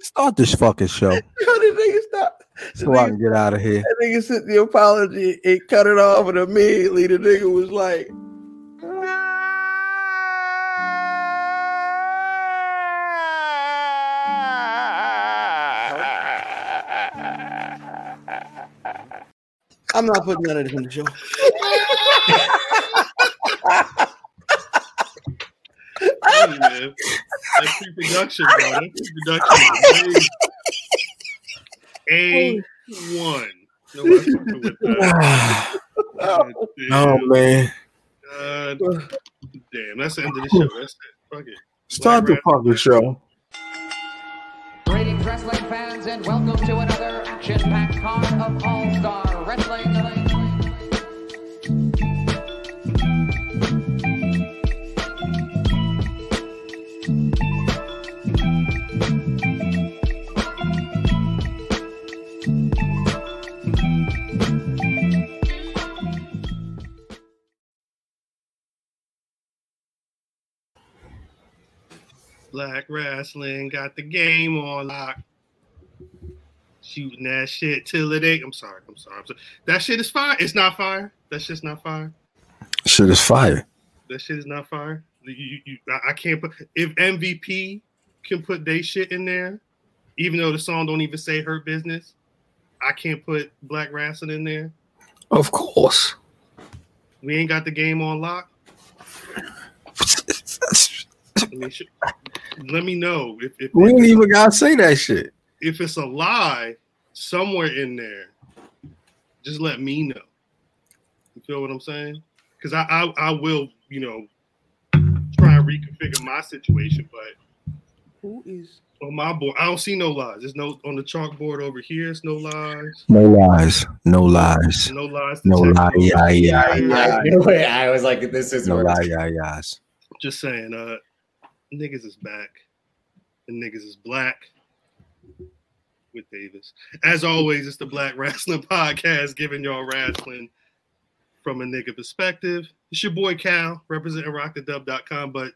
Start this fucking show nigga stop. The so I nigga, can get out of here. that nigga sent the apology and cut it off, and immediately the nigga was like, "I'm not putting none of this in the show." Hey, man. That pre-production, bro. That pre-production is amazing. A one. No, I'm fucking with that. God damn. oh man. God damn. That's the end of the show. That's it. Fuck it. Start the fucking show. Greetings, wrestling fans, and welcome to another action-packed card of All-Star Wrestling. Black wrestling got the game on lock. Shooting that shit till it ain't. I'm sorry. I'm sorry. I'm sorry. That shit is fire. It's not fire. That shit's not fire. Shit is fire. That shit is not fire. You, you, you, I- I can't put if MVP can put they shit in there, even though the song don't even say her business. I can't put Black Wrestling in there. Of course. We ain't got the game on lock. I mean, shit, let me know if if, we ain't even gotta say that shit. if it's a lie somewhere in there. Just let me know. You feel what I'm saying? Because I, I I will you know try and reconfigure my situation, but Who is? on my board. I don't see no lies. There's no on the chalkboard over here. It's no lies. No lies. No lies. No lies. No lie. detected. Yeah, yeah, I, yeah. knew it. I was like, this is No where- lie. Yeah, yeahs. Just saying, uh, niggas is back, and niggas is black. With Davis, as always, it's the Black Wrestling Podcast, giving y'all wrestling from a nigga perspective. It's your boy Cal, representing RockTheDub.com. But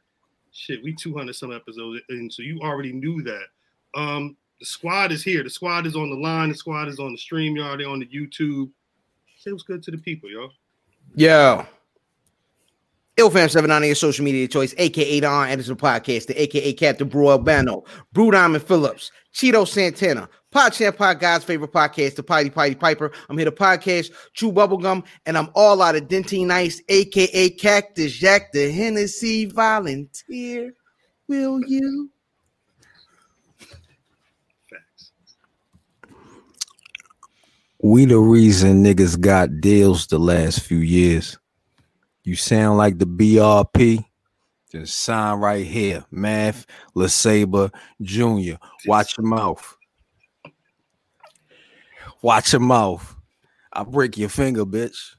shit, we 200 some episodes, and so you already knew that. Um, the squad is here. The squad is on the line. The squad is on the stream. Y'all, they on the YouTube. Say what's good to the people, y'all. Yo, Ilfam790, your social media choice, aka the Iron Edison Podcast, the aka Captain Brew Albano, Brew Diamond Phillips, Cheeto Santana, Pod Champ Pod God's favorite podcast, the Potty Potty Piper. I'm here to podcast, Chew Bubblegum, and I'm all out of Dentine Ice, aka Cactus Jack, the Hennessy Volunteer. Will you? Facts. We the reason niggas got deals the last few years. You sound like the BRP. Just sign right here. Math LeSabre Jr. Watch your mouth. Watch your mouth. I break your finger, bitch.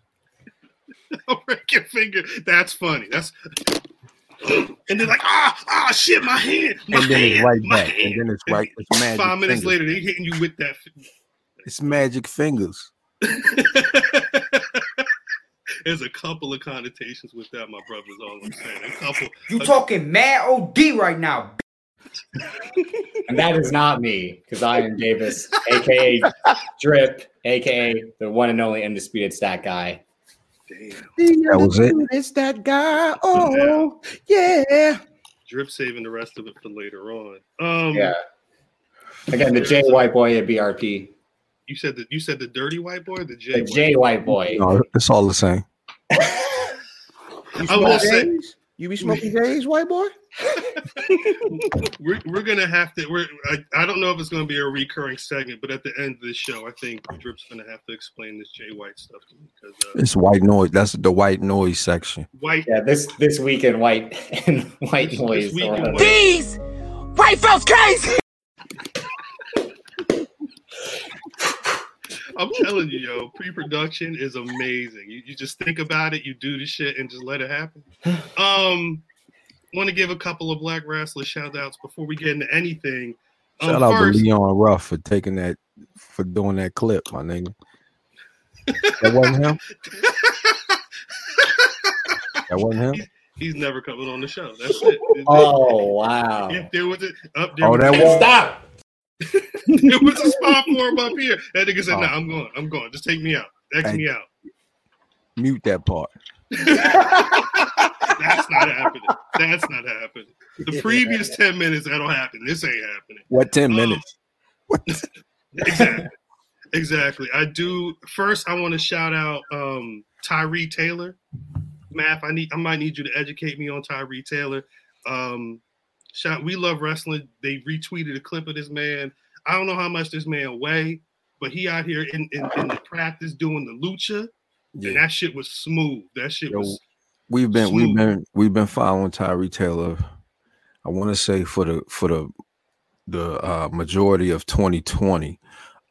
Don't break your finger. That's funny. That's and they're like, ah, ah, shit, my hand, my And then it's hand, right my back. hand." And then it's right. It's magic. Five minutes fingers. later, they hitting you with that. It's magic fingers. fi- There's a couple of connotations with that, my brother. Is all I'm saying. A couple. You talking mad OD right now. and that is not me because I am Davis, aka Drip, aka the one and only undisputed stat guy. Damn. That was it. It's that guy. Oh, yeah. Drip saving the rest of it for later on. Um, Yeah. Again, the J white boy at BRP. You said that you said the dirty white boy, or the J. The boy? J white boy. No, it's all the same. You I will smoking say- J's? You be smoking J's, white boy? we're, we're gonna have to we're I, I don't know if it's gonna be a recurring segment but at the end of the show i think drip's gonna have to explain this jay white stuff to me because uh, It's white noise. That's the white noise section. white Yeah, this this weekend white and white This- noise. this week in around. white- These white folks crazy. i'm telling you yo pre-production is amazing you, you just think about it you do the shit and just let it happen um want to give a couple of black wrestler shout outs before we get into anything um, Shout out first, to Leon Ruff for taking that for doing that clip, my nigga. That wasn't him. That wasn't him. he's never coming on the show that's it Oh wow. if there was a up there Oh, was that a- was Stop. It was a spot for him up here. That nigga Oh. said, "No, nah, I'm going. I'm going. Just take me out. X Hey. me out." Mute that part. That's not happening. That's not happening. The previous ten minutes, that'll happen. This ain't happening. What ten Oh. minutes? What? Exactly. exactly. I do. First, I want to shout out um, Tyree Taylor. Math, I need. I might need you to educate me on Tyree Taylor. Um, shout. We love wrestling. They retweeted a clip of this man. I don't know how much this man weigh, but he out here in in, in the practice doing the lucha, and that shit was smooth. That shit Yo, was. We've been we've Smooth. been we've been following Tyree Taylor. I want to say for the for the the uh, majority of 2020.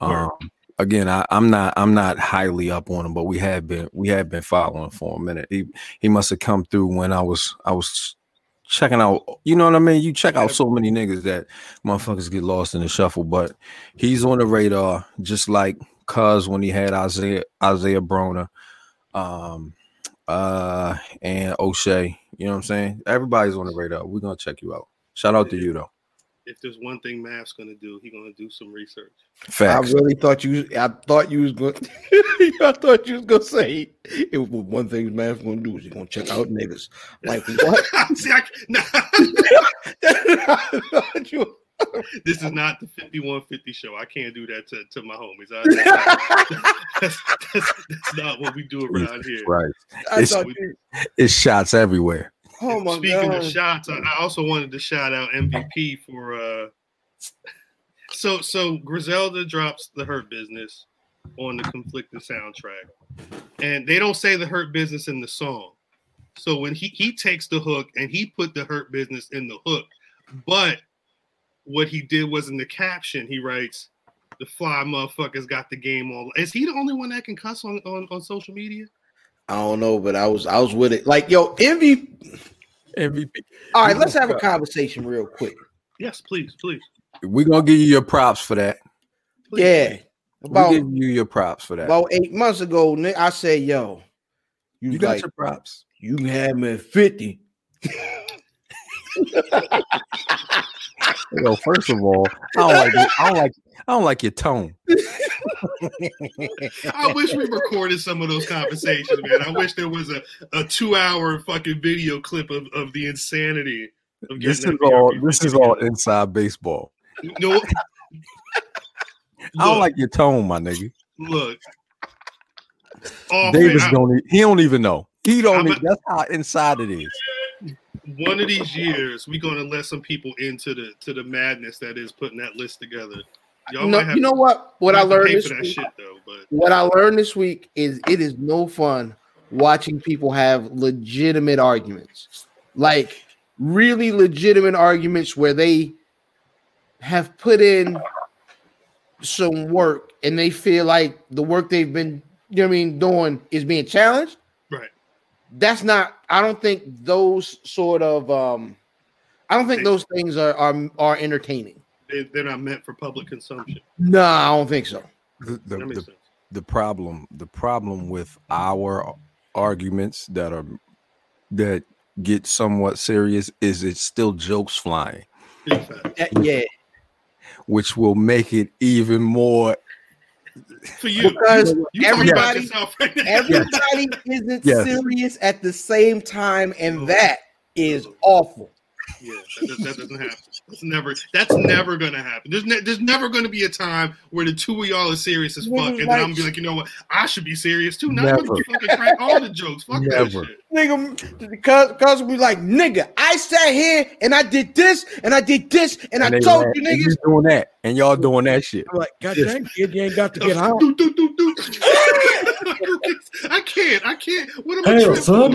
Um, again, I, I'm not I'm not highly up on him, but we have been we have been following for a minute. He he must have come through when I was I was checking out. You know what I mean? You check out so many niggas that motherfuckers get lost in the shuffle, but he's on the radar just like Cuz when he had Isaiah Isaiah Broner. Um, uh and O'Shea. You know what I'm saying? Everybody's on the radar. We're gonna check you out. Shout out to you though. If there's one thing Math's gonna do, he gonna do some research. I Facts. really thought you. I thought you was going. I thought you was gonna say it was one thing. Man's gonna do is he gonna check out niggas. Like what? See, I, nah, I thought you- this is not the 5150 show. I can't do that to, to my homies. I- that's, that's- that's not what we do around here. Right. I It's- thought you- It's shots everywhere. oh my Speaking god! of shots, I, I also wanted to shout out MVP for uh so so Griselda drops the Hurt Business on the conflicted soundtrack. And they don't say the Hurt Business in the song. So when he he takes the hook and he put the Hurt Business in the hook, but what he did was in the caption, he writes, the fly motherfuckers got the game on. Is he the only one that can cuss on, on, on social media? I don't know, but I was I was with it. Like yo, MVP. MVP. All right, let's have a conversation real quick. Yes, please, please. We're gonna give you your props for that. please. Yeah, we about give you your props for that. about eight months ago, ni- I said, yo, you, you got like your props. you can have me at fifty. Yo, first of all, I don't like your- I don't like I don't like your tone. I wish we recorded some of those conversations, man. I wish there was a, a two hour fucking video clip of, of the insanity. Of This getting is that all BRB this is all together. inside baseball. No, look, I don't like your tone, my nigga. look. Off Davis it. I- don't e- he don't even know. He don't I'm e- a- that's how inside it is. one of these years, we're gonna let some people into the to the madness that is putting that list together. Y'all No, might have you know what? What might I have to learned pay this for that week- shit though, but what I learned this week is it is no fun watching people have legitimate arguments, like really legitimate arguments where they have put in some work and they feel like the work they've been, you know, what I mean, doing is being challenged. Right. That's not. I don't think those sort of. um I don't think They- those things are are are entertaining. they, they're not meant for public consumption. No, I don't think so. The- the- That the makes sense. the problem the problem with our arguments that are that get somewhat serious is it's still jokes flying Big fact. That- Uh, yeah, which will make it even more For you, because you talking about everybody yourself right now. Everybody isn't Yes. serious at the same time, Oh. and that is awful. Yeah, that, that, that doesn't happen. That's never. That's never gonna happen. There's ne- there's never gonna be a time where the two of y'all are serious as fuck, and then I'm gonna be like, you know what? I should be serious too. Now I'm gonna Never. fucking crack all the jokes. Fuck Never. that shit. Nigga, because because we like nigga, I sat here and I did this and I did this and, I they told laugh, you and niggas. doing that and y'all doing that shit I'm like, God dang kid, you ain't got to get out. Do, do, do, do. I can't. I can't. What am I tripping for?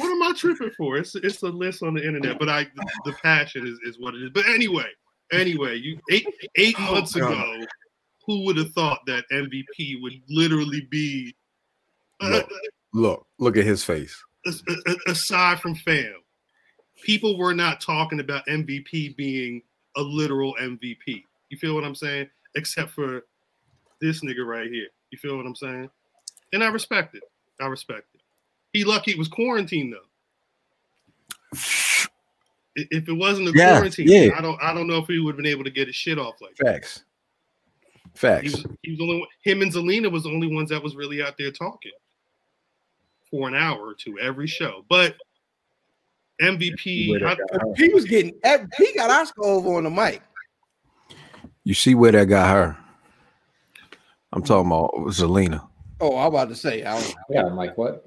What am I tripping for? It's it's a list on the internet, but I the, passion is, is what it is. But anyway, anyway, you eight eight Oh, months ago, who would have thought that MVP would literally be No. look look at his face as- a- a- aside from fam, people were not talking about MVP being a literal MVP. You feel what I'm saying? Except for this nigga right here. You feel what I'm saying? And I respect it. I respect it. He lucky it was quarantine though. I- If it wasn't a Yeah, quarantine, yeah. I don't I don't know if he would have been able to get his shit off like that. facts He Facts. was, he was the only one- him and Zelina was the only ones that was really out there talking for an hour or two every show. But MVP, I, He was getting ev- he got Oscar over on the mic. You see where that got her? I'm talking about Zelina. Oh, I'm about to say I don't, Yeah, I'm like, what?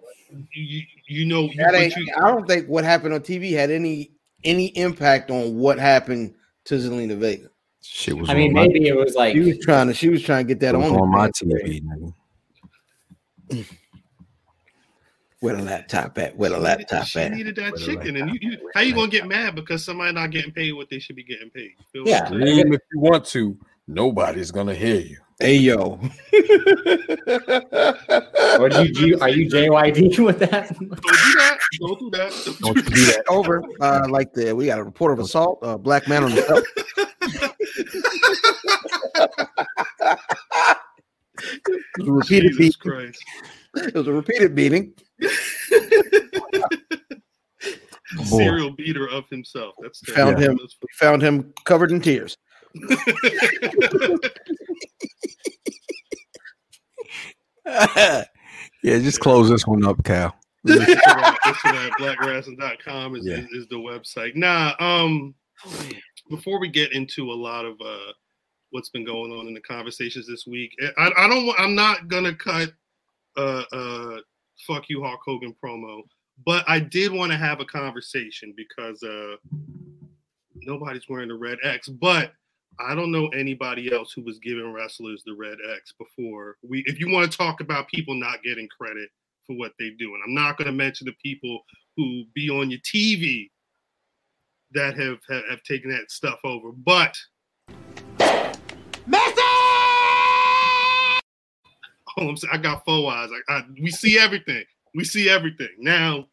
you, you know, you, that but ain't, you- I don't think what happened on TV had any any impact on what happened to Zelina Vega. Shit was I mean, on my, maybe it was like She was trying to she was trying to get that it was on, on my my TV. nigga. with a laptop at with a she laptop needed- she at. needed that chicken, and you, you how you gonna get mad because somebody not getting paid what they should be getting paid? Feel Yeah. me? Even if you want to, nobody's gonna hear you. Hey yo. What you, you are you JYD with that? Don't do that. Don't do that. Don't you do that. Over. Uh, like the we got a report of assault, uh, black man on the belt. It was a repeated beat. Jesus Christ. It was a repeated beating. Serial beater of himself. That's Found terrible. him. We found him covered in tears. Yeah, just close this one up, Cal. blackgrassing.com is, Yeah. is, is the website. Nah, um before we get into a lot of uh what's been going on in the conversations this week, eh, I, I don't wa- I'm not gonna cut uh uh fuck you Hulk Hogan promo, but I did want to have a conversation because uh nobody's wearing the red X, but I don't know anybody else who was giving wrestlers the red X before. We if you want to talk about people not getting credit for what they do. And I'm not going to mention the people who be on your TV that have, have, have taken that stuff over. But Messi! Oh, I'm saying, I got four eyes. I, I, we see everything. We see everything. Now,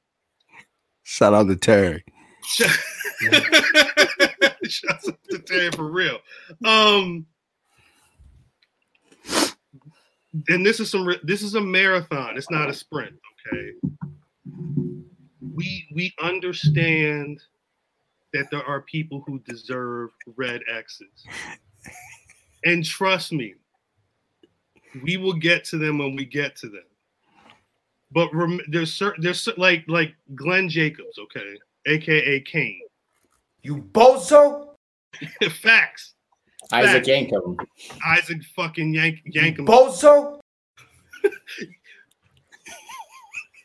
Shout out to Terry. Shout Shouts out to Terry for real. Um, and this is some. re- This is a marathon. It's not a sprint. Okay. We we understand that there are people who deserve red X's, and trust me, we will get to them when we get to them. But rem- there's certain there's cer- like like Glenn Jacobs. Okay aka Kane. You bozo, Facts. Isaac Yankum. Isaac fucking Yank Yankum. bozo.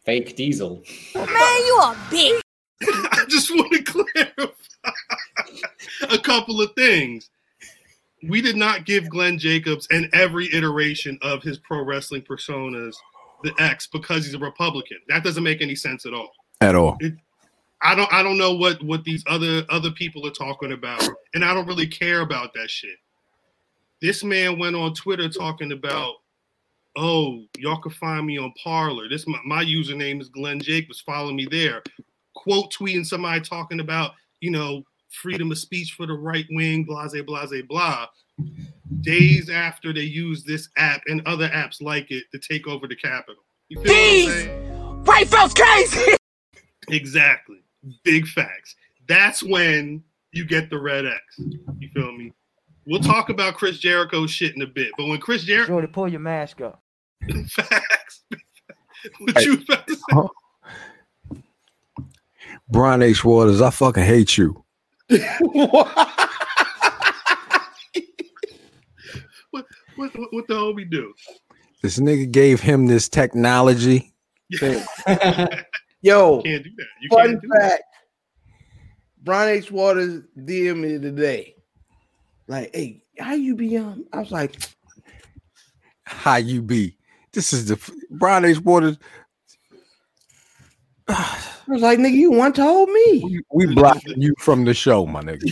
Fake Diesel. Man, you a bitch. I just want to clarify a couple of things. We did not give Glenn Jacobs and every iteration of his pro wrestling personas the X because he's a Republican. That doesn't make any sense at all. At all. I don't I don't know what what these other other people are talking about, and I don't really care about that shit. This man went on Twitter talking about, oh, y'all can find me on Parlor. This my, my username is Glenn Jacobs. Follow me there. Quote tweeting somebody talking about you know freedom of speech for the right wing, blase blase blah. Days after they use this app and other apps like it to take over the Capitol. You feel These what I'm saying? White folks crazy. Exactly. Big facts. That's when you get the red X. You feel me? We'll talk about Chris Jericho shit in a bit, but when Chris Jericho Jordan, pull your mask up. facts, what you was about to say? Brian H. Waters, I fucking hate you. What, what, what the homie do? This nigga gave him this technology. Yo, Can't do that. You fun can't do that. fact. Brian H. Waters DM me today. Like, hey, how you be on? I was like, How you be? This is the f- Brian H. Waters. I was like, nigga, you one told me. We, we blocking you from the show, my nigga.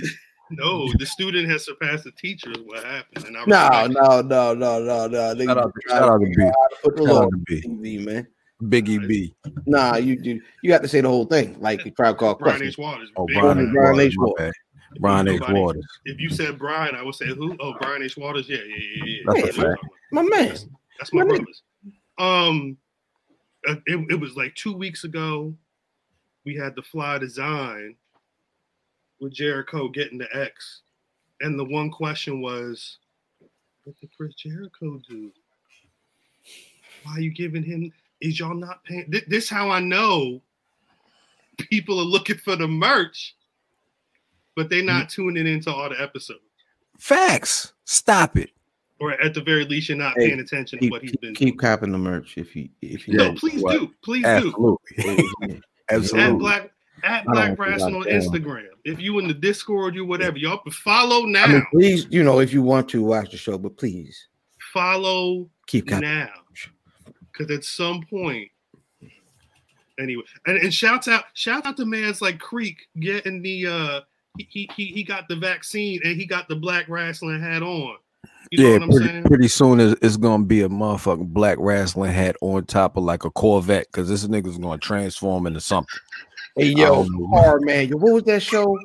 No, the student has surpassed the teacher. Is what happened. And I No, respect it. no, no, no, no, no. Nigga, Shout out, you shout out to B. gotta put the Shout out Lord to B. in me, man. Biggie B. Nah, you do. You got to say the whole thing, like the crowd called Brian question. H. Waters. Oh, big Brian, time. H. Brian H. Waters. my Waters. bad. Brian H. Nobody- Waters. If you said Brian, I would say who? Oh, Brian H. Waters. Yeah, yeah, yeah, yeah. That's a That's what I'm fact. talking about. My man, That's, that's my My nigga. brothers. Um, uh, it, it was like two weeks ago. We had the fly design with Jericho getting the X, and the one question was, What did Chris Jericho do? Why you giving him? Is y'all not paying? Th- this how I know people are looking for the merch, but they not tuning into all the episodes, Facts. Stop it. or at the very least, you're not Hey, paying attention to Keep, what he's keep- been. keep copping the merch if you if you doing. yeah, no, please what? do, please do. Absolutely. At Absolutely. black at I black don't brass think on I can. Instagram. If you in the Discord, you whatever. Y'all can follow now. I mean, please, you know, if you want to watch the show, but please follow keep copping. now. Because at some point, anyway, and, and shouts out, shout out to man's like Creek getting the uh he he he he got the vaccine and he got the black wrestling hat on. You know yeah, what I'm pretty, saying? pretty soon it's, it's gonna be a motherfucking black wrestling hat on top of like a Corvette because this nigga's gonna transform into something. Hey I yo, don't know. hard man, yo, what was that show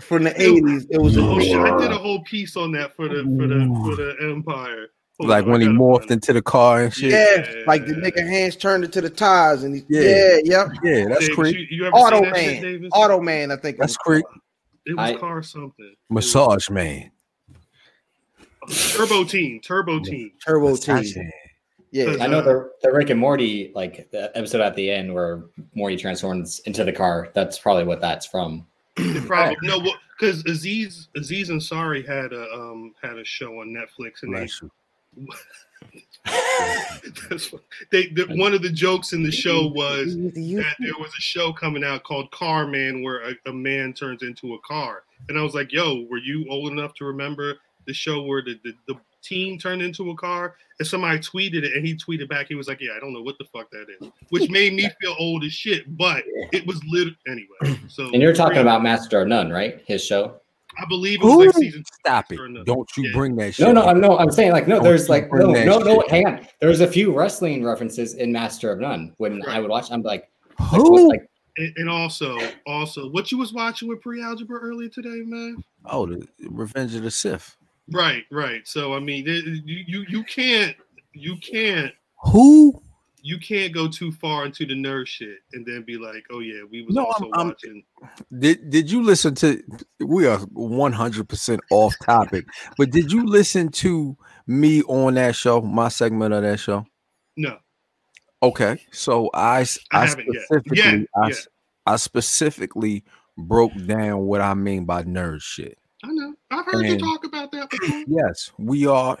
from the eighties? It was Oh shit, I did a a whole piece on that for the for the for the Empire. Hold Like on, I when he gotta morphed find it. into the car and shit. yeah, like the nigga hands turned into the tires, and he, Yeah. yeah, yep, Yeah, that's Davis, creep. You, you ever Auto seen that shit, Man. Davis? Auto Man, I think it That's was creep. It was I- car something. Massage man. Turbo Team. Turbo Team. Turbo Massage T. Man. Yeah, That's- I know the, the Rick and Morty like the episode at the end where Morty transforms into the car. That's probably what that's from. It probably no, because Aziz Aziz Ansari had a um had a show on Netflix, and they, Bless you. that's what- they the, one of the jokes in the show was that there was a show coming out called Car Man, where a, a man turns into a car, and I was like, "Yo, were you old enough to remember the show where the the, the teen turned into a car?" And somebody tweeted it, and he tweeted back, he was like, "Yeah, I don't know what the fuck that is," which made me feel old as shit, but it was lit anyway. So And you're talking about Master of None, right? His show. I believe it was Who? like season. Stop or no. it. Don't you Yeah. bring that shit. No, no, up. I'm no, I'm saying like no. Don't There's you like bring no, that no, no. shit. Hang on. There's a few wrestling references in Master of None. When I would watch, I'm like, like, what- Who? like And, and also, also, what you was watching with pre-algebra earlier today, man? Oh, the Revenge of the Sith. Right, right. So I mean, there- you you you can't you can't Who? you can't go too far into the nerd shit and then be like, oh yeah, we was No, also I'm- I'm- watching. Did did you listen to we are 100% off topic, but did you listen to me on that show, my segment of that show? no, Okay. So I s- I I, haven't yet. specifically Yet, I, yet. s- I specifically broke down what I mean by nerd shit. I know. I've heard you And- talk about that before. Yes, we are.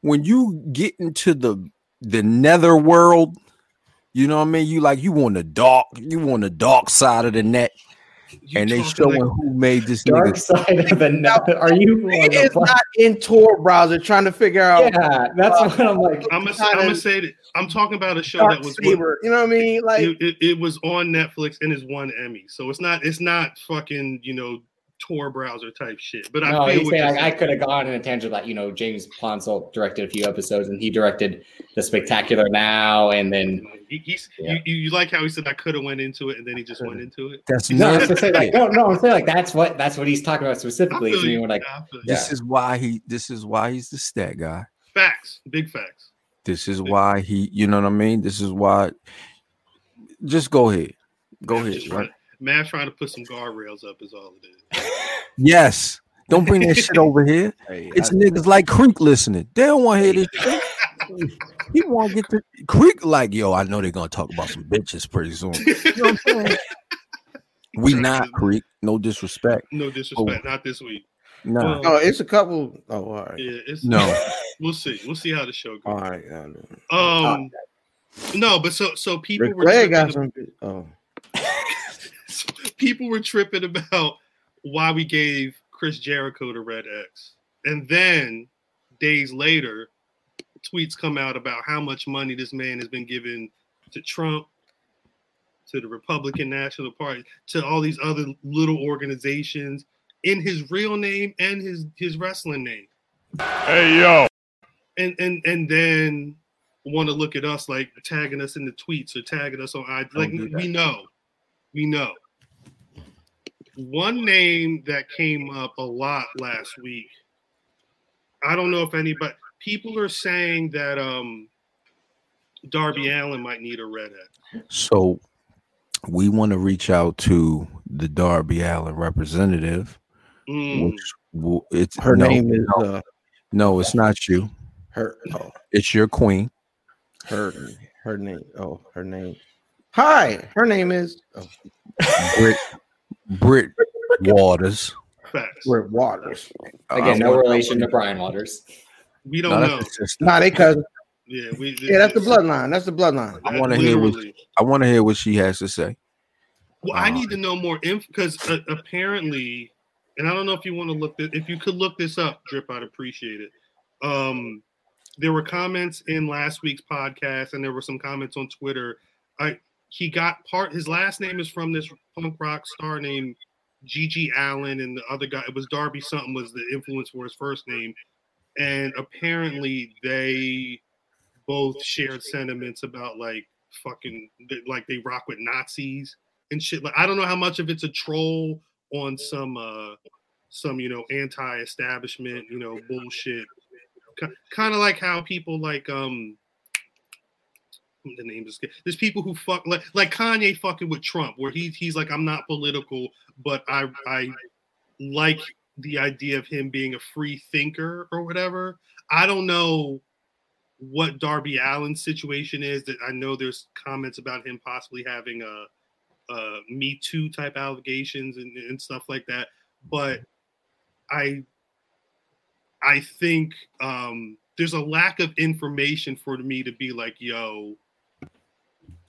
When you get into the the nether world, you know what I mean. You like you want the dark, you want the dark side of the net, You and they talking showing like- who made this Dark nigga. Side of the None. Are you? on It the is pla- not in Tor browser trying to figure out Yeah, that's what I'm like. I'm gonna Kinda- I'm gonna say that I'm talking about a show Dark that was one- Saber. You know what I mean? Like it, it, it was on Netflix and it's one Emmy, so it's not it's not fucking you know Tor browser type shit. But I No, feel he's what saying you're like, I saying. could have gone in a tangent like you know James Ponsel directed a few episodes and he directed the Spectacular Now and then. He, he's, Yeah. you, you like how he said I could have went into it and then he just went into it. That's No, I'm nerd. just saying like no, no, I'm saying like that's what that's what he's talking about I specifically. feel So you you. were like, I feel you. This is why he. This is why he's the stat guy. Facts, big facts. This is why he. You know what I mean. This is why. Just go ahead. Go Mav's ahead. just right? trying- Mav's trying to put some guardrails up is all it is. Yes. Don't bring that shit over here. It's niggas like Creek listening. They don't want to hear this. shit. He want to get the Creek like, yo, I know they're gonna talk about some bitches pretty soon. You know what I'm saying? we not Creek. No disrespect. No disrespect, not this week. No, Well, oh, it's a couple. Oh, all Oh. right. yeah, it's, no. We'll see. We'll see how the show All goes. right. Um, no, but so so people Rick were Flair tripping, got ab- some. Oh, people were tripping about why we gave Chris Jericho the red X, and then days later, tweets come out about how much money this man has been giving to Trump, to the Republican National Party, to all these other little organizations in his real name and his his wrestling name. Hey yo. And and and then want to look at us like tagging us in the tweets or tagging us on IG. Like do that. we know. We know. One name that came up a lot last week. I don't know if anybody people are saying that um Darby Allen might need a red hat. Uh-huh. So we want to reach out to the Darby Allen representative, Mm. which will, it's her no, name is. Uh, No, it's not you. Her, oh, It's your queen. her, her name. Oh, her name. Hi, her name is oh, Brit Brit Waters. Facts. Britt Waters. Again, Uh, no relation to Brian Waters. We no, don't that's know. the sister. Nah, they cousin. Yeah, we. Yeah, that's the bloodline. That's the bloodline. I wanna hear what- literally. I want to hear what she has to say. Well, I need to know more info because uh, apparently, and I don't know if you want to look this, if you could look this up, Drip, I'd appreciate it. Um, there were comments in last week's podcast, and there were some comments on Twitter. I he got part. His last name is from this punk rock star named Gigi Allen, and the other guy it was Darby something was the influence for his first name, and apparently they both shared sentiments about like fucking like they rock with Nazis and shit. Like I don't know how much of it's a troll on some uh some you know anti-establishment you know bullshit. Kind of like how people like um the name is there's people who fuck like like Kanye fucking with Trump where he he's like I'm not political but I I like the idea of him being a free thinker or whatever. I don't know what Darby Allen's situation is that I know there's comments about him possibly having a uh, Me Too type allegations and, and stuff like that. But I I think um, there's a lack of information for me to be like, yo,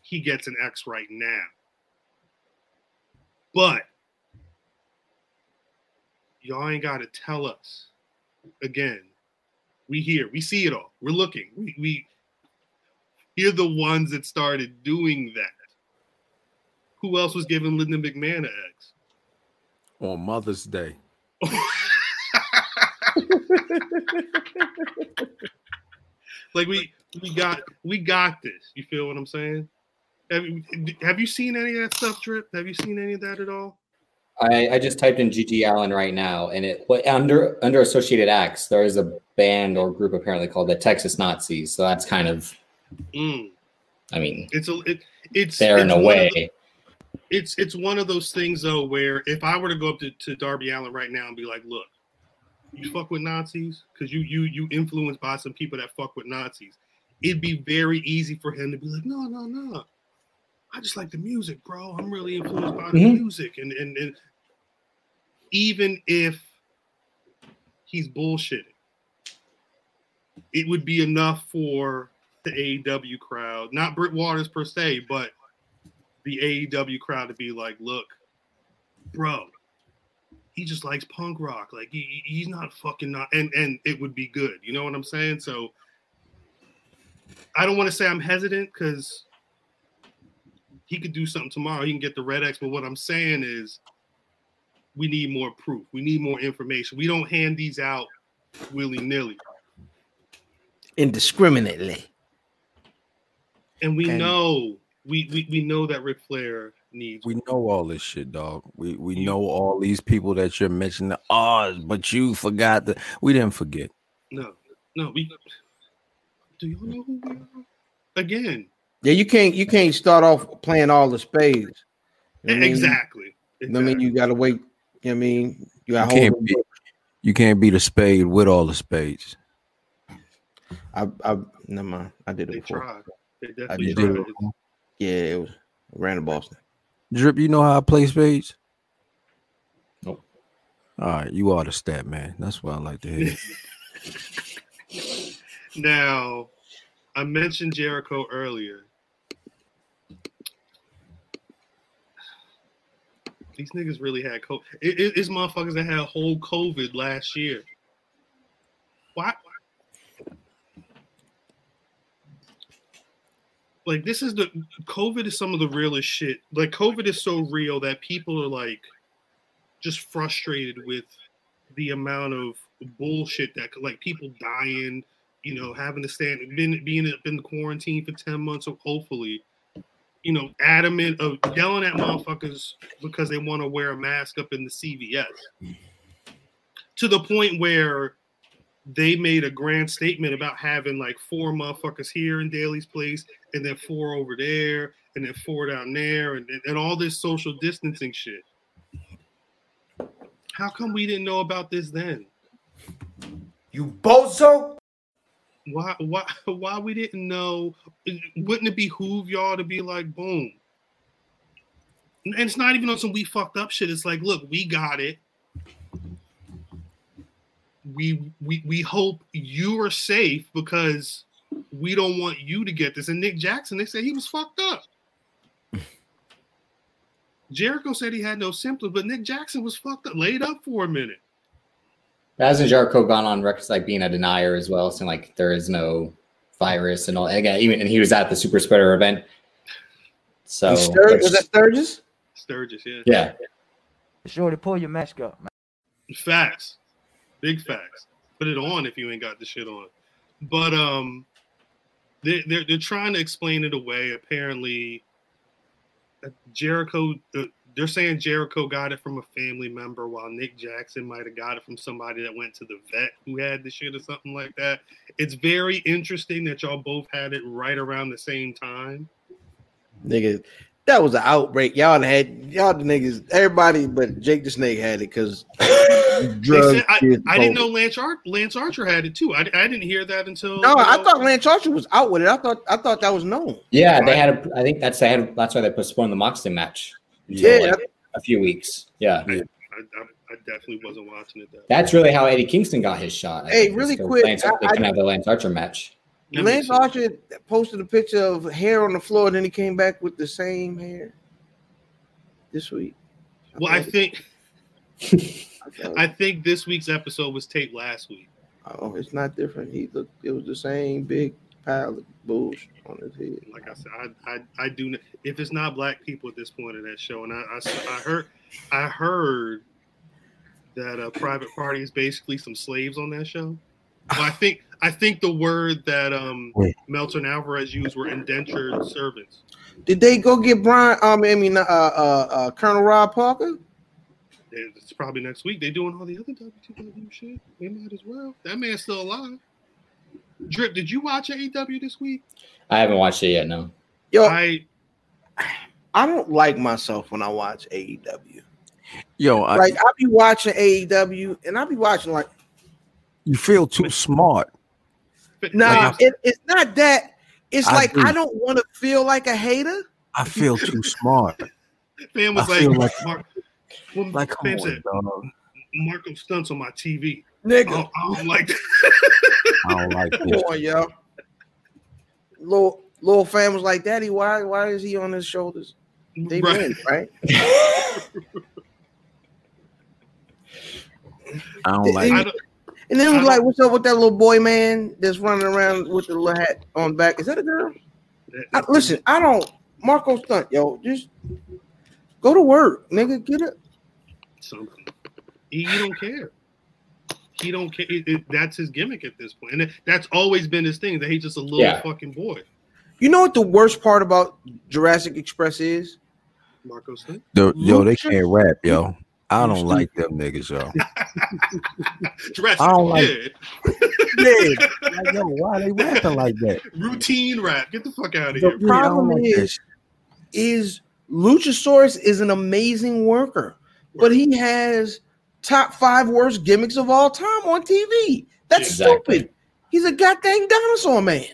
he gets an X right now. But y'all ain't gotta tell us again. We here, we see it all. We're looking. We, we you're the ones that started doing that who else was giving Linda McMahon an X? On Mother's Day. Like we we got we got this. You feel what I'm saying? Have, you- have you seen any of that stuff, Drip? Have you seen any of that at all? I, I just typed in GG Allen right now, and it what under under Associated Acts there is a band or group apparently called the Texas Nazis. So that's kind of, Mm. I mean, It's a it, it's there it's uh, in a one of way. the- it's it's one of those things though where if I were to go up to, to Darby Allen right now and be like, look, you fuck with Nazis because you you you influenced by some people that fuck with Nazis, it'd be very easy for him to be like, no no no, I just like the music, bro. I'm really influenced by the Mhm. music and and and even if he's bullshitting, it would be enough for the AEW crowd, not Britt Waters per se, but the AEW crowd to be like, look, bro, he just likes punk rock. Like he, he- he's not fucking not and and it would be good. You know what I'm saying? So I don't want to say I'm hesitant because he could do something tomorrow. He can get the red X, but what I'm saying is we need more proof. We need more information. We don't hand these out willy-nilly. Indiscriminately. And we And- know we, we we know that Ric Flair needs We know all this shit, dog. We we know all these people that you're mentioning. Oh, but you forgot that we didn't forget. No, no, we do y'all know who we are? Again, Yeah, you can't you can't start off playing all the spades. You know what I mean? exactly. You know what I mean, you gotta wait. You know what I mean, you You gotta hold can't them. be you can't be the spade with all the spades. I, I, never mind. I did They it before. tried. They definitely You did. tried. do. Yeah, it was ran to Boston. Drip, you know how I play spades? Nope. All right, you are the stat man. That's what I like to hear. Now, I mentioned Jericho earlier. These niggas really had COVID. It, it- it's motherfuckers that had whole COVID last year. Why? Like this is the COVID is some of the realest shit. Like COVID is so real that people are like just frustrated with the amount of bullshit that like people dying, you know, having to stand, been being up in quarantine for ten months, or hopefully, you know, adamant of yelling at motherfuckers because they want to wear a mask up in the CVS, to the point where they made a grand statement about having like four motherfuckers here in Daly's place, and then four over there, and then four down there, and, and, and all this social distancing shit. How come we didn't know about this then? You bozo! Why why why we didn't know? Wouldn't it behoove y'all to be like, boom? And it's not even on some we fucked up shit. It's like, look, we got it. We we we hope you are safe because we don't want you to get this. And Nick Jackson, they said he was fucked up. Jericho said he had no symptoms, but Nick Jackson was fucked up, laid up for a minute. Hasn't Jericho gone on records like being a denier as well, saying like there is no virus and all? And again, even and he was at the super spreader event. So And Stur- was that Sturgis? Sturgis, yeah. yeah, Shorty, pull your mask up, man. Facts. Big facts. Put it on if you ain't got the shit on. But um they they're they're trying to explain it away. Apparently uh, Jericho the they're saying Jericho got it from a family member, while Nick Jackson might have got it from somebody that went to the vet who had the shit or something like that. It's very interesting that y'all both had it right around the same time. Nigga, that was an outbreak. Y'all done had y'all the niggas, everybody but Jake the Snake had it because They drugs. said- I, kids, I didn't COVID. know Lance, Ar- Lance Archer had it too. I, I didn't hear that until No, I thought Lance Archer was out with it. I thought I thought that was known. yeah. They had. A, I think that's they had. That's why they postponed the Moxley match. until, Yeah, like, a few weeks. Yeah, I, I, I definitely wasn't watching it. That that's really how Eddie Kingston got his shot. I Hey, think, is really 'cause quick, Lance Archer I- I- can have the Lance Archer match. That makes Lance sense. Archer posted a picture of hair on the floor, and then he came back with the same hair this week. Well, I think thought- I think this week's episode was taped last week. oh, it's not different. He looked. It was the same big pile of bullshit on his head. Like I said, I I, I do. kn- If it's not black people at this point in that show, and I I, s- I heard I heard that a private party is basically some slaves on that show. Well, I think I think the word that um Wait. Meltzer and Alvarez used were indentured servants. Did they go get Brian? Um, I mean, uh, uh, uh, Colonel Rob Parker. It's probably next week. They doing all the other WTW shit. They might as well. That man's still alive. Drip, did you watch AEW this week? I haven't watched it yet. No, Yo, I, I don't like myself when I watch AEW. Yo, I, Like I be watching AEW, and I be watching like, you feel too smart. nah, Like, it, it's not that. It's I like do. I don't want to feel like a hater. I feel too smart. Fam was I like, feel like- Mark, when Like, come Fam on, said, dog. Marco stunts on my TV. I Nigga, don't, I don't like that. I don't like Come this. on, yo. Little little fam was like, Daddy, why why is he on his shoulders? They Right. win, right? I don't like. I This. don't- And then it I was like, don't- What's up with that little boy man that's running around with the little hat on back? Is that a girl? I, listen, I don't Marco stunt, yo. Just go to work, nigga. Get up. something. He, he don't care. He don't care. It- it- that's his gimmick at this point, and it- that's always been his thing. That he's just a little Yeah. fucking boy. You know what the worst part about Jurassic Express is? Marco stunt. Yo, yo, they Lucha- can't rap, yo. I don't like them niggas, yo. Dress. I don't like- yeah. Yeah, like, yo, why they rapping like that? Routine rap. Get the fuck out of The here. Yeah, I don't problem like that is, is Luchasaurus is an amazing worker, but he has top five worst gimmicks of all time on TV. That's Exactly. stupid. He's a goddamn dinosaur man.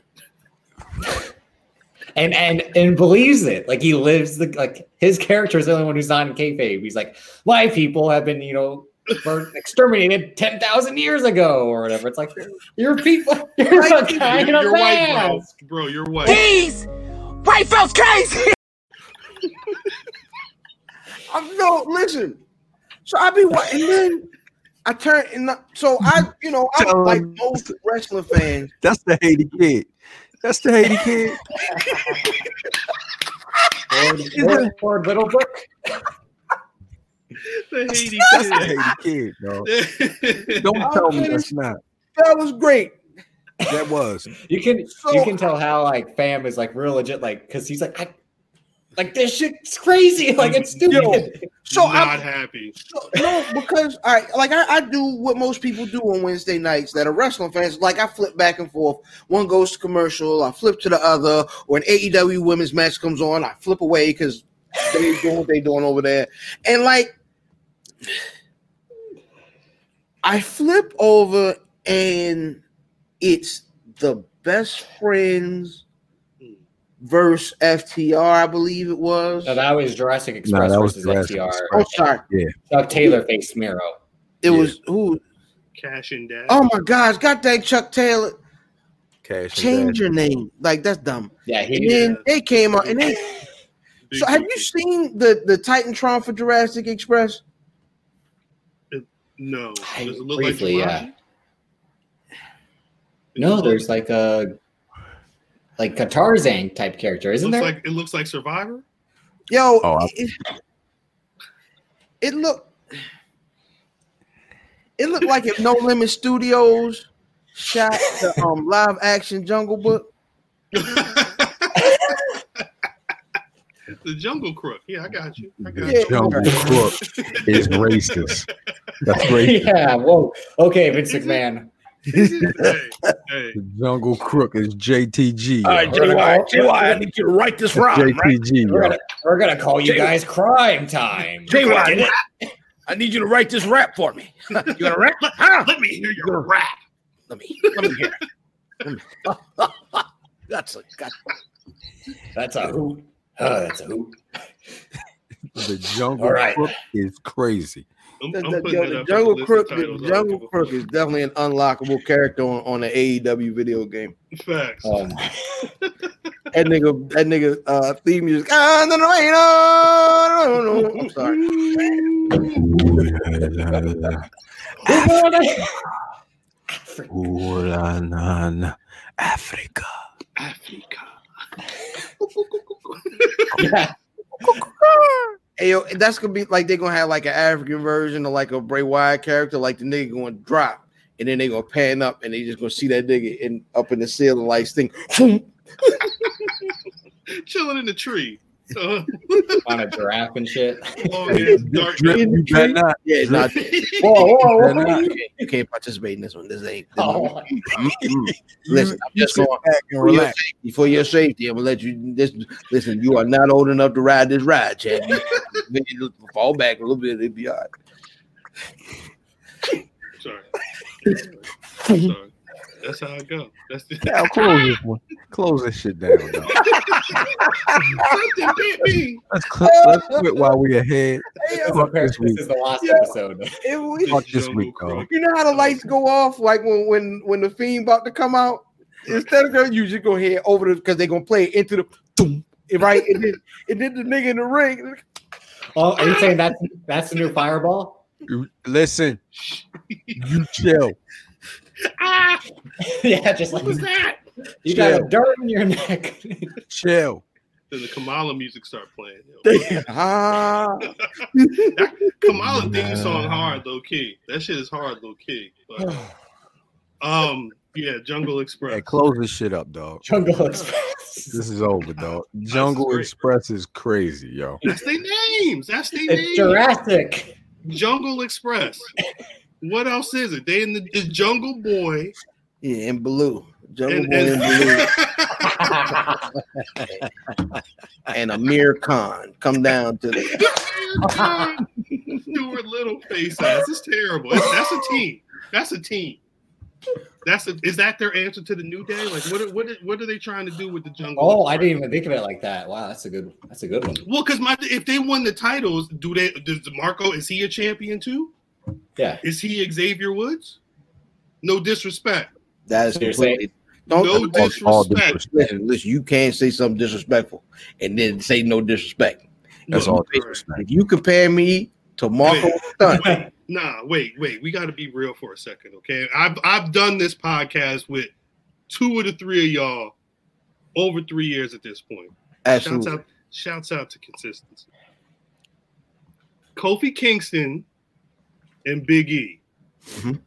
and and and believes it. Like he lives the like his character is the only one who's not in kayfabe. He's like, my people have been you know burnt, exterminated ten thousand years ago or whatever. It's like your people, you're Like, a guy You're, in a you're white, bro. mask. Bro, you're white. These white folks crazy. I'm no listen. So I be wa- and then I turn and I- so I you know I'm Tell like him. most wrestling fans. That's the Haiti kid. That's the Haiti kid. Lord, Lord Littlebrook. The Haiti That's the Haiti kid, dog. kid. Don't tell me that's not. That was great. That was. You can So- you can tell how like fam is like real legit like because he's like I, like this shit's crazy like it's stupid. So not I'm happy. So, no, because I like I, I do what most people do on Wednesday nights that are wrestling fans. Like I flip back and forth. One goes to commercial, I flip to the other, or an AEW women's match comes on, I flip away because they doing what they doing over there. And like I flip over and it's the best friends versus FTR, I believe it was. No, that was Jurassic Express that was versus Jurassic FTR. oh, sorry, Chuck Taylor faced Miro. it Yeah. was who? Cash and Dash. Oh my gosh, God dang Chuck Taylor, Cash change your name. Like that's dumb. Yeah, he And did. then they came out, and they. Big So have Duke you is- seen the the Titantron for Jurassic Express? No. I- Does it look briefly, like yeah. Jumanji? No, It there's like a like a Tarzan type character, isn't looks there? Like, it looks like Survivor. Yo, Oh, I- it, it looked it looked like if No Limit Studios shot the um live action Jungle Book. the Jungle Crook. Yeah, I got you. I got The you. Yeah. Jungle Crook is racist. That's racist. yeah. Whoa. Okay, Vince McMahon. hey, hey. The Jungle Crook is JTG. All right, yo. Jay White, JY, Jay JY, White, I need you to write this rhyme, right? JTG. We're yo. gonna we're gonna call you Jay- guys crime time. Get JY, it? I need you to write this rap for me. You gonna rap? Huh? Let me hear your rap. Let me, let me hear. it. Let me- That's a God. That's a hoot. Oh, that's a hoot. The Jungle All right. Crook is crazy. I'm, The, I'm the- putting yo, that the up as a list Jungle of Crook, the titles. I don't Jungle give a Crook is definitely an unlockable character on, on the AEW video game. fuck. Facts. Uh, Oh my. That nigga, that nigga uh, theme music. Ah, no, no, no, no, no, no. I'm sorry. Uranana, Africa. Africa. Yeah. Hey, yo, that's gonna be like they're gonna have like an African version of like a Bray Wyatt character, like the nigga gonna drop, and then they gonna pan up, and they just gonna see that nigga in up in the ceiling lights thing. Chilling in the tree. Uh, On a giraffe and shit. long ass dark. Drip, you better not. Yeah, nah, Whoa, whoa, Better not. whoa. you can't participate in this one. This ain't. this ain't- Oh, my- Listen, I'm just going back and for your, relax. safety, for your safety. I'm gonna let you. This listen, you are not old enough to ride this ride, Chad. You- you just fall back a little bit, it'd be all right. Sorry. Sorry. That's how I go. That's the Now close this one. Close this shit down. dog. something bit me. Let's, cl- let's quit while we ahead. Fuck this This week. is the last Yeah. episode. If we- Fuck this Jungle week, Crook. you know how the lights go off, like when when when the fiend about to come out. Instead of going, you just go head over the because they're gonna play it into the doom, right, and then and then the nigga in the ring. Oh, are you saying that's that's the new fireball? You- Listen, you chill. Ah, yeah, just like what was that? you got a dirt in your neck. Chill. Then the Kamala music start playing. yo. Ah, Kamala theme song hard low key. That shit is hard low key. But, um, yeah, Jungle Express. Hey, close this shit up, dog. Jungle Express. This is over, dog. Jungle great. Express is crazy, yo. That's their names. That's their It's names. Jurassic. Jungle Express. What else is it? They in the it's Jungle Boy yeah, in blue, jungle and, boy in blue, and and Amir Khan come down to the Stuart Little face ass. It's terrible. It's- that's a team. That's a team. That's a, is that their answer to the new day? Like what? are- What? are- What are they trying to do with the jungle? Oh, I Express? didn't even think of it like that. Wow, that's a good. That's a good one. Well, because my if they won the titles, do they? Does Marco is he a champion too? Yeah. Is he Xavier Woods? No disrespect. That is So you're completely. Don't no All- disrespect. all due respect. listen, listen. You can't say something disrespectful and then say no disrespect. That's No, all you're due right. respect. If you compare me to Marco Stunt, wait, nah, wait, wait. We got to be real for a second, okay? I've I've done this podcast with two of the three of y'all over three years at this point. Shouts absolutely. out, shouts out to consistency. Kofi Kingston and Big E. Mhm.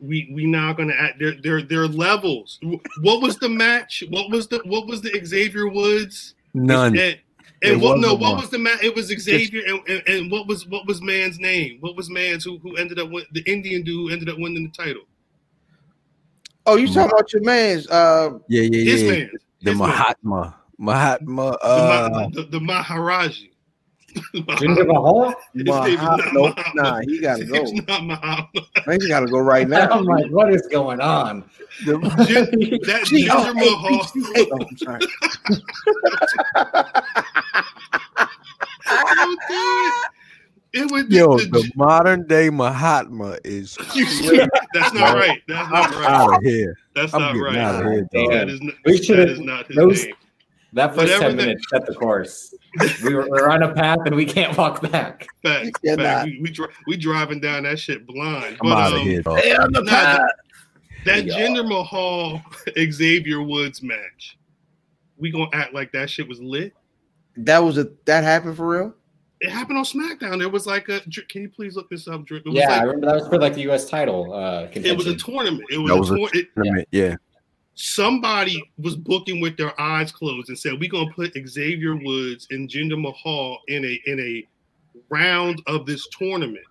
We we now going to act. They're they're they're levels. What was the match? What was the what was the Xavier Woods? None. And, There and what? No, wasn't what one. was the man? It was Xavier, and, and, and what was what was man's name? What was man's who who ended up win, the Indian dude who ended up winning the title? Oh, you talking about your man's? Uh, Yeah, yeah, His yeah. man, The His man. Mahatma. Mahatma. the, Uh, Ma- the, the Maharaji. Jinder Mahal? His Nah, name's not nope, Muhammad. nah, he gotta His go. name's not Muhammad. I think he gotta go right now. I'm like, what is going on? Jin- that Gee, oh, Jinder Mahal. hey, oh, I'm sorry. Oh, dude. It would Yo, the- the modern day Mahatma is That's not right. That's not right. out of here. That's I'm not getting out of right. here, dog. That is not, We that should've- is not his those- name. That first Whatever ten the- minutes set the course. We were, we're on a path and we can't walk back. Fact, Yeah, fact. nah. We, we, dri- we driving down that shit blind. I'm But, out of um, here, dog. nah, that, that Yeah. Jinder Mahal Xavier Woods match. We gonna act like that shit was lit. That was a that happened for real. It happened on SmackDown. There was like a. Dr- Can you please look this up, Drip? It was Yeah, I like, remember that was for like the U.S. title uh, contention. it was a tournament. It was, That was a, a- tour- it, Yeah. somebody was booking with their eyes closed and said, "We're gonna put Xavier Woods and Jinder Mahal in a in a round of this tournament,"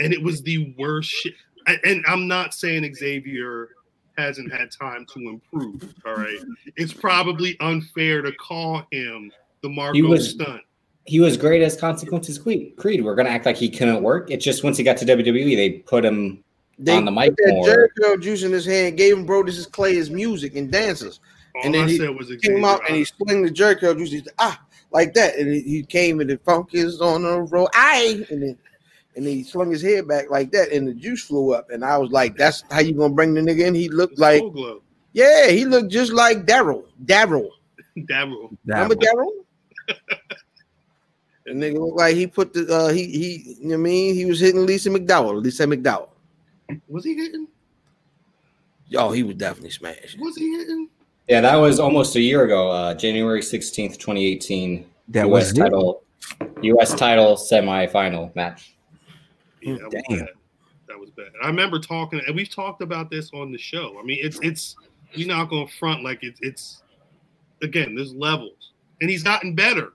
and it was the worst shit. And- And I'm not saying Xavier hasn't had time to improve. All right, it's probably unfair to call him the Marco was- stunt. he was great as consequences Creed. Creed. We're gonna act like he couldn't work. It's just once he got to WWE, they put him They on the mic put that more. Jericho juice in his hand, gave him bro. This is Clay, his music and dances. All And then I he said was Xavier. Came out and I- he sling the Jericho juice. He's ah like that, and he, he came and the funk is on the road. Aye, and then and then he slung his head back like that, and the juice flew up. And I was like, "That's how you gonna bring the nigga in?" He looked it's like, full glow. yeah, he looked just like Daryl. Daryl, Dabble. That remember one. Daryl? The nigga looked like he put the uh, he he. You know what I mean he was hitting Lisa McDowell. Lisa McDowell. Was he hitting? Oh, he was definitely smashed. Was he hitting? Yeah, that was almost a year ago, uh, January sixteenth, twenty eighteen. That U.S. was it. title, U.S. title semifinal match. Oh, Yeah, that was Damn. bad. That was bad. I remember talking, and we've talked about this on the show. I mean, it's it's you're not going to front like it's it's again. There's levels, and he's gotten better.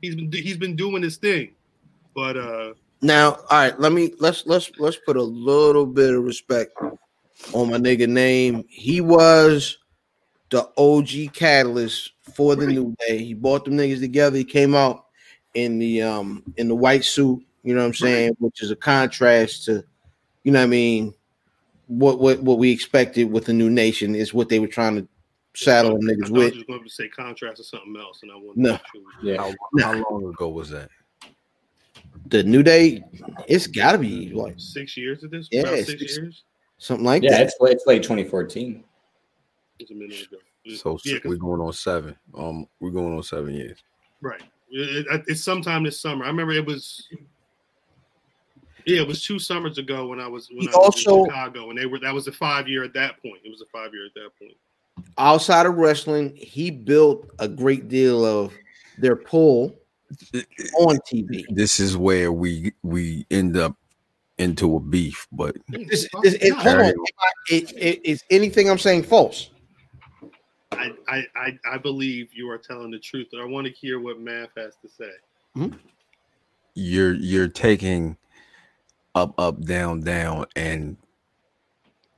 He's been he's been doing his thing, but uh, Now, all right, let me let's let's let's put a little bit of respect on my nigga name. He was the OG catalyst for the new day. He brought them niggas together. He came out in the um in the white suit, you know what I'm saying, which is a contrast to you know what I mean what what what we expected with the new nation is what they were trying to saddle them I niggas thought I was with. just going to say contrast or something else, and I wanted No. to make sure. Yeah, How, how long ago was that? The new day, it's gotta be like six years of this. Yeah, About six six- years. something like yeah, that. it's late, it's late twenty fourteen. It's a minute ago. So yeah, 'cause- we're going on seven. Um, we're going on seven years. Right. It- it- it's sometime this summer. I remember it was. Yeah, it was two summers ago when I was when He I was in also- Chicago, and they were that was a five year at that point. It was a five year at that point. outside of wrestling, he built a great deal of their pull on TV. This is where we we end up into a beef, but This, this, it, hold on. It- it- is anything I'm saying false? I, I, I, I believe you are telling the truth. I want to hear what Math has to say. you're you're taking up up down down and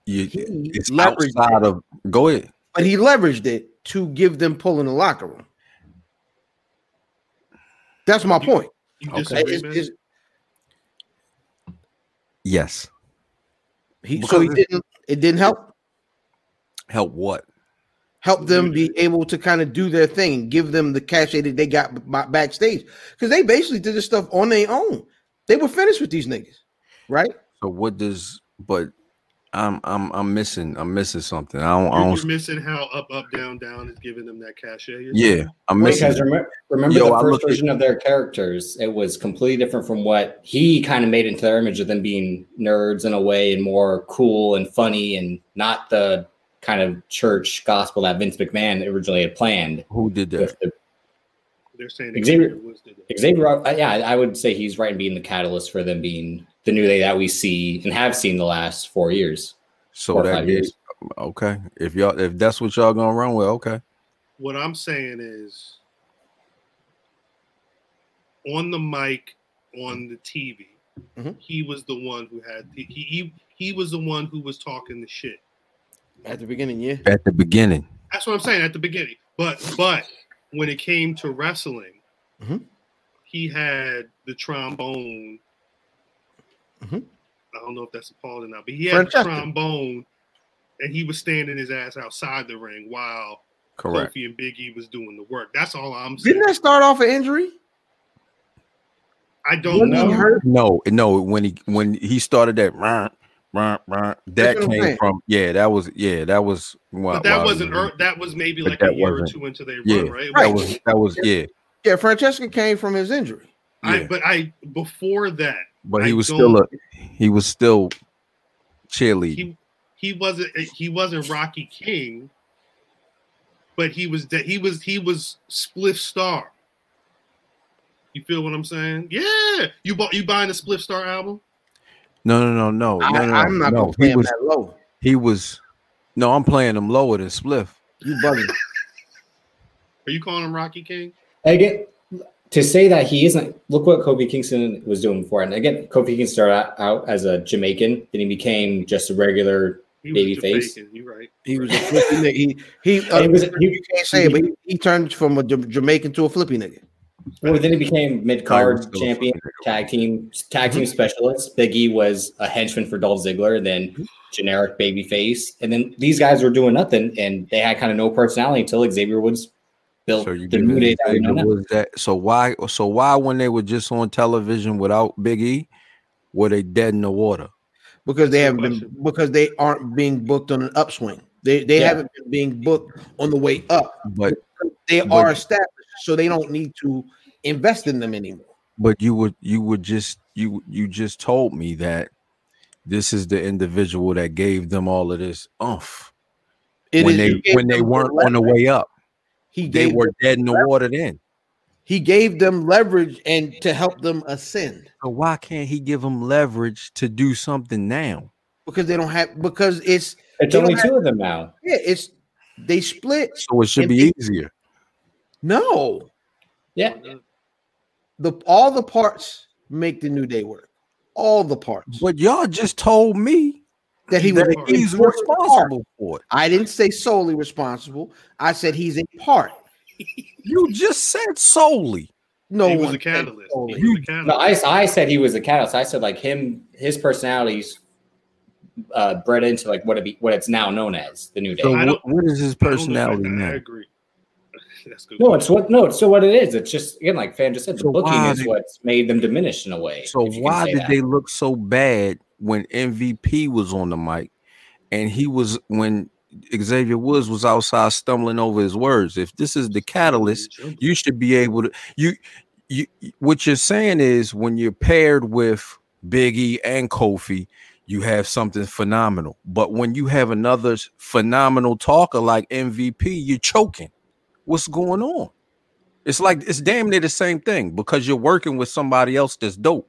you He it's leveraged outside of go ahead. But he leveraged it to give them pull in the locker room. That's my point. You Okay. disagree, It's- man? it's- Yes. he- so he Because- didn't. It didn't help Help what? help them be able to kind of do their thing and give them the cachet that they got b- backstage because they basically did this stuff on their own. They were finished with these niggas, right? So what does but I'm I'm I'm missing I'm missing something. I don't, I You're, don't you're missing how up, up, down, down is giving them that cachet. yeah, I'm Well, because missing remember, remember Yo, the I first looked at- version of their characters, it was completely different from what he kind of made into their image of them being nerds in a way and more cool and funny and not the kind of church gospel that Vince McMahon originally had planned. who did that. with the They're saying Xavier- Xavier Woods did that. Xavier, uh, yeah, I would say he's right in being the catalyst for them being the new day that we see and have seen the last four years. So four or that five is okay. If y'all if that's what y'all gonna run with, okay. What I'm saying is on the mic, on the TV, Mm-hmm. Mhm. he was the one who had he, he he was the one who was talking the shit. At the beginning, yeah. At the beginning. Mm-hmm. That's what I'm saying at the beginning. But but when it came to wrestling, Mhm. he had the trombone. Mhm. I don't know if that's appalling now, but he had the Francesca. trombone, and he was standing his ass outside the ring while Correct. Kofi and Big E was doing the work. That's all I'm saying. Didn't that start off an injury? I don't Wasn't he know. hurt? No, no. When he when he started that, rah, rah, rah, that That's what I'm came saying. from yeah. That was yeah. That was why, But that why- wasn't ear- that was maybe But like that a year or wasn't- two into their Yeah, run, right? It That wasn't- was that was yeah. Yeah, Francesca came from his injury. I, yeah. but I before that But he I was don't- still a he was still cheerleading. he he wasn't eh, he wasn't Rocky King, but he was that he was he was Spliff Star. You feel what I'm saying? Yeah, you bought you buying the Spliff Star album? No, no, no, no, no, I, no, no. I'm not no. gonna play He him was that low. he was. No, I'm playing him lower than Spliff. You bugging. Are you calling him Rocky King? Again, to say that he isn't, look what Kobe Kingston was doing before. And again, Kobe Kingston started out, out as a Jamaican, then he became just a regular. He was Babyface. Jamaican. You right? He was a flippy nigga. He he, uh, He was- he- you can't say it, but he, he turned from a Ja- Jamaican to a flippy nigga. Well, then he became mid was card still a champion, tag team tag team specialist. Big E was a henchman for Dolph Ziggler, then generic babyface, and then these guys were doing nothing, and they had kind of no personality until Xavier Woods built So you the give new day. That we know now. was that so why so why when they were just on television without Big E were they dead in the water? Because they haven't been question. because they aren't being booked on an upswing. They they Yeah. haven't been being booked on the way up. But They But- are established, so they don't need to invest in them anymore. but you would you would just you you just told me that this is the individual that gave them all of this umph It when is- he they gave when they them weren't leverage. on the way up. He They gave were dead in the water then. he gave them leverage and to help them ascend So why can't he give them leverage to do something now? because they don't have because it's It's They don't only have- two of them now. yeah it's they split. So it should be easier. No, Yeah, the all the parts make the new day work. All the parts But y'all just told me that he was that an he's important part. responsible for it. I didn't say solely responsible. I said he's a part. You just said solely. No he one was a said catalyst. solely. He was a catalyst. no, I, I said he was a catalyst. I said like him, his personality's uh, bred into like what it be, what it's now known as the new day. So I what, don't- what is his I don't know if I- personality I, I now? agree. That's good. No, it's what no, it's so what it is. It's just again, like Fan just said, the So booking why is did- what's made them diminish in a way. So if you can why say did that. they look so bad when MVP was on the mic and he was when Xavier Woods was outside stumbling over his words? If this is the catalyst, you should be able to you you what you're saying is when you're paired with Biggie and Kofi, you have something phenomenal. But when you have another s- phenomenal talker like MVP, you're choking. What's going on? It's like it's damn near the same thing because you're working with somebody else that's dope.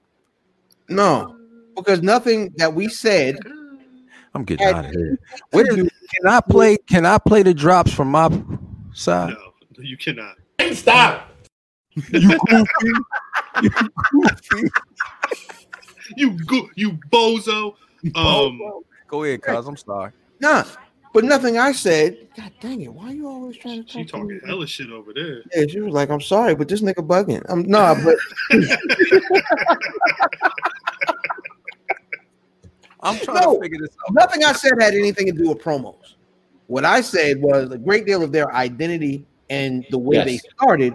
No, because nothing that we said. I'm getting out of here. Wait, a minute, can I play? Can I play the drops from my side? No, you cannot. Stop. You goofy. You goofy. You go, you bozo. Um, Go ahead, cuz. I'm sorry. Nah, but nothing I said. God dang it! Why are you always trying to talk? she to me? talking hella shit over there. Yeah, she was like, "I'm sorry, but this nigga bugging." Um, I'm nah, but I'm trying No, to figure this out. nothing I said had anything to do with promos. What I said was a great deal of their identity and the way Yes. they started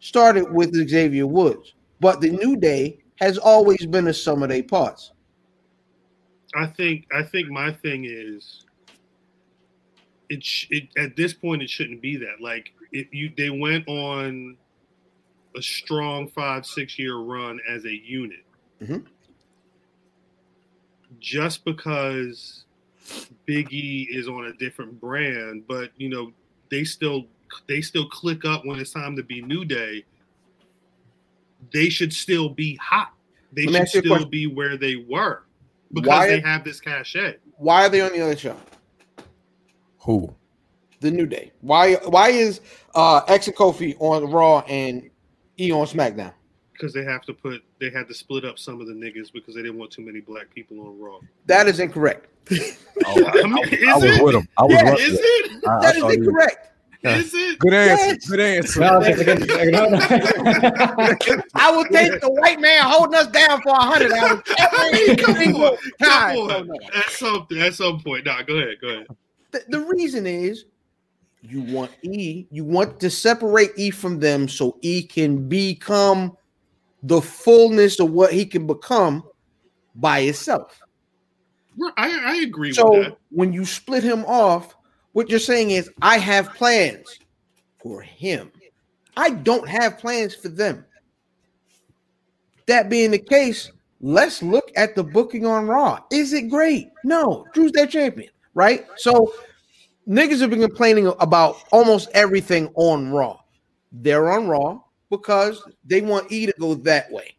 started with Xavier Woods, but the New Day has always been a sum of their parts. I think I think my thing is it, sh- it at this point it shouldn't be that like if you they went on a strong five six year run as a unit Mhm. just because Big E is on a different brand but you know they still they still click up when it's time to be New Day they should still be hot they Let should me ask you a still question. be where they were because Why- they have this cachet. Why are they on the other show? Who? The New Day. Why why is uh X and Kofi on Raw and E on SmackDown? because they have to put they had to split up some of the niggas because they didn't want too many black people on Raw. That is incorrect. Oh, I mean, I is was it? with him. I was Yeah, with Is him. it? I, I That is thought he was- incorrect. Is it? Good answer. Good answer. No, it's against- no, no. I will take the white man holding us down for a hundred hours every single time. Come on. At some at some point. Nah, go ahead. Go ahead. The, the reason is you want E, you want to separate E from them so E can become the fullness of what he can become by itself. Right, I, I agree with So that. when you split him off, what you're saying is, I have plans for him. I don't have plans for them. That being the case, let's look at the booking on Raw. Is it great? No. Drew's their champion, right? So niggas have been complaining about almost everything on Raw. They're on Raw because they want E to go that way.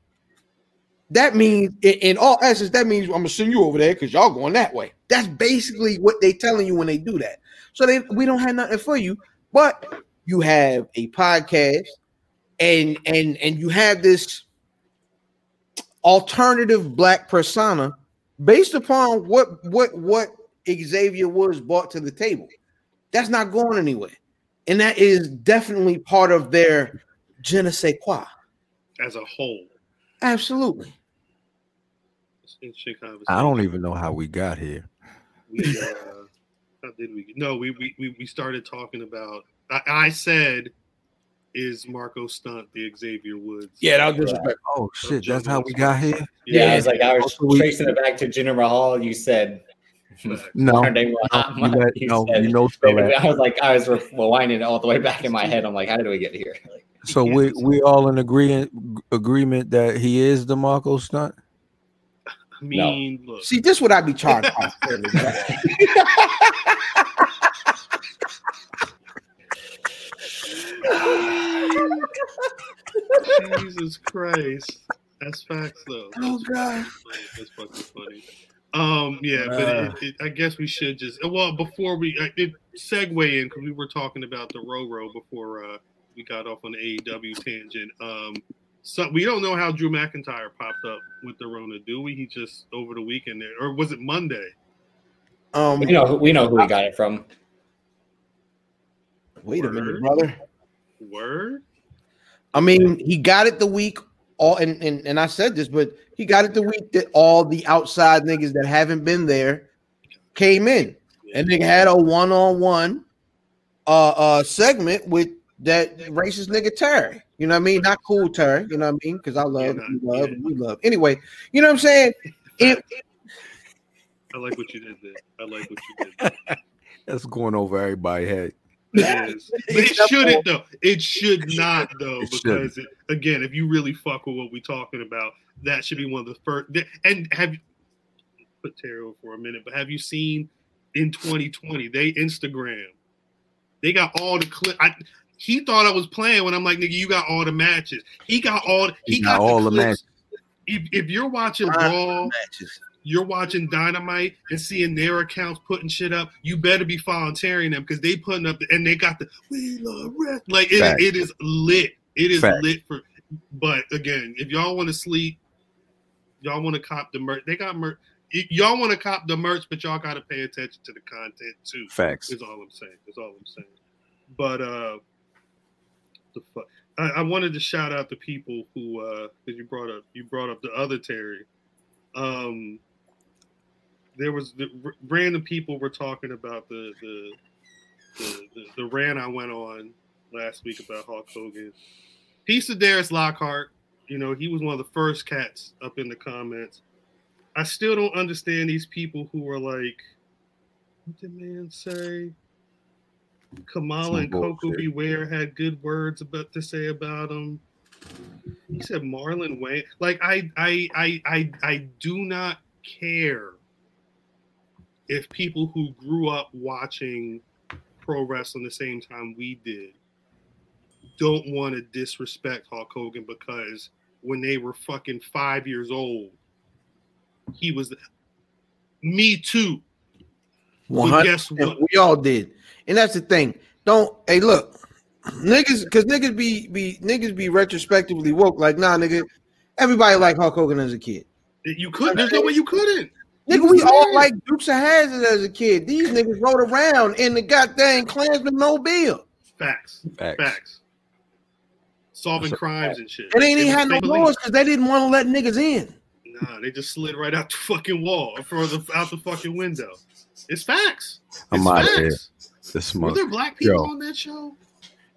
That means, in, in all essence, that means I'm gonna send you over there because y'all going that way. That's basically what they telling you when they do that. So they we don't have nothing for you, but you have a podcast, and and and you have this alternative black persona based upon what what what Xavier Woods brought to the table. That's not going anywhere, and that is definitely part of their je ne sais quoi. As a whole. Absolutely. It's an interesting conversation. I don't even know how we got here. we, uh, how did we? No, we we we, we started talking about. I, I said, is Marco Stunt the Xavier Woods? that was Oh shit, that's how we got here. yeah, I was like, I was Also, we- tracing it back to Jinder Mahal. You said, No, Modern day Muhammad. you, let- You no, said- you know Wait, still wait, that. wait. I was like, I was rewinding it all the way back in my head. I'm like, how did we get here? Like, So Yeah. we we all in agreement agreement that he is the Marco stunt. I mean, look, See, this would I be charged. off. Jesus Christ, that's facts though. Oh, God. that's fucking funny. Um, yeah, but it, it, I guess we should just well before we I- it segue in because we were talking about the Roro before uh, we got off on the AEW tangent. Um, so we don't know how Drew McIntyre popped up with the Rona, do we? He just over the weekend there, or was it Monday? Um, we know, who- we know who we got it from. wait a minute, Word. brother. Word. I mean, he got it the week all, and, and and I said this, but he got it the week that all the outside niggas that haven't been there came in, and they had a one-on-one uh uh segment with that racist nigga Terry. You know what I mean? Not cool Terry. You know what I mean? Because I love, Yeah, you nah, love, yeah. we love. Anyway, you know what I'm saying? It, I like what you did there. I like what you did. There. That's going over everybody's head. It is. But it shouldn't though. It should not though, It shouldn't. because it, again, if you really fuck with what we're talking about, that should be one of the first. And have you put Tarot for a minute? But have you seen in 2020 they Instagram? They got all the clip. I, he thought I was playing when I'm like, nigga, you got all the matches. He got all. He, He got, got all the clips. If, if you're watching Raw, you're watching Dynamite and seeing their accounts putting shit up, you better be volunteering them because they putting up and they got the we love rest. Like it, Facts. it is lit. It is Facts. lit for. But again, if y'all want to sleep, y'all want to cop the merch. They got merch. Y- Y'all want to cop the merch, but y'all got to pay attention to the content too. Facts. Is all I'm saying. Is all I'm saying. But uh, the fuck. I, I wanted to shout out the people who uh, because you brought up you brought up the other Terry. Um, there was the r- random people were talking about the the the, the, the rant I went on last week about Hulk Hogan. Piece of Darius Lockhart. You know, he was one of the first cats up in the comments. I still don't understand these people who are like, what did man say? Kamala Some and Coco bullshit. Beware had good words about to say about him. He said Marlon Wayne. Like I I I I I do not care if people who grew up watching pro wrestling the same time we did don't want to disrespect Hulk Hogan because when they were fucking five years old, he was me too. But 100 guess what? We all did, and that's the thing. Don't hey look, niggas, because niggas be be niggas be retrospectively woke. Like nah, nigga, everybody like Hulk Hogan as a kid. You couldn't. There's no way you couldn't. Nigga, we all like Dukes of Hazzard as a kid. These niggas rode around in the goddamn Klansman mobile. Facts. Facts. Facts. Solving crimes and shit. And they ain't They had no were fake laws because they didn't want to let niggas in. police. Nah, they just slid right out the fucking wall or for the, out the fucking window. It's facts. It's I'm out of here facts. this Were month. there black people Yo. on that show?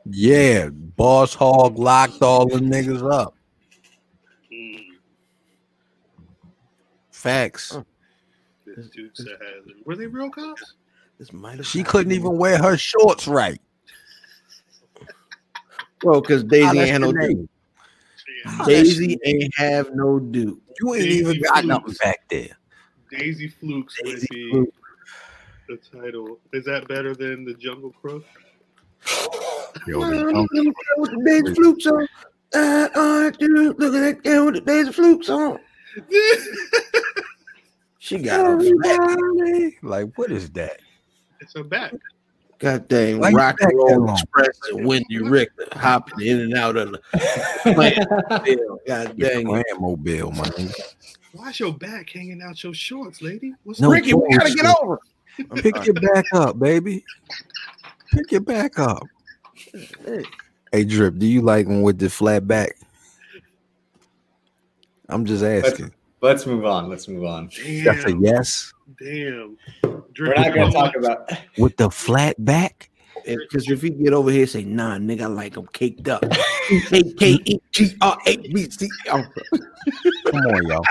Yeah, Boss Hog locked all the niggas up. Mm, Facts. Oh, this dude said, were they real cops? This might have She couldn't even wear her shorts right. well because Daisy How ain't that's had no your dude. name? How that's Daisy your ain't have no dude. You ain't even got nothing back there. Daisy Flukes Daisy would be Fluke. the title. Is that better than the Jungle Crook? Look at the Daisy Flukes on. Uh, uh, dude, look at that girl with the Daisy Flukes on. She got a back. Everybody. Like, what is that? it's a back. goddamn Why you rock back and that roll long? express and Wendy Richter hopping in and out of the field. God Your dang it. grandmobile, man. Why's your back hanging out your shorts, lady? What's No, Ricky, you We gotta get over. Pick your back up, baby. Pick your back up. Hey, Drip, do you like them with the flat back? I'm just asking. Let's move on. Let's move on. That's a damn, yes damn. We're not going to talk about. with the flat back. Because if you get over here, say nah, nigga, I like them caked up. A K E G R A B C. Oh, Come on, y'all.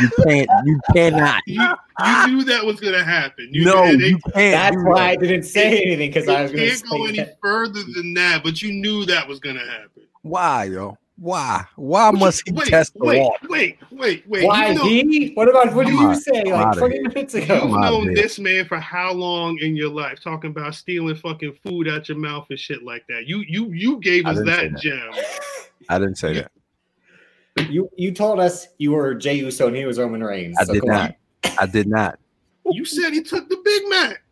You can't. You cannot. You, you knew that was gonna happen. You No, knew they, you can't. That's do why I that. didn't say anything because they I was going to can't go say any that. further than that. But you knew that was gonna happen. Why, yo? Why? Why But you- must he wait, test the wait, water? wait, wait, wait. Why you know, D? What about what did Come you on, say come like outta 20 here. minutes You've ago? My known bad. this man for how long in your life? Talking about stealing fucking food out your mouth and shit like that. You you you gave I us didn't say that, that. gem. I didn't say that. You you told us you were Jey Uso and he was Roman Reigns. I so did come on. not. I did not. You said he took the Big Mac.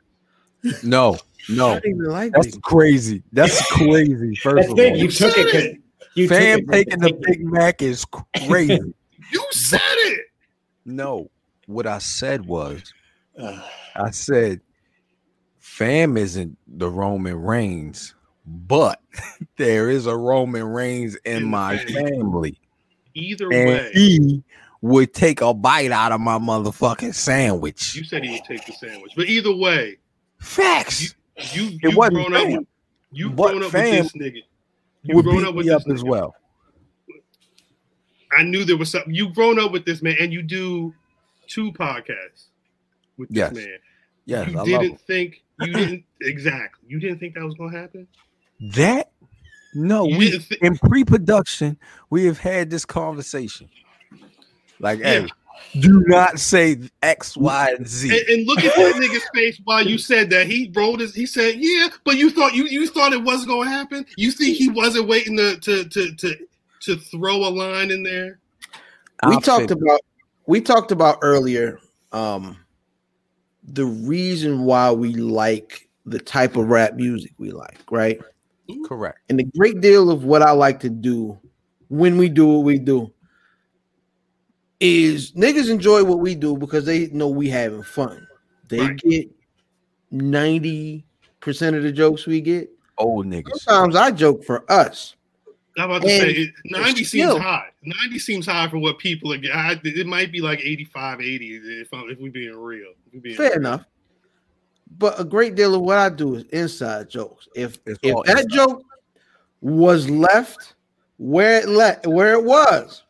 No, no. even like That's crazy. That's crazy. First That's the of thing. You all, took it because you fam took it taking 'cause the Big Mac is crazy. You said it. No, what I said was Ugh. I said, fam isn't the Roman Reigns, but there is a Roman Reigns in my family. Either And way, he would take a bite out of my motherfucking sandwich. you said he would take the sandwich. But either way, Facts. you It you wasn't grown up. fam. with- You But grown up fam with this nigga. You Would beat grown up with me this up nigga. as well. I knew there was something. You grown up with this man, and you do two podcasts with this Yes. man. Yes, you I love didn't him. think you didn't exactly. You didn't think that was gonna happen. That no, You we didn't thi- in pre-production we have had this conversation. Like, Yeah. hey, do not say X, Y, and Z. And, and look at that nigga's face while you said that. He rolled his. He said, "Yeah," but you thought you you thought it was gonna happen. You think he wasn't waiting to to to to, to throw a line in there? we I'll talked figure- about we talked about earlier um the reason why we like the type of rap music we like right correct. and the great deal of what i like to do when we do what we do is niggas enjoy what we do because they know we having fun they Right. get 90% of the jokes we get Old niggas. sometimes i joke for us I'm about to And say it- ninety still- seems high. Ninety seems high for what people are. I, it might be like 85, 80 if I'm, if we being real. If we being Fair real. enough. But a great deal of what I do is inside jokes. If It's if all that inside. joke was left where it left where it was,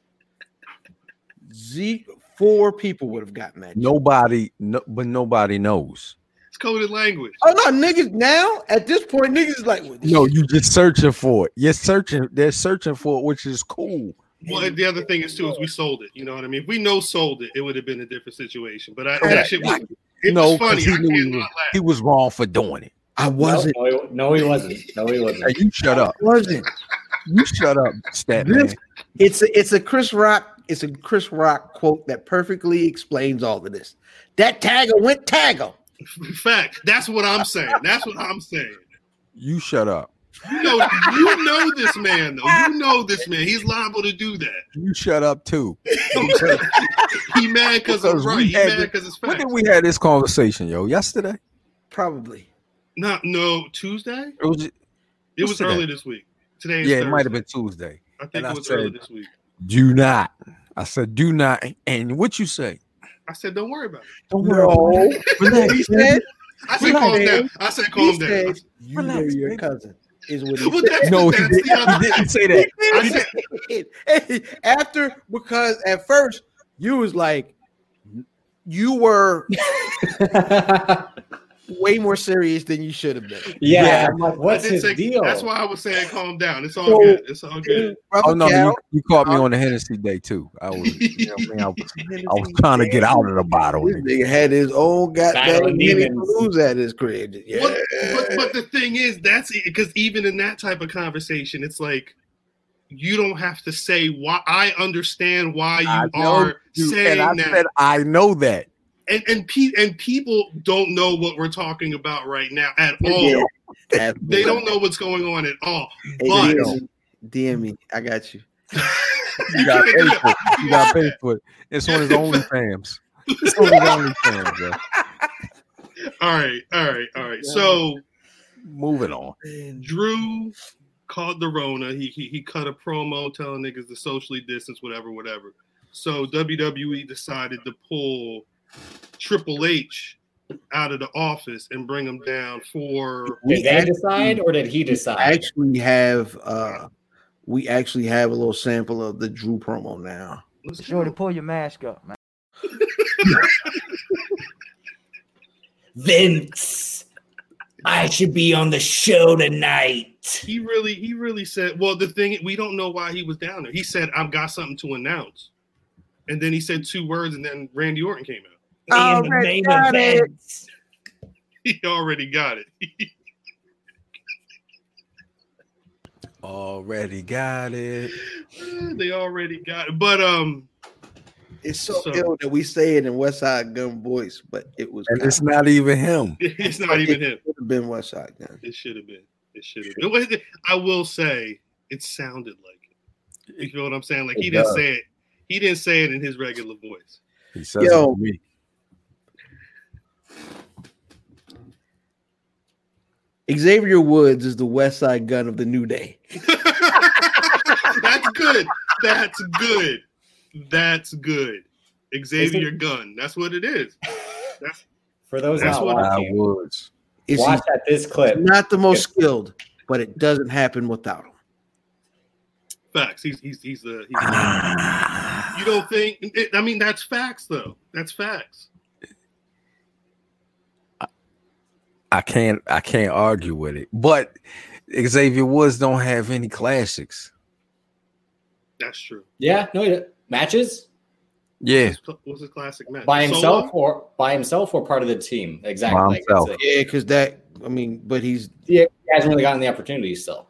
Zeke four people would have gotten that. joke. Nobody, no, but nobody knows. It's coded language. Oh no, niggas! Now at this point, niggas is like, well, this No, shit- you just searching for it. You're searching. They're searching for it, which is cool. Well, and the other thing is too is we sold it. You know what I mean? If we know sold it, it would have been a different situation. But I, that Correct. shit was, it No, was funny. 'cause he I knew he cannot was- laugh. He was wrong for doing it. I wasn't. No, no, he- no, he wasn't. No, he Hey, wasn't. you shut up. Wasn't. You shut up, stat This- man. It's a, it's a Chris Rock. It's a Chris Rock quote that perfectly explains all of this. That tagger went tagger. In fact, that's what I'm saying. That's what I'm saying. You shut up. You know, you know this man though. You know this man. He's liable to do that. You shut up too. He mad because I'm Because we right. He had mad it. because it's When fact. did we have this conversation, yo? Yesterday? Probably. Not no Tuesday. It was It What's was today? early this week. Today is Yeah, it might Thursday. have been Tuesday. I think and I it was early said- this week. Do not. I said, do not. And what you say? I said, don't worry about it. Don't No, he said, I He said, calm said- down. I said, he calm down. said, you know Relax, your baby. cousin is what he Well, that's, No, he, that's did, the he other- didn't say that. I said, said. After, because at first you was like, you were yeah, way more serious than you should have been. I'm like, I what's did his say, deal? That's why I was saying, calm down. It's all So- good. It's all good. Brother Oh no, Cal, you, you caught me on the Hennessy day too. I was, you know what I, mean? I was, I was trying to get out of the bottle. This nigga. nigga had his own Battle goddamn of mini demons. lose at his crib. Yeah. But, but, but the thing is, that's because even in that type of conversation, it's like you don't have to say why. I understand why you I know are you- saying and I that, said I know that. and and pe- and people don't know what we're talking about right now at all. Yeah. They don't know what's going on at all. Hey, but- DM me. DM me. I got you. You got paid for it. You got paid for it. It's on his OnlyFans. It's on his OnlyFans. Bro. All right, all right, all right. So Moving on. Drew called the Rona. He, he he cut a promo telling niggas to socially distance, whatever, whatever. So WWE decided to pull Triple H out of the office and bring him down for did they decide or did he decide? actually have uh we actually have a little sample of the Drew promo now. let's Shorty, go. pull your mask up, man. Vince, I should be on the show tonight. He really he really said, well, the thing we don't know why he was down there. He said, I've got something to announce. And then he said two words and then Randy Orton came out. In the main event. He already got it. Already got it. they already got it. But um It's so, So- ill that we say it in West Side Gun voice, but it was And it's not even him. it's not even him. would have been West Side Gun. It should have been. It should have been. It was- I will say, it sounded like it. You feel what I'm saying? Like he It didn't does. say it. He didn't say it in his regular voice. He says it Yo. to me. Xavier Woods is the West Side Gun of the New Day. That's good. That's good. That's good. Xavier Gunn. That's what it is. For those That's not what I watching, was. It's watch at this clip. not the most skilled, but it doesn't happen without him. Facts. He's he's he's the. He's the Ah. you don't think? it- I mean, that's facts though. That's facts. I can't. I can't argue with it. But Xavier Woods don't have any classics. That's true. Yeah, no, he didn't. matches Yeah, What's cl- What's his classic match? by himself Solo? or by himself or part of the team. Exactly. By Like, it's himself. like, Yeah, because that I mean, but he's yeah, he hasn't really gotten the opportunity still.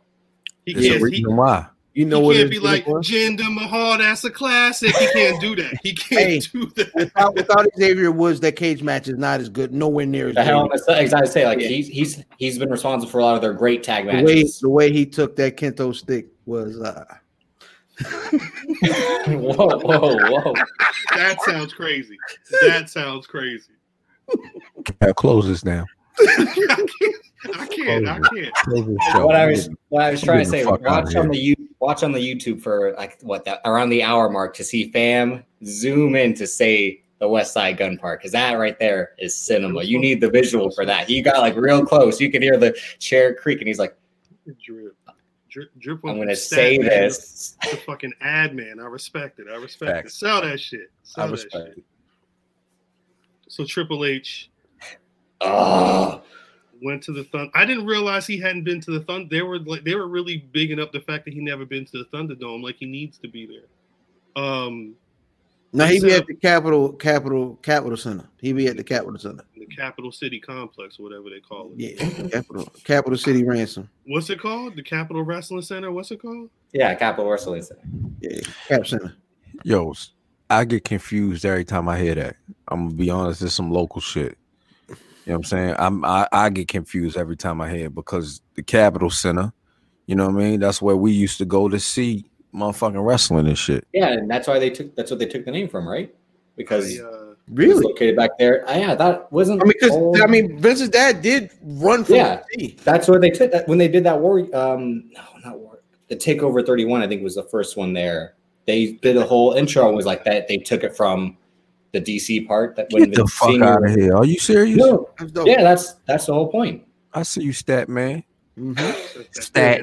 He there's a can't. He, reason why. you know he what can't be his like gimmick was? Jinder Mahal. That's a classic. He can't do that. He can't Hey. do that. without, without Xavier Woods, that cage match is not as good, nowhere near as The hell, good. as I say, like Yeah. he's he's he's been responsible for a lot of their great tag the way matches. the way he took that Kento stick was uh whoa, whoa, whoa! That sounds crazy. That sounds crazy. I'll close this down. I can't. I can't. I can't. Close this show. what I was what I was I'm trying getting to say. the fuck Watch outta on the you watch on the YouTube for like what that around the hour mark to see fam zoom in to say the West Side Gun part because that right there is cinema. You need the visual for that. He got like real close. You could hear the chair creak, and he's like, Drip. Drip, drip "I'm on going the to say stat man, this." The fucking ad man. I respect it. I respect it. Facts. Sell that shit. Sell I respect that shit. So Triple H Oh, went to the Thunder. I didn't realize he hadn't been to the Thunder. They were like they were really bigging up the fact that he never been to the Thunderdome. Like he needs to be there. Um, now he be So- at the Capitol Capitol Capitol Center. He be at the Capitol Center. the Capital City Complex, or whatever they call it. Yeah, Capitol Capitol City Ransom. What's it called? The Capital Wrestling Center. What's it called? yeah, Capital Wrestling Center. Yeah, Cap Center. Yo, s- I get confused every time I hear that. I'm gonna be honest, it's some local shit. You know what I'm saying? I'm I, I get confused every time I hear it because the Capital Center, you know what I mean? That's where we used to go to see motherfucking wrestling and shit. Yeah, and that's why they took that's what they took the name from, right? Because I, uh, Really? located back there. I, yeah, that wasn't. I mean, because old- I mean, Vince's dad did run from Yeah. the team. that's where they took that when they did that war. Um, no, not war. The takeover thirty one, I think, was the first one there. They did a whole intro and was like that. They took it from the DC part that when Get the Vince fuck Senior- out of here. Are you serious? No, That's Oh. dope. yeah, that's that's the whole point. I see you, stat man. E. Mm-hmm. Mhm. That's, Stat.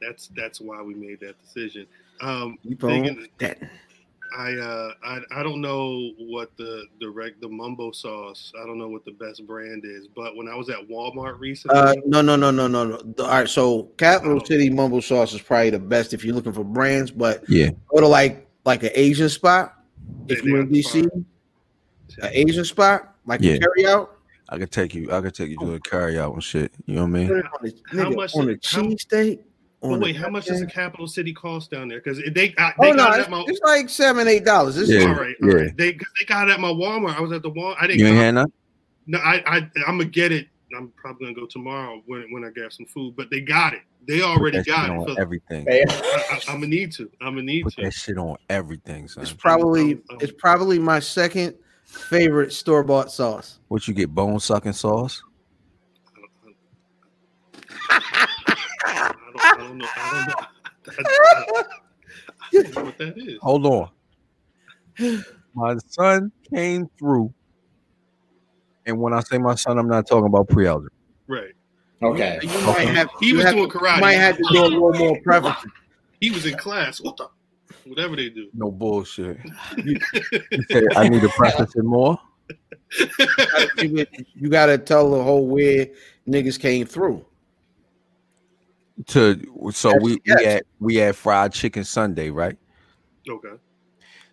that's that's why we made that decision. Um, Keep thinking- on that. I uh I, I don't know what the the reg, the mumbo sauce. I don't know what the best brand is, but when I was at Walmart recently, Uh, no, no, no, no, no, no. The- All right, so Capital City Mumble Sauce is probably the best if you're looking for brands, but Yeah. go to like like an Asian spot if They- you're in they uh, got the DC. An Asian spot like Yeah. a carry out. I could take you. I could take you to a carry out and shit. You know what I mean? How much- on a how- cheesesteak? but on a- wait, how much does a capital city cost down there? Because they I, Oh they no, got it it's, at my it's like seven, eight dollars. This Yeah. all is right, all right. yeah. They 'cause they got it at my Walmart. I was at the Walmart. I didn't. You ain't come- had nothing. No, I, I I'm gonna get it. I'm probably gonna go tomorrow when when I grab some food. But they got it. They already Put that got shit it. on So everything. Hey, I, am gonna need to. I'm gonna need Put to. that shit on everything, son. it's probably Um, um. it's probably my second favorite store bought sauce. What you get? Bone sucking sauce. I don't- I don't, I don't know. I don't know. I, I- I don't know what that is. Hold on. My son came through, and when I say my son, I'm not talking about pre-algebra. Right. okay. You might have He you was have doing to- karate. Might have to do a little more preference. He was in class. What the? Whatever they do. No bullshit. You, you said I need to practice it more. You gotta- you gotta tell the whole where niggas came through. To so we we Yes. had we had fried chicken Sunday, right? okay.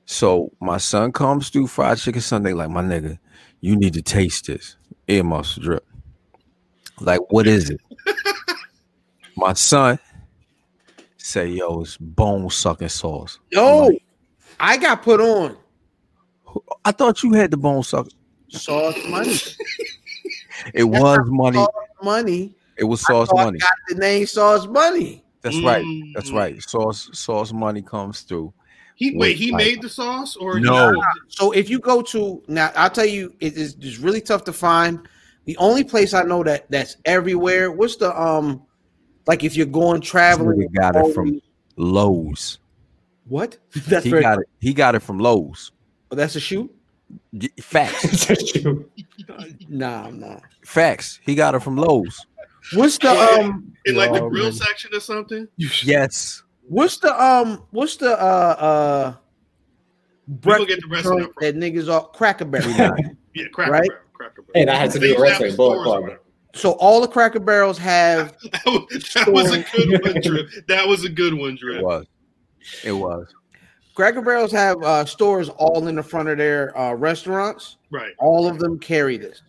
So my son comes through fried chicken Sunday, like my nigga, you need to taste this. Ear muscle drip. Like, what is it? my son say, yo, it's bone sucking sauce. No, I got put on I thought you had the bone suck. sauce money. It was money. Sauce money. It was sauce Sauce money. Got the name sauce money. That's right. Mm. That's right. Sauce sauce money comes through. He wait. Mm, He Like- made the sauce or he- No. So if you go to now, I'll tell you, it is it's really tough to find. The only place I know that that's everywhere. What's the um, like if you're going traveling? Nigga got it from Lowe's. what? That's He very, got it. He got it from Lowe's. oh, that's a shoe. Y- Facts. Nah, I'm not. Facts. He got it from Lowe's. What's the um? in like the Oh, grill man. section or something. Yes. What's the um? What's the uh uh? We gonna get the rest of joint that. From. that niggas all Cracker Barrel. Yeah, cracker Right? barrel. Cracker barrel. Hey, that has to do They with used wrestling, have Bullet stores or Club. whatever. so all the Cracker Barrels have That was, that was a good one, Drip. That was a good one, It Drip. was. It was. Cracker Barrels have uh, stores all in the front of their uh, restaurants. Right. All of them carry this.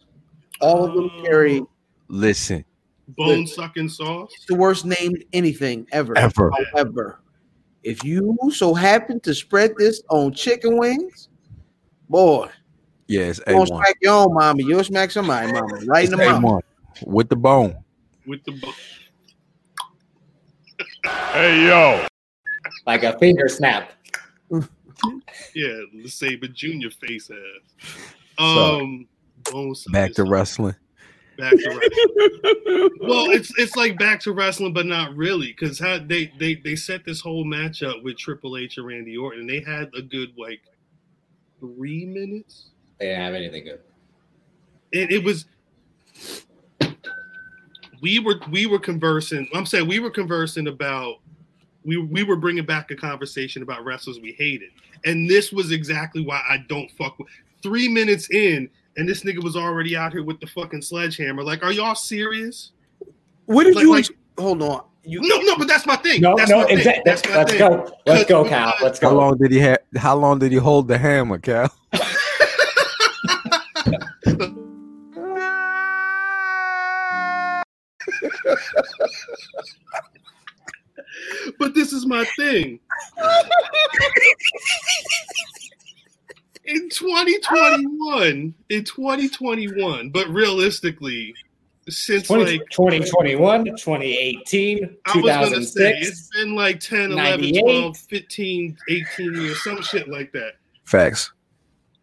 All of them carry Oh. it's Listen, Bone sucking sauce. the worst named anything ever. ever. However, if you so happen to spread this on chicken wings, boy, Yes, you don't A1. smack your own mama. You'll smack somebody, mama. Right in It's the mouth. A1 with the bone. with the bo- like a finger snap. yeah, the Saber Junior face ass. So- Um, bone sucking Back to sauce. wrestling. Back to wrestling. well, it's it's like back to wrestling, but not really, because how they they they set this whole matchup with Triple H and Randy Orton, and they had a good like three minutes. They didn't have anything good. It, it was we were we were conversing. I'm saying we were conversing about we we were bringing back a conversation about wrestlers we hated, and this was exactly why I don't fuck with. Three minutes in, and this nigga was already out here with the fucking sledgehammer. Like, are y'all serious? What did Like- you like- ex- hold on? You No, no, but that's my thing. No, that's no, my thing. exactly. That's my Let's thing. go. Let's go, Because- Cal. Let's How go. long did he have how long did he hold the hammer, Cal? But this is my thing. in 2021, in 2021, but realistically, since 20, like 2021, 2018, I was gonna say, it's 2006. been like 10, 11, 98. 12, 15, 18 years, some shit like that. Facts.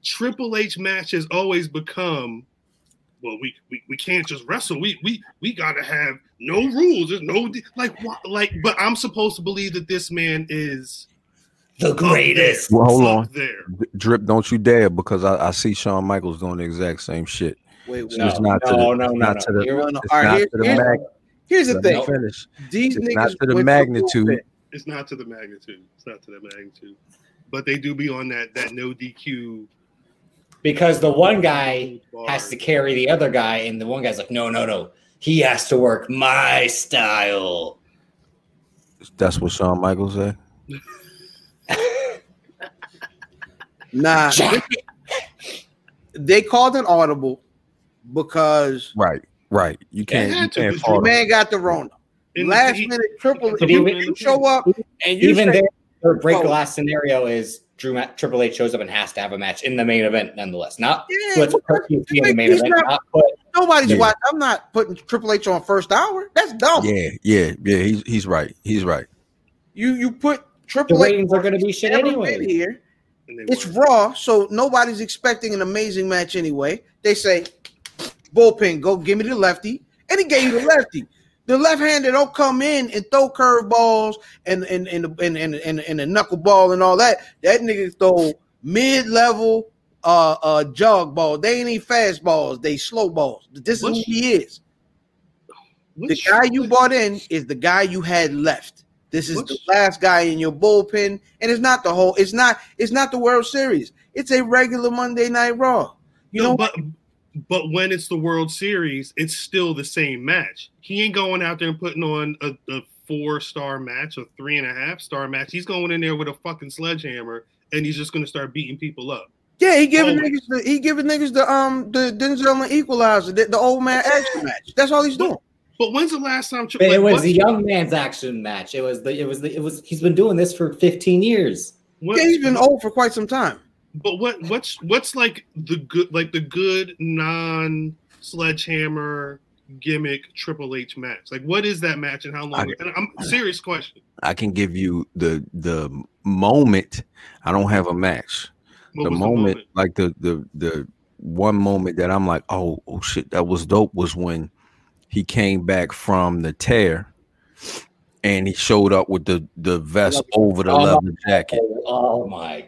Triple H match has always become well, we, we we can't just wrestle. We we we gotta have no rules. There's no de- like what like. But I'm supposed to believe that this man is The greatest. Well, hold up on. there. D- Drip, don't you dare, because I, I see Shawn Michaels doing the exact same shit. Wait, wait. So it's not to the- no, no, no, not no. to the- You're on the- It's All right, not here- to the here's- mag- Here's the let me thing. finish. These It's niggas not to the went full magnitude. fit. It's not to the magnitude. It's not to the magnitude. But they do be on that that no DQ. because the one guy bar. has to carry the other guy, and the one guy's like, no, no, no. He has to work my style. That's what Shawn Michaels said. Nah, they called an audible because Right, right. You can't. You had to, can't because fault the him. man got the Rona. And Last he- minute triple. Did If he you, win? you show up and you Even say- their, their break Whoa. glass scenario is Drew Ma- Triple H shows up and has to have a match in the main event, nonetheless. Not Yeah, what's but in the main he's event. not- Not put nobody's Yeah. watching. I'm not putting Triple H on first hour. That's dumb. Yeah, yeah, yeah. He's he's right. He's right. You you put the Triple H. ratings are going to be shit never been anyway. here. and they It's were. Raw, so nobody's expecting an amazing match anyway. They say, bullpen, go give me the lefty. And he gave you the lefty. The left hander don't come in and throw curveballs and and and and and, and, and a knuckleball and all that. That nigga throw mid level uh uh jog ball. They ain't even fastballs, they slow balls. This is What's- who he is. The Which- guy you bought in is the guy you had left. This is the What's- last guy in your bullpen, and it's not the whole. It's not. It's not the World Series. It's a regular Monday Night Raw. You No, know, but but when it's the World Series, it's still the same match. He ain't going out there and putting on a, a four star match or three and a half star match. He's going in there with a fucking sledgehammer and he's just gonna start beating people up. yeah, he giving always. niggas the he giving niggas the um the Denzel and Equalizer, the, the old man action match. That's all he's doing. But when's the last time? Tri- But like, it was what's- the young man's action match. It was the it was the it was he's been doing this for 15 years. when- Yeah, he's been old for quite some time. But what what's what's like the good like the good non sledgehammer gimmick Triple H match? Like what is that match and how long? I- and I'm serious question. I can give you the the moment. I don't have a match. What the was moment, like the the the one moment that I'm like, oh, oh shit, that was dope was when he came back from the tear and he showed up with the the vest over the Oh, leather jacket. Oh, oh my!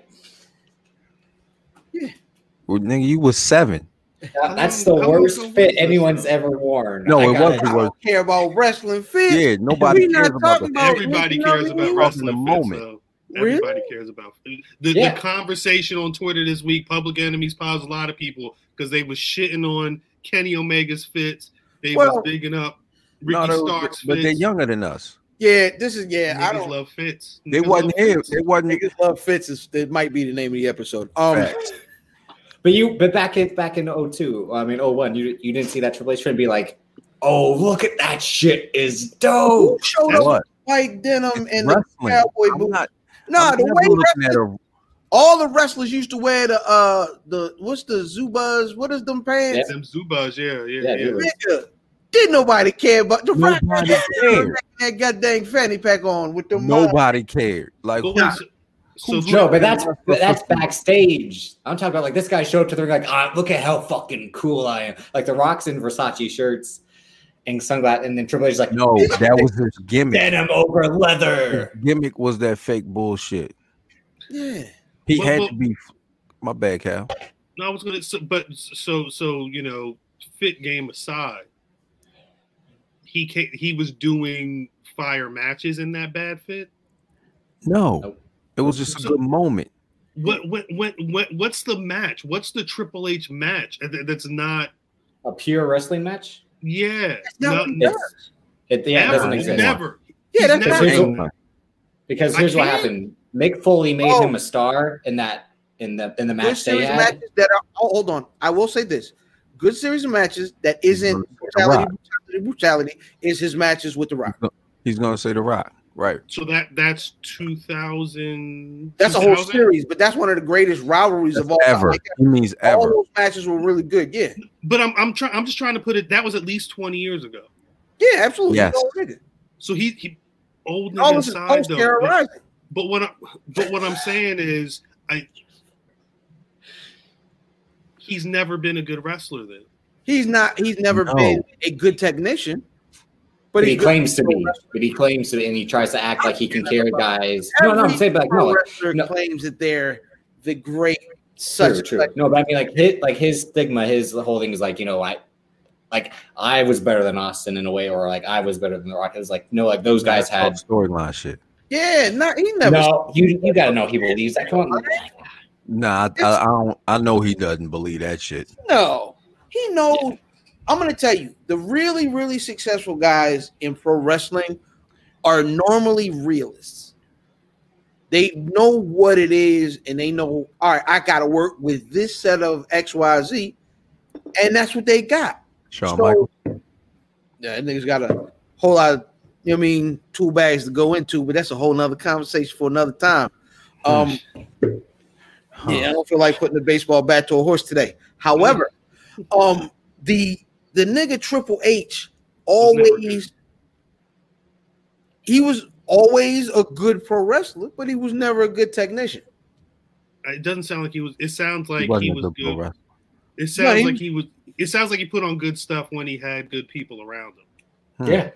Well, nigga, you was seven. That- that's How the long- how long worst ago fit was this, anyone's though? ever worn. No, I it gotta- was it was Care about wrestling fits? yeah. Nobody we not cares about talking the about- Everybody you know cares what I about mean? wrestling Fucking the fits, moment. though. Really? Everybody cares about the, Yeah. the conversation on Twitter this week. Public Enemies piles a lot of people because they was shitting on Kenny Omega's fits. They Well- was digging up No, Ricky they was- Starks' but they're fits. younger than us. Yeah, this is yeah. I Niggas don't love fits. They Niggas wasn't love here. fits. They wasn't. niggas love fits. Is, it might be the name of the episode. Um, Facts. But you, but back in back in 02, I mean 01, you you didn't see that Triple H trend be like, oh look at that shit is who dope. showed up What? in white denim It's and the wrestling. cowboy I'm boots? not. Nah, I'm the never way looking at a all the wrestlers used to wear the uh the what's the Zubas? What is them pants? Them Zubas, yeah, Yeah, yeah, yeah. they was- Nigga, did nobody care about the rock Nobody had cared. that goddamn fanny pack on with them. uh, Nobody cared. Like But who- wait, so, so No, but that's but that's backstage. I'm talking about like this guy showed up to the ring like, ah, look at how fucking cool I am. Like the Rocks in Versace shirts and sunglasses, and then Triple H is like, no, that was his gimmick. denim over leather. Gimmick was that fake bullshit. yeah. He Well, had well- to be. My bad, Cal. No, I was gonna. So, but so so you know, fit game aside, he ca he was doing fire matches in that bad fit. No, Nope. it was just a So- good moment. What what what what what's the match? What's the Triple H match that- that's not? A pure wrestling match? Yeah, not what not- he It's, it, yeah, it never, doesn't exist. never. Yeah, that's He's not never- Ain't Here's none. Because I here's what can't. happened: Mick Foley made Oh. him a star in that in the in the good match they series of had. matches that are oh, hold on. I will say this. Good series of matches that isn't brutality, brutality, brutality is his matches with the rock. He's gonna say the Rock, right? So that that's two thousand. That's a whole series, but that's one of the greatest rivalries That's of all time. ever. Like, He means All ever. those matches were really good. Yeah. But I'm I'm trying. I'm just trying to put it. That was at least twenty years ago. Yeah, absolutely. Yes. Old nigga. So he he old All nigga this is aside post though. Kara but- Rising. But what I, but what I'm saying is I He's never been a good wrestler then. He's not. He's never No. been a good technician. But he he's good claims to pro be. wrestler. But he claims to be, and he tries to act like he can carry guys. No, Every no, I'm saying like pro no, like, wrestler no. claims that they're the great such. true, true. like, no, but I mean, like his, like his stigma, his whole thing is like, you know, I, like I was better than Austin in a way, or like I was better than The Rock. It was like no, like those guys had. storyline shit. yeah, not he never. No, you you gotta know he believes that. Come on, Nah, I, I, I don't. I know he doesn't believe that shit. No, he knows. I'm going to tell you, the really, really successful guys in pro wrestling are normally realists. They know what it is, and they know. All right, I got to work with this set of X, Y, Z, and that's what they got. Shawn So- Michaels. Yeah, that nigga's got a whole lot. Of, you know what I mean, tool bags to go into, but that's a whole nother conversation for another time. Um, yeah, I don't feel like putting a baseball bat to a horse today. However, um, the the nigga Triple H always he was always a good pro wrestler, but he was never a good technician. It doesn't sound like he was. It sounds He like wasn't he a was good pro good. wrestler. It sounds he- like he was. It sounds like he put on good stuff when he had good people around him. yeah,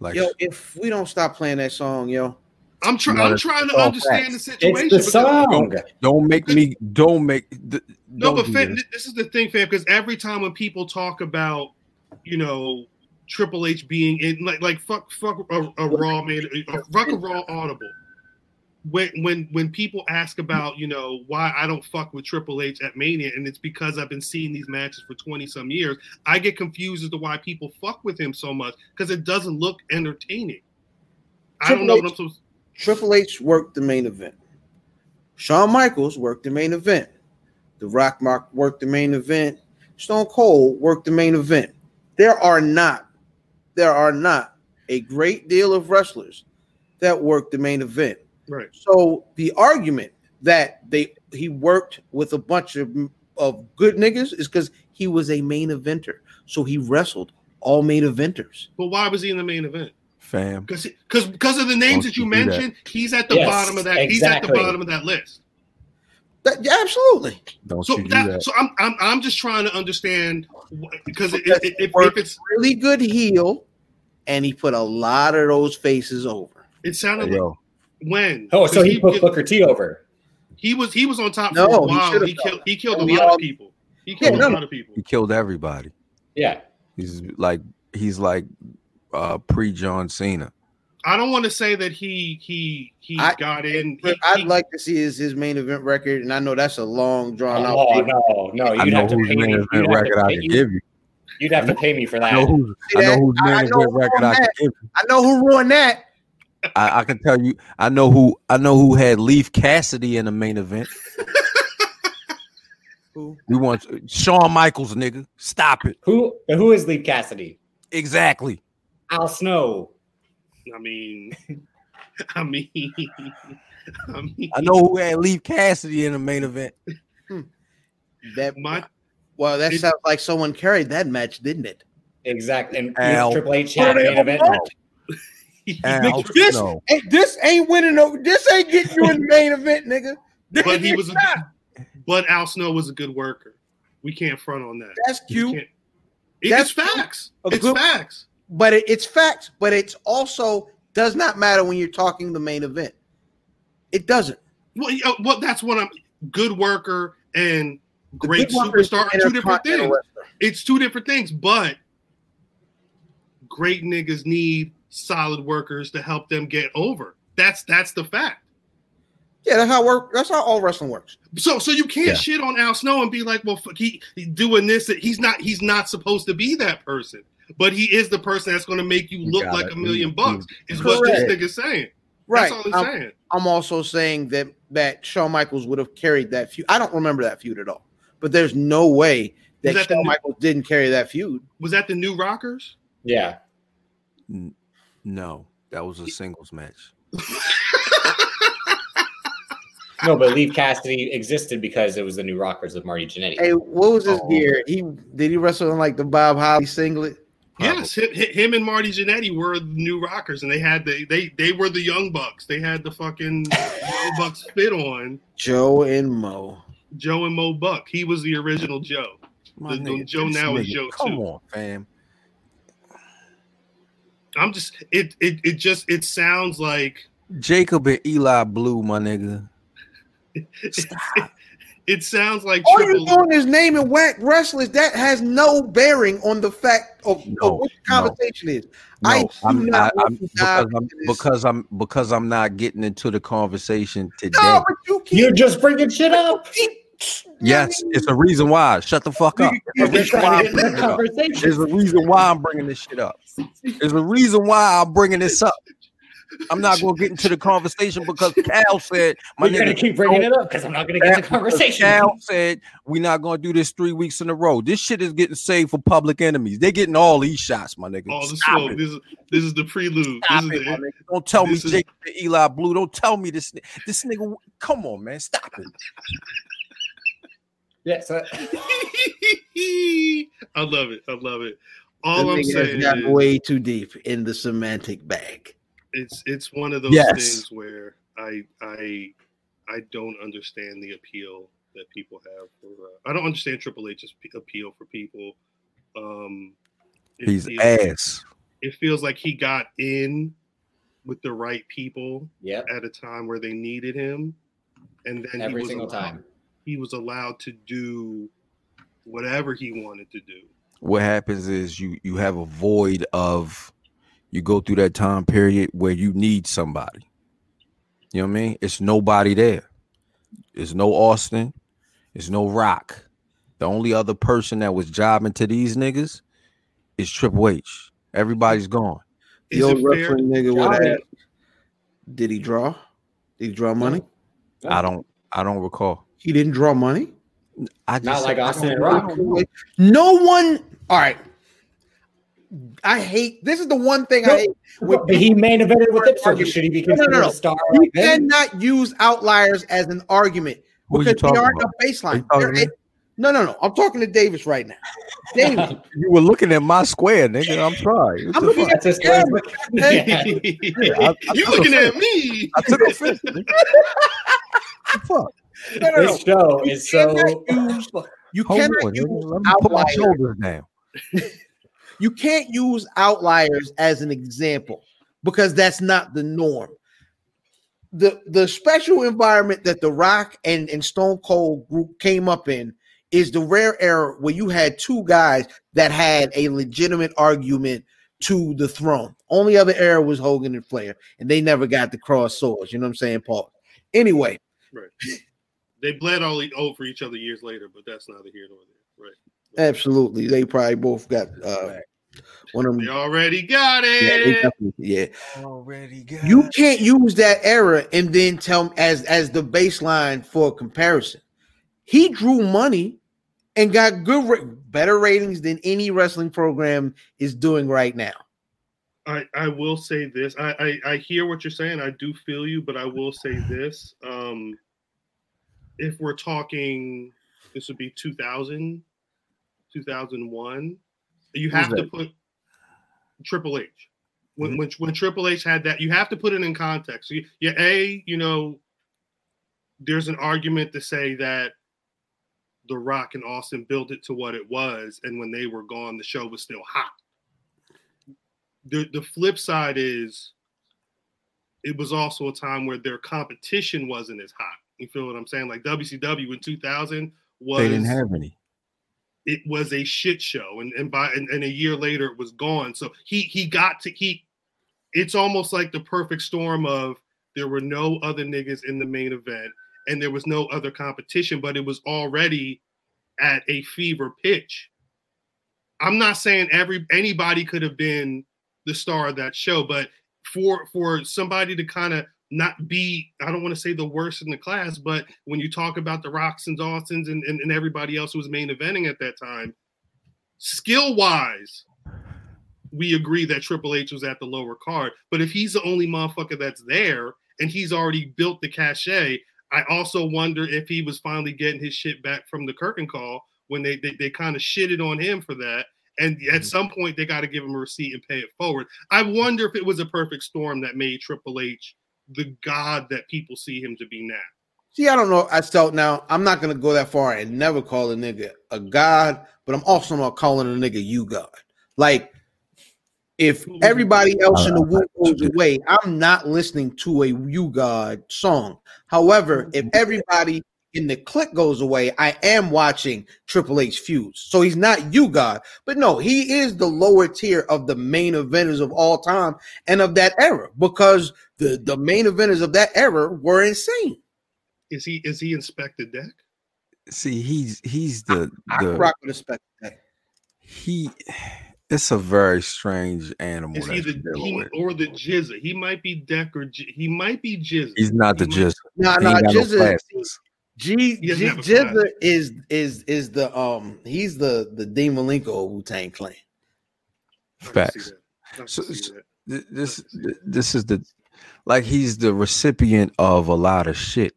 Like, Yo, if we don't stop playing that song, yo, I'm trying. No, I'm that's- trying to it's all understand the facts. situation. because- it's the song. don't make me. Don't make. th- No, don't but do fam, that. th- this is the thing, fam, because every time when people talk about, you know, Triple H being in, like, like fuck, fuck a, a Raw man, a, fuck a Raw Audible. When when when people ask about, you know, why I don't fuck with Triple H at Mania, and it's because I've been seeing these matches for twenty some years, I get confused as to why people fuck with him so much because it doesn't look entertaining. I Triple don't know H- what I'm supposed. Triple H worked the main event. Shawn Michaels worked the main event. The Rock Mark worked the main event. Stone Cold worked the main event. There are not, there are not a great deal of wrestlers that work the main event. Right. So the argument that they he worked with a bunch of of good niggas is because he was a main eventer. So he wrestled all main eventers. But why was he in the main event? fam. Because because of the Don't names that you you do that. mentioned, he's at the Yes, bottom of that. He's at exactly. the bottom of that list. That, yeah, absolutely. Don't So you do that, that. so I'm, I'm I'm just trying to understand because if, Because if, it if, works. it's really good heel, and he put a lot of those faces over. it sounded like Yo, when Oh, so 'Cause he put Booker T over. he was he was on top No, for a he while. should've He, done killed he killed a And we lot all- of people. He killed no, a no. lot of people. he killed everybody. Yeah, He's like he's like uh pre John Cena. I don't want to say that he he he I- got in. But he- I'd he- like to see his, his main event record, and I know that's a long drawn out. Oh thing. no, no, I you'd know have to whose pay me. main You'd have event record to I pay- can you- give you. you'd have to pay me for I know that. who's See I know that? whose I- I main know event who record I ruined can that. give you. I know who ruined that. I, I can tell you. I know who. I know who had Leaf Cassidy in the main event. Who? We want Shawn Michaels, nigga. Stop it. Who who is Lee Cassidy? Exactly. Al Snow. I mean, I mean, I mean. I know who had Leaf Cassidy in the main event. That My- well, that it- sounds like someone carried that match, didn't it? Exactly. And Al. Triple H had main event. Al This- Snow. Hey, this ain't winning. No, this ain't getting you in the main event, nigga. But he was, a, but Al Snow was a good worker. We can't front on that. that's You cute, can't- It's That's facts. a It's good- facts. but it, it's facts. But it's also does not matter when you're talking the main event. It doesn't. Well, yeah, well, that's what I'm. Good worker and The great good worker is superstar the are two different intercontinental things. wrestler. It's two different things, but great niggas need solid workers to help them get over. That's that's the fact. Yeah, that's how work. That's how all wrestling works. So so you can't Yeah. shit on Al Snow and be like, well, fuck, he he doing this. He's not he's not supposed to be that person, but he is the person that's going to make you You look got like it. a million You- bucks. Is what this Correct. nigga's saying. Right. Um, That's all he's I'm, saying. I'm also saying that that Shawn Michaels would have carried that feud. I don't remember that feud at all. But there's no way that, Is that the Shawn new- Michaels didn't carry that feud. Was that the new Rockers? Yeah. No, that was a singles match. No, but Lee Cassidy existed because it was the new rockers of Marty Jannetty. Hey, what was his Oh. gear? He did he wrestle in like the Bob Holly singlet? Yes, him, hi- him and Marty Jannetty were the new rockers, and they had the they they were the young bucks. They had the fucking young bucks fit on. Joe and Mo. Joe and Mo Buck. He was the original Joe. My The- nigga, Joe this now is nigga, Joe Come too. on, fam. I'm just it it it just it sounds like Jacob and Eli Blue, my nigga. it sounds like All Triple you're doing is naming whack wrestlers. That has no bearing on the fact of, No, of what the no. conversation is. No, I do I'm not not. want I'm, to because, dive I'm, into this. because I'm because I'm not getting into the conversation today. No, but you keep You're just bringing shit up. yes, it's a reason why. Shut the fuck up. You're It's a just reason trying why to I'm get bringing in the it up. There's conversation. a reason why I'm bringing this shit up. There's a reason why I'm bringing this up. I'm not gonna get into the conversation because Cal said my But you're gonna nigga keep bringing it up because I'm not gonna get the conversation. Cal said we're not gonna do this three weeks in a row. This shit is getting saved for public enemies. They're getting all these shots, my nigga. all the Stop smoke. it. Oh, This is this is the prelude. Stop this it, is my the, nigga. Don't tell me this is- Jacob and Eli Blue. Don't tell me this. ni- This nigga. Come on, man. Stop it. Yeah, so I love it. I love it. All The I'm nigga has saying gotten is way too deep in the semantic bag. it's it's one of those Yes. things where I I I don't understand the appeal that people have for. Uh, I don't understand Triple H's p- appeal for people. Um, it He's feels- ass. It feels like he got in with the right people yeah, at a time where they needed him, and then he every was single allowed- time. he was allowed to do whatever he wanted to do. What happens is you you have a void of. You go through that time period where you need somebody. You know what I mean? It's nobody there. It's no Austin. It's no Rock. The only other person that was jobbing to these niggas is Triple H. Everybody's gone. Is Yo, it fair? wrestling nigga would Johnny. ask, did he draw? Did he draw money? I don't. I don't recall. He didn't draw money. I just Not like I Austin don't and know. Rock. No one. All right. I hate. This is the one thing I hate. When But he main evented with Ipswich. Should he be No, no, considered no. a star? You Like then? cannot use outliers as an argument Who you because they talking are about? a Are you baseline. talking They're to me? at- no, no, no. I'm talking to Davis right now. Davis, You were looking at my square, nigga. I'm sorry. What I'm the looking fuck? That's his Yeah, story. hey, Yeah. I- I you took looking at offense. me? I took offense. nigga. The fuck. no, no, no. This show You is so. cannot use- you Hold cannot on. use nigga. Let me put my outliers. shoulders down. You can't use outliers as an example because that's not the norm. The the special environment that The Rock and, and Stone Cold group came up in is the rare era where you had two guys that had a legitimate argument to the throne. Only other era was Hogan and Flair, and they never got the cross swords. You know what I'm saying, Paul? Anyway, They bled all e- over each other years later, but that's neither here nor there, right? absolutely. They probably both got uh, one of them. They already got Mm. Yeah, they it. definitely- yeah. You can't use that error and then tell as as the baseline for comparison. He drew money and got good ra- better ratings than any wrestling program is doing right now. I, I will say this. I, I I hear what you're saying. I do feel you, but I will say this. Um, if we're talking, this would be 2000, 2001. You Who's have to put Triple H. Mm-hmm. When, when when Triple H had that, you have to put it in context. You, you a you know, there's an argument to say that The Rock and Austin built it to what it was, and when they were gone, the show was still hot the the flip side is it was also a time where their competition wasn't as hot. You feel what I'm saying? Like WCW in 2000 was They didn't have any. it was a shit show, and and by and, and a year later it was gone. So he he got to he. It's almost like the perfect storm of there were no other niggas in the main event, and there was no other competition, but it was already at a fever pitch. I'm not saying every anybody could have been the star of that show, but for for somebody to kind of not be, I don't want to say the worst in the class, but when you talk about the Rocks and Dawsons and, and, and everybody else who was main eventing at that time, skill wise, we agree that Triple H was at the lower card. But if he's the only motherfucker that's there and he's already built the cachet, I also wonder if he was finally getting his shit back from the Kirk and Call when they they, they kind of shitted on him for that. And at some point, they got to give him a receipt and pay it forward. I wonder if it was a perfect storm that made Triple H the god that people see him to be now. See, I don't know. I felt now I'm not gonna go that far and never call a nigga a god, but I'm also not calling a nigga you god. Like if everybody else in the world goes away, I'm not listening to a you god song. However, if everybody in the click goes away, I am watching Triple H feuds. So he's not you god, but no, he is the lower tier of the main eventers of all time and of that era because the the main eventers of that era were insane. Is he is he Inspector Deck? See, he's he's the, I the rock with Inspector Deck. he. It's a very strange animal. Is he that the you're dealing he with. or the Jizza? He might be Deck or J- he might be Jizza. He's not the he just. Nah, He nah, ain't got no Jizza, classes. G, He doesn't G- have a Jizza class. is is is the um he's the the Dean Malenko Wu Tang Clan. I can see Facts. that. I can So- see so- that. Th- This th- this is the like he's the recipient of a lot of shit.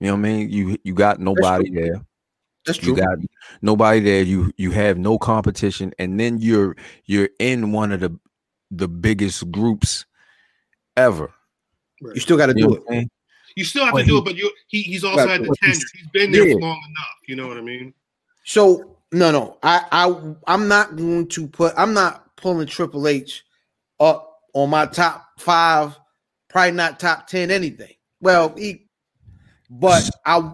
You know what I mean? You you got nobody there. That's true. You got nobody there. You you have no competition, and then you're you're in one of the the biggest groups ever. You still got to You know do what it. I'm saying? You still have But to do he- it, but you he, he's also Right, had the but tenure. he's- He's been there yeah. long enough. You know what I mean? So no, no, I I I'm not going to put I'm not pulling Triple H up on my top five, probably not top ten anything. Well, he, but I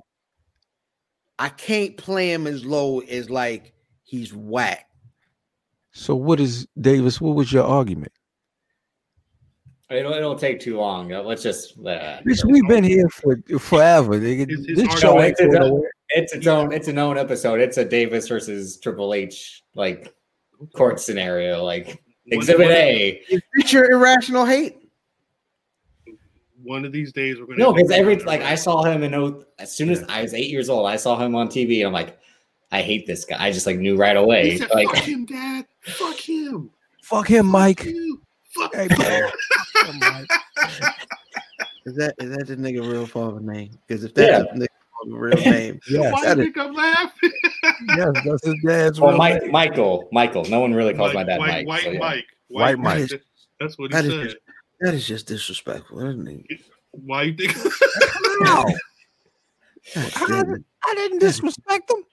I can't play him as low as like he's whack. So what is Davis? What was your argument? It'll, it'll take too long. Uh, Let's just. Uh, Bitch, we've been here for forever. nigga. His- his This argument- show No, ain't it's, going its, nowhere. own, it's its own. It's an own episode. It's a Davis versus Triple H like court scenario. Like One- Exhibit one- A. Is this your irrational hate? One of these days we're gonna No, do because every that, like right? I saw him in oh, as soon as I was eight years old, I saw him on TV, and I'm like, I hate this guy. I just like knew right He away. said, Like, "Fuck him, Dad. Fuck him. Fuck him, Mike. You. Fuck Hey, him." man. Is that is that the nigga real father name? Because if that's that's Yeah. the real name, Yes, Why do you think I'm laughing? yes, that's his dad's well, real Mike, name. Michael, Michael. No one really calls my dad white, Mike. White so, yeah. Mike. White Mike. Mike. That's what That he is said. just- that is just disrespectful, isn't it? Why you think? How? That I didn't- I didn't disrespect him.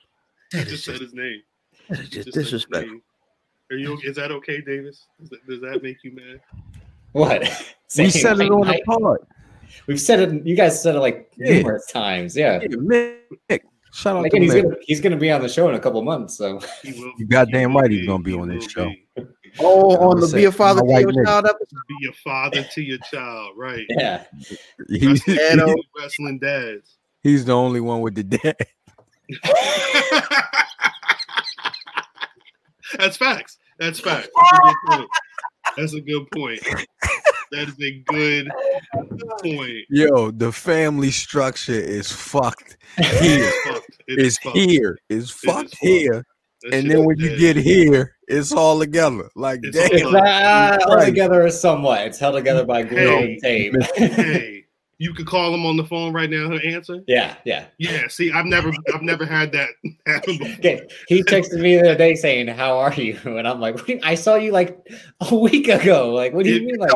I is just said just, his name. that is just Just said his disrespectful. name. Are you? Is that okay, Davis? Does that, does that make you mad? What? We Saying said it White on the Mike? pod. We've said it. You guys said it like Yeah. numerous times. Yeah. Yeah, Mick. Mick. Shout out Like, to and he's Mick. gonna he's gonna be on the show in a couple months. So He will. You goddamn will right he's gonna be he on this will show. be. Oh, I'm on the gonna be a say, father my to your white nigga. child episode. Be a father to your child, right? yeah. He's, And, um, Wrestling dads. he's the only one with the dad. That's facts. That's facts. That's a good point. That's a good point. That is a good point. Yo, the family structure is fucked here. Fucked. It It's fucked. here. It's is fucked fucked. here. That And shit then is when you dead. get here, it's all together. Like, It's damn. It's Yeah. uh, held Right. together somewhat. It's held together by glue Hey. and tape. hey, you could call him on the phone right now. He'll answer. yeah, yeah. Yeah. See, I've never, I've never had that happen before. Okay. He texted me the other day saying, "How are you?" And I'm like, what do you- "I saw you like a week ago. Like, what do you mean? Like,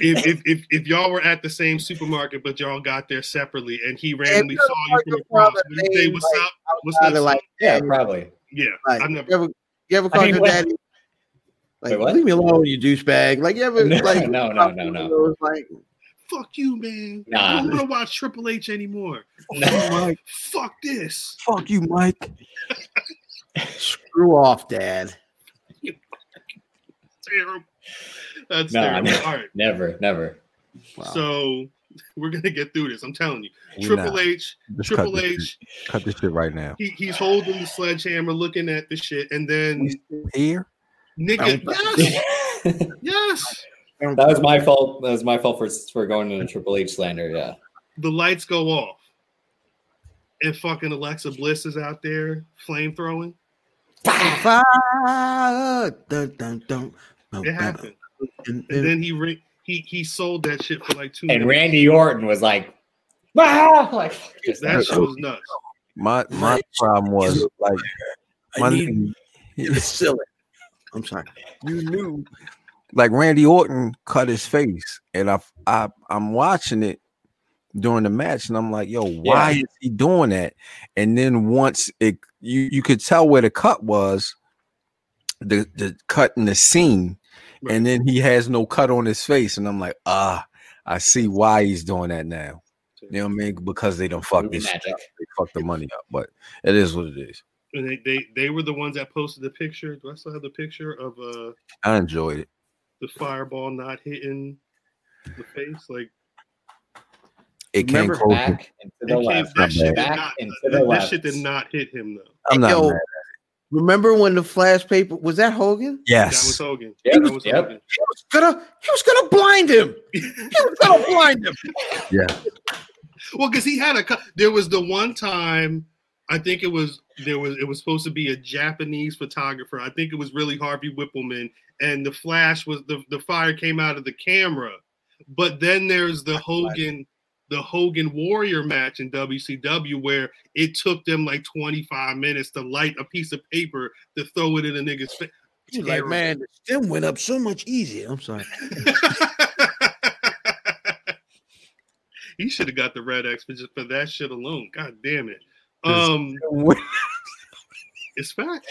If, if, if, if y'all were at the same supermarket, but y'all got there separately, and he randomly you're saw you from like across, your would you say father, what's like, up? What's Outside up? of like, yeah, probably." yeah, like I've you never. ever you ever call mean, your what- daddy? Like, Wait, what? leave me alone, you douchebag. Like, you ever No, like no, no, no, no. It's Like, Fuck you, man. I Nah. don't want to watch Triple H anymore. Mike, Fuck this. fuck you, Mike. screw off, dad. Terrible. That's Nah, terrible. nah. All right. Never, never. Wow. So we're gonna get through this. I'm telling you. We Triple not. H, Just cut Triple this H, shit. Cut this shit right now. He, he's holding the sledgehammer, looking at the shit, and then We still here? nigga, yes, that yes, was my fault. That was my fault for for going into Triple H slander. Yeah. the lights go off, and fucking Alexa Bliss is out there flame throwing. Fire. Dun, dun, dun. It happened, And and then- then he re- he he sold that shit for like two. And minutes. Randy Orton was like, "Ah!" like just That shit was nuts. My my problem was like my I need nigga, you to seal it. I'm sorry. you knew like Randy Orton cut his face, and I I I'm watching it, during the match, and I'm like, yo, why Yeah. is he doing that? And then once it you you could tell where the cut was, the the cut in the scene, Right. and then he has no cut on his face, and I'm like, ah, I see why he's doing that now. You know what I mean? Because they don't fuck Movie this shit magic. up. They fuck the money up, but it is what it is. And they, they they were the ones that posted the picture. Do I still have the picture of uh I enjoyed it. the fireball not hitting the face? Like It came Remember close. to- back and to the it came- left. that, shit did Back not, and to the that, left. shit did not hit him though. I'm not Yo, mad. Remember when the flash paper was that Hogan? That was Yes. Hogan. Yep, That was yep. Hogan. He was gonna he was gonna blind him. He was gonna blind him. Well, because he had a. co- There was the one time, I think it was there was it was supposed to be a Japanese photographer. I think it was really Harvey Whippleman, and the flash was the the fire came out of the camera. But then there's the Hogan, the Hogan Warrior match in WCW where it took them like 25 minutes to light a piece of paper to throw it in a nigga's face. He's like, man, the stem went up so much easier. I'm sorry. he should have got the red X for just for that shit alone. God damn it. Um, it's fact.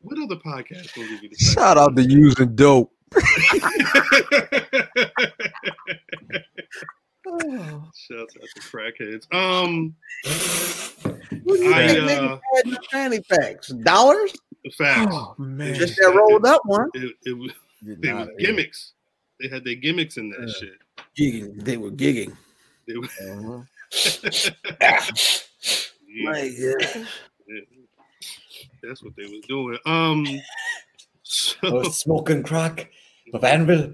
what other podcast will give you the fact? Shout out to using dope. Shout out to crackheads. Um, What do you I, uh, think niggas had in the fanny packs? Dollars? the facts. man. Just that rolled up one. It, it, was- they was gimmicks. They had their gimmicks in that shit. Gigging. They were gigging. They were- Yeah. My God. Yeah. That's what they was doing. Um, so I Oh, was smoking crack with anvil.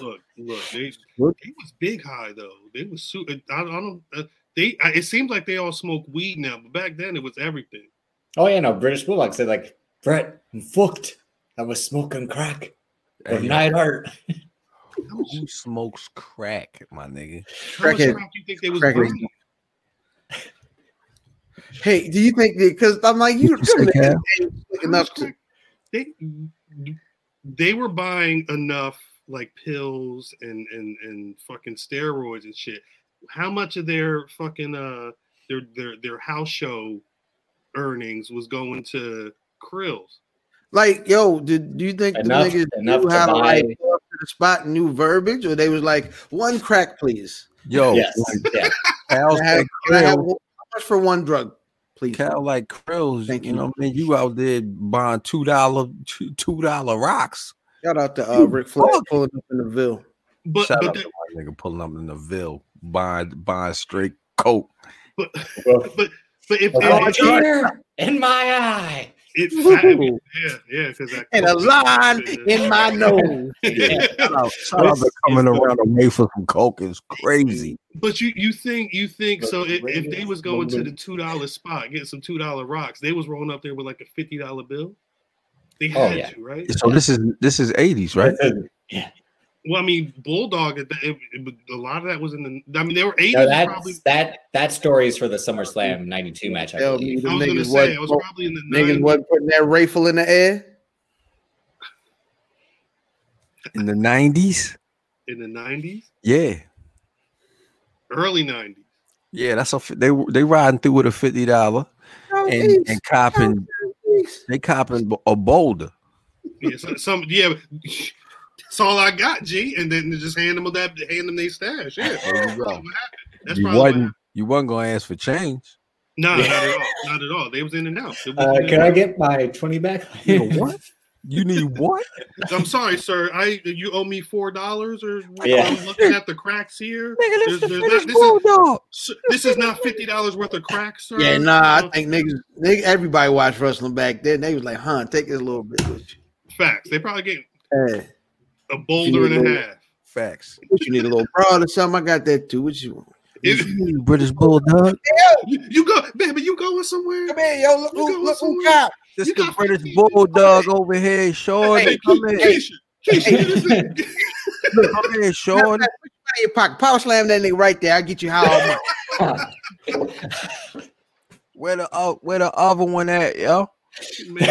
look, look, they, Look. they was big high though. They was su- I, I don't. Uh, they. I, it seems like they all smoke weed now, but back then it was everything. Oh yeah, no, British Bulldog said like, Brett, I'm fucked. I was smoking crack with Hey, night art. who smokes crack, my nigga? How much Crackhead. crack you think they was Crackhead. burning? Hey, do you think because I'm like you? You sick ass. Enough How much crack- They they were buying enough like pills and and and fucking steroids and shit. How much of their fucking uh their their their house show earnings was going to Krills? Like, yo, did do you think Enough- the niggas enough knew to how to buy- like go up to the spot and new verbiage, or they was like one crack, please? Oh, Yo, yes. yeah. Cal, Can I have, like can I have Krill, one, how much for one drug, please? Cal like Krills, Thank you you. know what I mean? You out there buying two dollar two two dollar rocks. Shout out to uh, Rick Flair pulling up in the Ville. But Shout but out the- to my nigga pulling up in the Ville buying buying straight coke. but Well, but if, a if, if, tear in my eye. if, Ooh. yeah yeah because I And a line in my nose. Shout out, shout out to It's- coming it's- around away for some coke is crazy. But you you think you think so? If, if they was going to the Remember- two dollar spot, getting some two dollar rocks, they was rolling up there with like a fifty dollar bill. They Oh, had yeah. to, right? So this is this is eighties, right? Well, I mean, Bulldog. It, it, it, a lot of that was in the. I mean, they were eighty. No, probably, that's that that story is for the SummerSlam '92 match. I Tell believe. me the I was gonna niggas say it wasn't was put- probably in the niggas 90s. wasn't putting that rifle in the air. In the nineties. in the nineties, Yeah. early nineties. Yeah, that's a f- they they riding through with a fifty dollar and, and copping they copping a boulder. Yeah, so- some yeah. That's all I got, G. And then just hand them that, hand them they stash. Yeah, There you go. That's probably what happened. That's you probably what wasn't happened. you wasn't gonna ask for change. No, Yeah. not at all. Not at all. They was in and out. They was Uh, in and can out. I get my 20 back? You know what? You need what? I'm sorry, sir. I you owe me four dollars or Yeah. I'm looking at the cracks here. There's, there's not, this, is, bulldog. s- this is not fifty dollars worth of cracks, sir. Yeah, nah, I Um, think niggas, nigga, everybody watched wrestling back then. They was like, huh, take this little bit with you. facts. They probably get Hey. a boulder and a half. Facts. What you need a little broad or something? I got that too. What you want? If- British bulldog. you, you go, baby, you going somewhere? Come here, yo. Look You who, going look who somewhere? cop. This You the got British 15 bulldog over here, Sean. Hey, come here, Keisha, Keisha, get this nigga- come here, Sean. Out of your pocket. Power slam that nigga right there. I'll get you how much. Where the uh, where the other one at, yo? Man,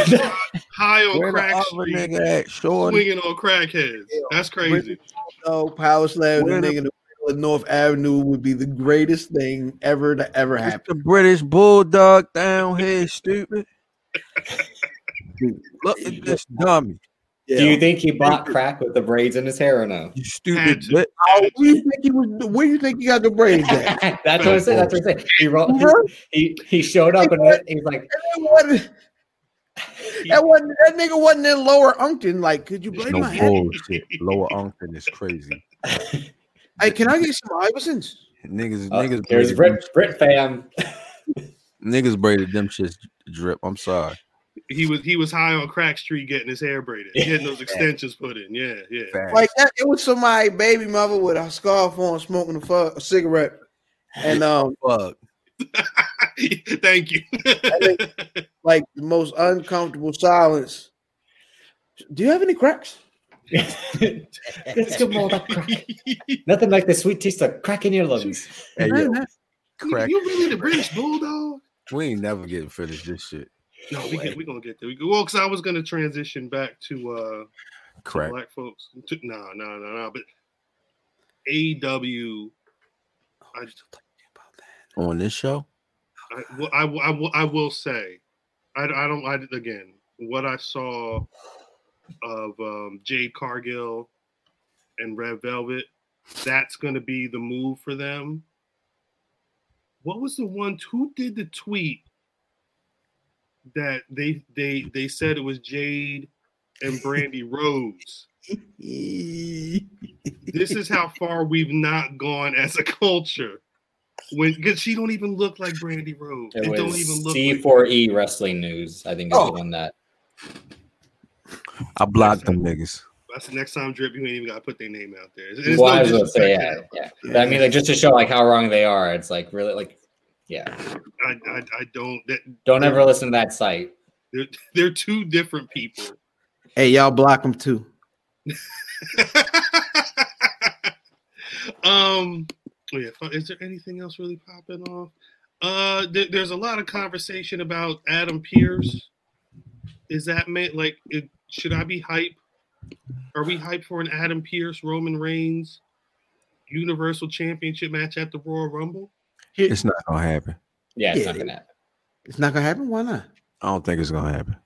high on Where the crack other street, nigga at, Shorty? swinging on crackheads. That's crazy. No power slam the Where the- nigga in the middle of North Avenue would be the greatest thing ever to ever It's happen. the British bulldog down here, stupid. Look at this dummy, Yeah. Do you think he bought crack with the braids in his hair or no? you Had stupid to. bitch. Oh, where you think he was? Where you think he got the braids at? that's what I said. That's what I said. He, rolled, he, he showed up and he's like, That wasn't, that wasn't that nigga wasn't in Lower Umpton. Like, could you blame No my head? bullshit. Lower Umpton is crazy. Hey, can I get some Iversons? Niggas, oh, niggas, there's braided them, Brit, Brit fam. niggas braided them shits drip. I'm sorry. He was he was high on crack street getting his hair braided, getting those extensions put in. Yeah, yeah. Facts. Like that, it was somebody baby mother with a scarf on, smoking a, fu- a cigarette, and um, fuck. Thank you. like the most uncomfortable silence. Do you have any cracks? Let's get more of that crack. Nothing like the sweet taste of crack in your lungs. Hey, yo, crack. You really the British bulldog? We ain't never getting finished this shit. No, we get, we gonna get there. We go, well, because I was gonna transition back to uh Crack. black folks. To- No, no, no, no. But AEW, I, On this show? I, well, I, will- I, will- I will say, I, I don't. I again, what I saw of um, Jade Cargill and Red Velvet, that's going to be the move for them. What was the one who did the tweet that they they they said it was Jade and Brandy Rose? this is how far we've not gone as a culture. When because she don't even look like Brandy Rhodes. It It don't was even look like, C4E Wrestling News, I think, is the one that. I blocked them niggas. that's the next time drip. You ain't even gotta put their name out there. It's- it's Well, no I was gonna say, yeah, disrespect. yeah. But I mean, like, just to show like how wrong they are, it's like really like, yeah. I, I, I don't. That, Don't ever listen to that site. they're they're two different people. Hey, y'all block him too. um. oh yeah. fu- Is there anything else really popping off? Uh, there- there's a lot of conversation about Adam Pierce. Is that made like it, should I be hype? Are we hyped for an Adam Pierce Roman Reigns Universal Championship match at the Royal Rumble? It's not gonna happen. Yeah, it's Yeah. not gonna happen. It's not gonna happen. Why not? I don't think it's gonna happen.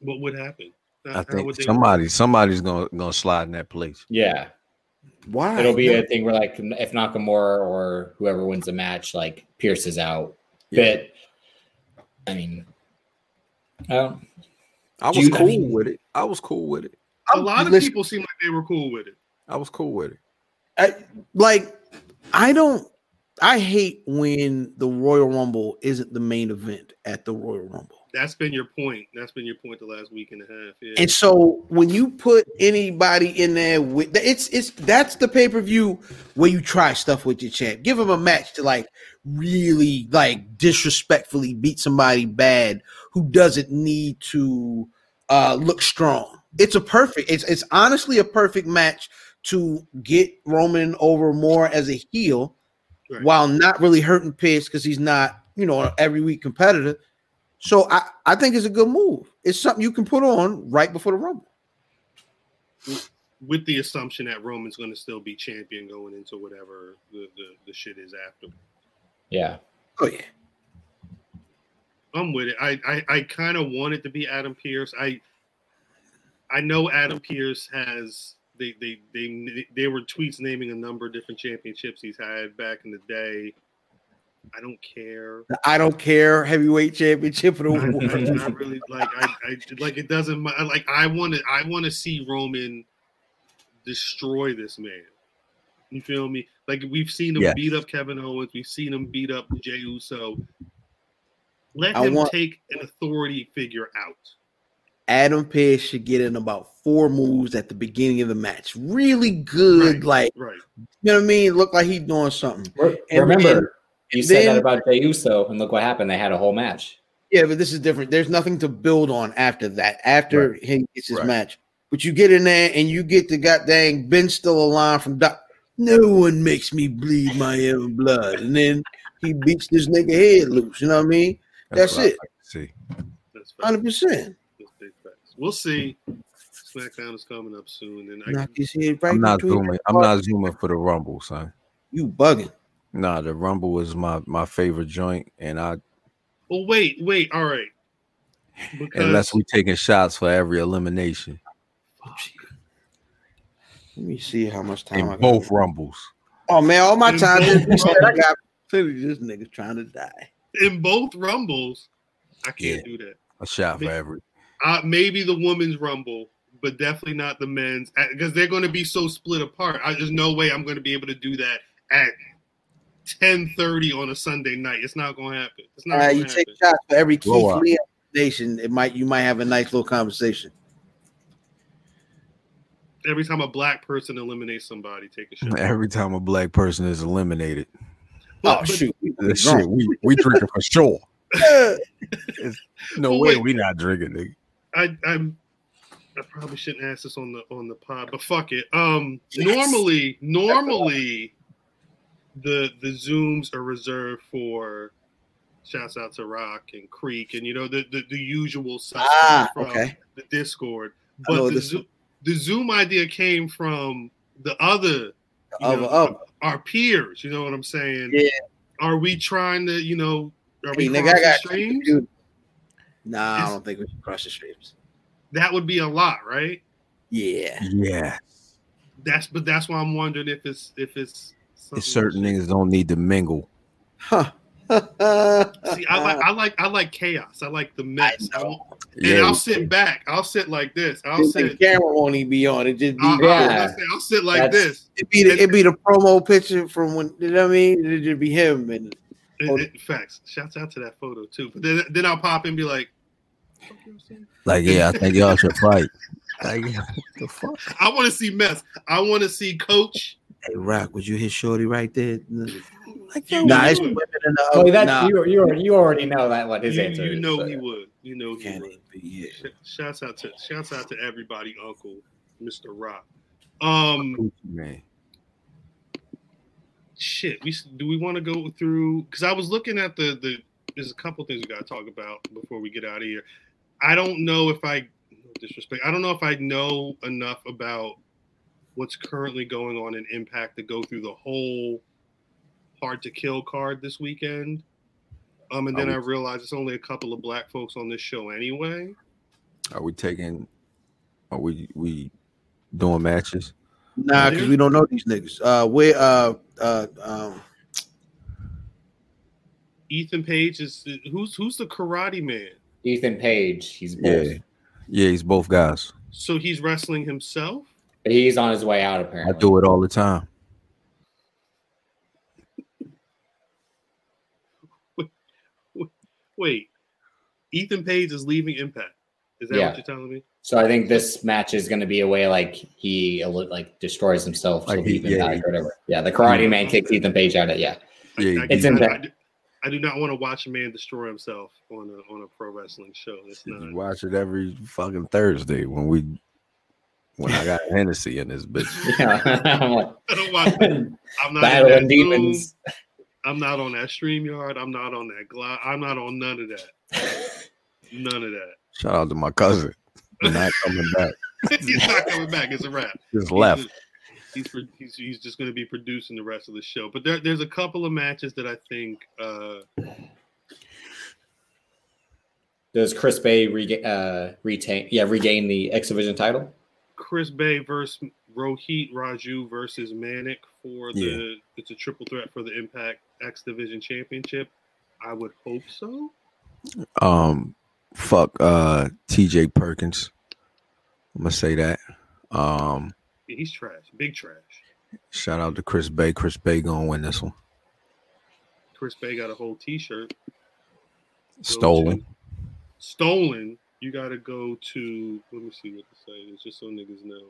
What would happen? How- I how think would they- somebody, somebody's gonna gonna slide in that place. Yeah, Why? it'll be a thing where like if Nakamura or whoever wins the match like pierces out. Yeah. But I mean, I don't. I Do was you- I cool mean- with it. I was cool with it. A lot of Listen, people seem like they were cool with it. I was cool with it. I, like I don't. I hate when the Royal Rumble isn't the main event at the Royal Rumble. That's been your point. That's been your point the last week and a half. Yeah. And so when you put anybody in there with it's it's that's the pay per view where you try stuff with your champ. Give him a match to like really like disrespectfully beat somebody bad who doesn't need to uh look strong. It's a perfect. It's it's honestly a perfect match to get Roman over more as a heel Right. while not really hurting Pierce because he's not you know an every week competitor. So I, I think it's a good move. It's something you can put on right before the rumble. with the assumption that Roman's going to still be champion going into whatever the, the, the shit is after. Yeah, Oh yeah. I'm with it. I I, I kind of want it to be Adam Pierce. I I know Adam Pierce has they they they they were tweets naming a number of different championships he's had back in the day. I don't care. I don't care heavyweight championship of the I, world. I- I really like. I, I like. It doesn't. ma- Like. I want to. I want to see Roman destroy this man. You feel me? Like we've seen him Yeah. beat up Kevin Owens. We've seen him beat up Jey Uso. Let I him want- take an authority figure out. Adam Pearce should get in about four moves at the beginning of the match. Really good, Right. like Right. you know what I mean. Look like he's doing something. Re- And remember then- you said then- that about Jey Uso, and look what happened. They had a whole match. Yeah, but this is different. There's nothing to build on after that. After he gets his Right. match, but you get in there and you get the goddamn Ben still alive from Doc. No one makes me bleed my own blood, and then he beats this nigga head loose. You know what I mean? That's what I it. like to see, facts. Hundred percent. That's big facts. We'll see. SmackDown is coming up soon, and I Knock his head right I'm not between zooming. that I'm heart. not zooming for the rumble, son. You bugging? Nah, the rumble is my my favorite joint, and I Well, oh, wait, wait. All right. Because unless we taking shots for every elimination Let me see how much time I in got. both rumbles. Oh man, all my In time. both This, rumbles. this nigga's trying to die. in both rumbles, I can't do that. A shot for Man. every. Uh, maybe the women's rumble, but definitely not the men's because they're going to be so split apart. I, there's no way I'm going to be able to do that at 10:30 on a Sunday night. It's not going to happen. It's not All right, going you to take happen. shots for every Keith Blowout. Lee nation. It might you might have a nice little conversation. Every time a black person eliminates somebody, take a shot. Every time a black person is eliminated, But- Oh but shoot, we That drunk. shit, we we drinking for sure. Yeah. It's- no Well, way, wait. we not drinking. Nigga. I, I'm. I probably shouldn't ask this on the on the pod, but fuck it. Um, normally, normally, the the zooms are reserved for shouts out to Rock and Creek and you know the the, the usual suspects Ah, from okay. the Discord. I know But the, this- Zo- the Zoom idea came from the other you Of know, of our peers. You know what I'm saying? oh. Yeah. Are we trying to you know? Are we hey, nigga, I crossing got streams? you. Nah, I It's- don't think we should cross the streams. That would be a lot, right? Yeah, Yeah, That's but that's why I'm wondering if it's if it's something it's certain that- niggas don't need to mingle. huh? See, I like I like I like chaos. I like the mess. I know. won't- and Yeah, I'll sit back. I'll sit like this. I'll the sit. camera won't even be on. It just be I'll, I'll- Yeah. I'll sit- I'll sit like That's- this. it be the, it be the promo picture from when you know what I mean. It just be him and It, it- facts. Shouts out to that photo too. But then then I'll pop in and be like, like yeah, I think y'all should fight. Like the fuck? I want to see mess. I want to see coach. hey Rock, would you hit Shorty right there? Like, Nah, it's women in the Oh, Well, that's Oh, nah. you, you. You already know that what his you, answer you is. know so, he yeah. would. You know he Can't would. even be it. Sh- Shouts out to shouts out to everybody, Uncle Mr. Rock. Um. Man, shit we s- do we want to go through because i was looking at the the there's a couple things we got to talk about before we get out of here i don't know if i no disrespect i don't know if i know enough about what's currently going on in impact to go through the whole hard to kill card this weekend um and then i realized it's only a couple of black folks on this show anyway are we taking? Are we we doing matches? Nah, because we don't know these niggas. Uh, we uh uh um ethan page is who's who's the karate man Ethan Page, he's both. Yeah. Yeah, he's both guys. so he's wrestling himself But he's on his way out I apparently. do it all the time. Wait, Ethan Page is leaving Impact. Is that Yeah. what you're telling me? So I think this match is going to be a way like he el- like destroys himself to Like, leave yeah, him back he- or whatever. Yeah, the Karate Man kicks Ethan Page out of yeah. Yeah, I, I, It's I, Impact. I do, I do not want to watch a man destroy himself on a on a pro wrestling show. That's You not. watch it every fucking Thursday when we when I got Hennessy in this bitch. Yeah, I'm like, I don't watch. that. I'm not in that battling Zoom. demons. I'm not on that Streamyard. I'm not on that Glide. I'm not on none of that. None of that. Shout out to my cousin. Not coming back. He's not coming back. It's a wrap. Just left. He's, pro- he's he's just going to be producing the rest of the show. But there, there's a couple of matches that I think. uh Does Chris Bay rega- uh, retain? Yeah, regain the X Division title. Chris Bay versus Rohit Raju versus Manic for the it's a triple threat for the Impact X Division Championship. I would hope so. Um fuck uh TJ Perkins. I'm gonna say that. Um Yeah, he's trash, big trash. shout out to Chris Bay. Chris Bay gonna win this one. Chris Bay got a whole T-shirt Go to- Stolen. stolen. You got to go to. Let me see what the site is, just so niggas know.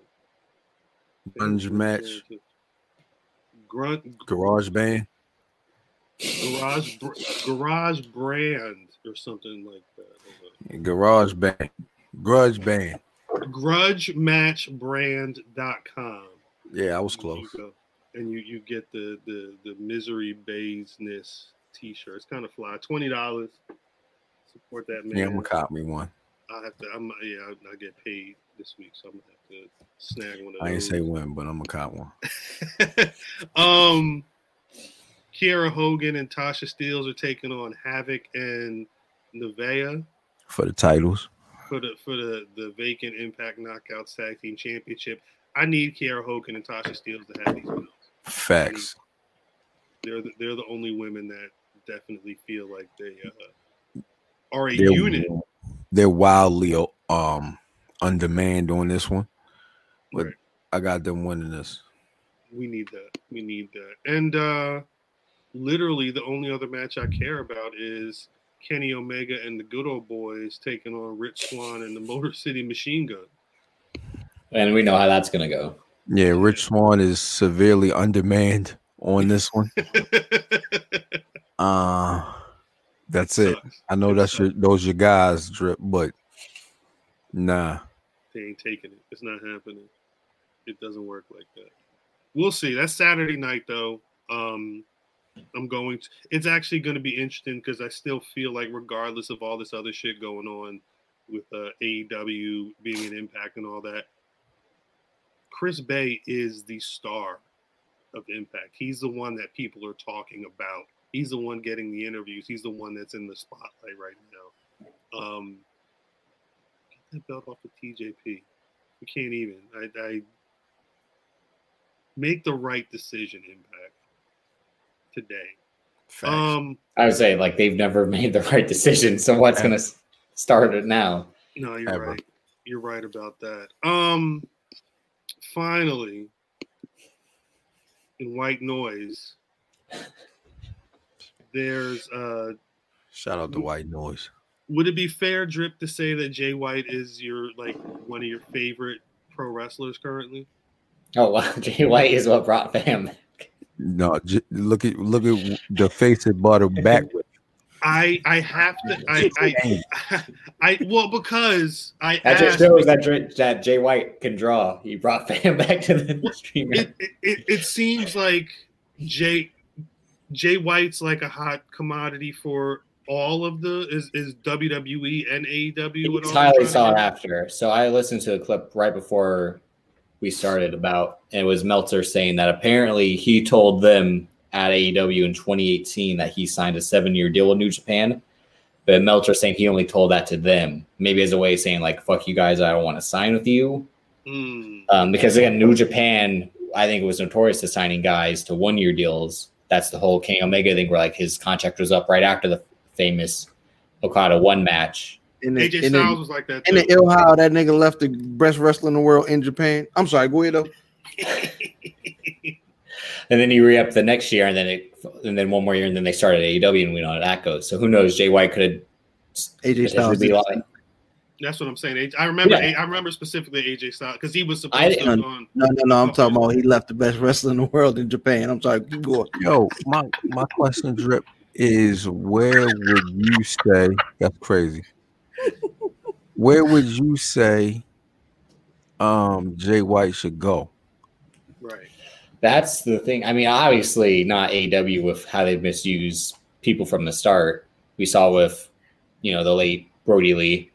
Grunge match. Grunt Garage band. garage Br- garage brand or something like that. Hold on. Garage band. Grudge band. grudgematchbrand.com. Yeah, I was close. You go- and you you get the the the misery baseness t-shirt. It's kind of fly. Twenty dollars. It's support that man. Yeah, I'm gonna cop me one. I have to. I'm yeah. I, I get paid this week, so I'm gonna have to snag one of those. I ain't say when, but I'm gonna cop one. um, Kiera Hogan and Tasha Steeles are taking on Havoc and Nevaeh For the titles. for the for the, the vacant Impact Knockouts Tag Team Championship. I need Kiera Hogan and Tasha Steeles to have these. belts. Facts. They're the, they're the only women that definitely feel like they uh, are a They're- unit. They're wildly um on demand on this one. But Right. I got them winning this. We need that. We need that. And uh, literally, the only other match I care about is Kenny Omega and the Good Old Boys taking on Rich Swan and the Motor City Machine Gun. And we know how that's gonna go. Yeah, Rich Swan is severely on demand on this one. Uh that's it. Sucks. I know that's your those your guys drip, but nah. They ain't taking it. It's not happening. It doesn't work like that. We'll see. That's Saturday night, though. Um, I'm going to. It's actually going to be interesting because I still feel like, regardless of all this other shit going on with uh, AEW being an impact and all that, Chris Bay is the star of Impact. He's the one that people are talking about. He's the one getting the interviews. He's the one that's in the spotlight right now. Um, that belt off of TJP. We can't even. I, I make the right decision. Impact today. Facts. Um, I would say like they've never made the right decision. So what's gonna s- start it now? no, you're Ever. right. You're right about that. Um, finally, in White Noise, there's uh, Shout out to White Noise. would it be fair, Drip, to say that Jay White is your like one of your favorite pro wrestlers currently? Oh wow, Jay White is what brought Bam. No, j- look at look at the face it brought her back with. I I have to I I, I well because I That just asked shows that Dr- that Jay White can draw. He brought Bam back to the stream. it, it, it, it seems like Jay Jay White's like a hot commodity for all of the is, is WWE and AEW. and It's all highly that. sought after. So I listened to a clip right before we started about, and it was Meltzer saying that apparently he told them at AEW in 2018 that he signed a seven-year deal with New Japan, but Meltzer saying he only told that to them, maybe as a way of saying like "fuck you guys, I don't want to sign with you," Mm, um, because again, New Japan, I think was notorious to signing guys to one-year deals. That's the whole King Omega thing, where like his contract was up right after the famous Okada one match. And then, AJ and then, Styles was like that. and then too. ill how that nigga left the best wrestler in the world in Japan. I'm sorry, go ahead though. And then he re upped the next year, and then it, and then one more year, and then they started AEW, E and we know how that goes. So who knows? Jay White could AJ potentially Styles. be like, That's what I'm saying. AJ I remember Yeah. I remember specifically AJ Styles because he was I supposed to didn't- have gone. No, no, no. I'm talking about he left the best wrestler in the world in Japan. I'm sorry, keep going. Yo, my my question drip is where would you say that's crazy? Where would you say um Jay White should go? Right. that's the thing. I mean, obviously not AEW with how they misuse people from the start. We saw with you know the late Brody Lee,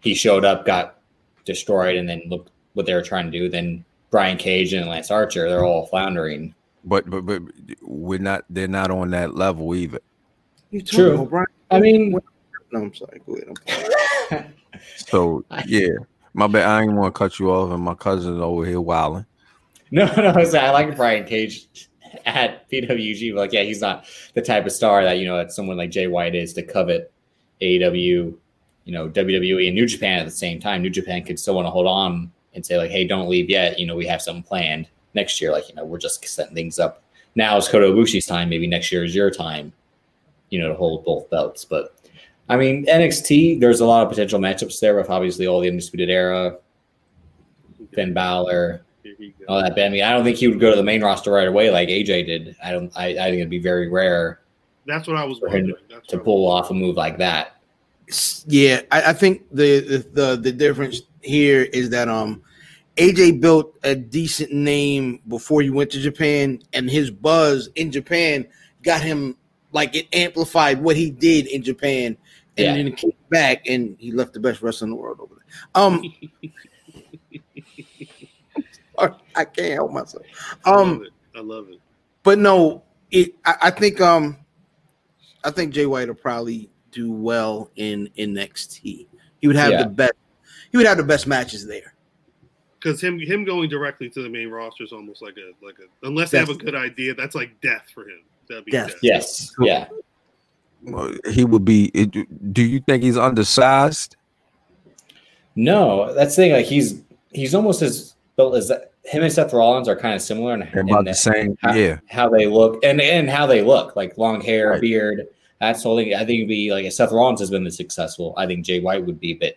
he showed up, got destroyed, and then look what they were trying to do. Then Brian Cage and Lance Archer, they're all floundering. But but but we're not they're not on that level either. You True. talking about Brian? I mean, No, I'm sorry, go ahead. I'm So yeah, my bad. I ain't want to cut you off, and my cousin's over here wilding. No, no, I, was- I like Brian Cage at PWG, but like, yeah, he's not the type of star that you know that someone like Jay White is to covet AEW, you know, WWE and New Japan at the same time. New Japan could still want to hold on and say like, hey, don't leave yet. You know, we have something planned next year. Like, you know, we're just setting things up. Now is Kota Ibushi's time. Maybe next year is your time. You know, to hold both belts. But I mean, NXT, there's a lot of potential matchups there with obviously all the Undisputed Era, Finn Balor Here he all goes. that. But I mean, I don't think he would go to the main roster right away like AJ did. I don't. I, I think it'd be very rare That's what I was For him wondering. That's to what I was- pull off a move like that. s- yeah, I, I think the, the the the difference here is that um AJ built a decent name before he went to Japan, and his buzz in Japan got him like it amplified what he did in Japan and Yeah. then he came back and he left the best wrestler in the world over there. Um, sorry, I can't help myself. I Um, love it. I love it. but no, it. I, I think. Um, I think Jay White will probably do well in NXT. He would have Yeah. the best. He would have the best matches there. Because him him going directly to the main roster is almost like a like a unless they have a Death. good idea, that's like death for him. That'd be Death. death. Yes. Yeah. Well, He would be. it- Do you think he's undersized? No, that's the thing. Like he's he's almost as built as him and Seth Rollins are kind of similar in, They're in about the- the same. how, Yeah. how they look and and how they look like long hair, Right. beard. That's the whole thing. I think it'd be like if Seth Rollins has been this successful. I think Jay White would be, but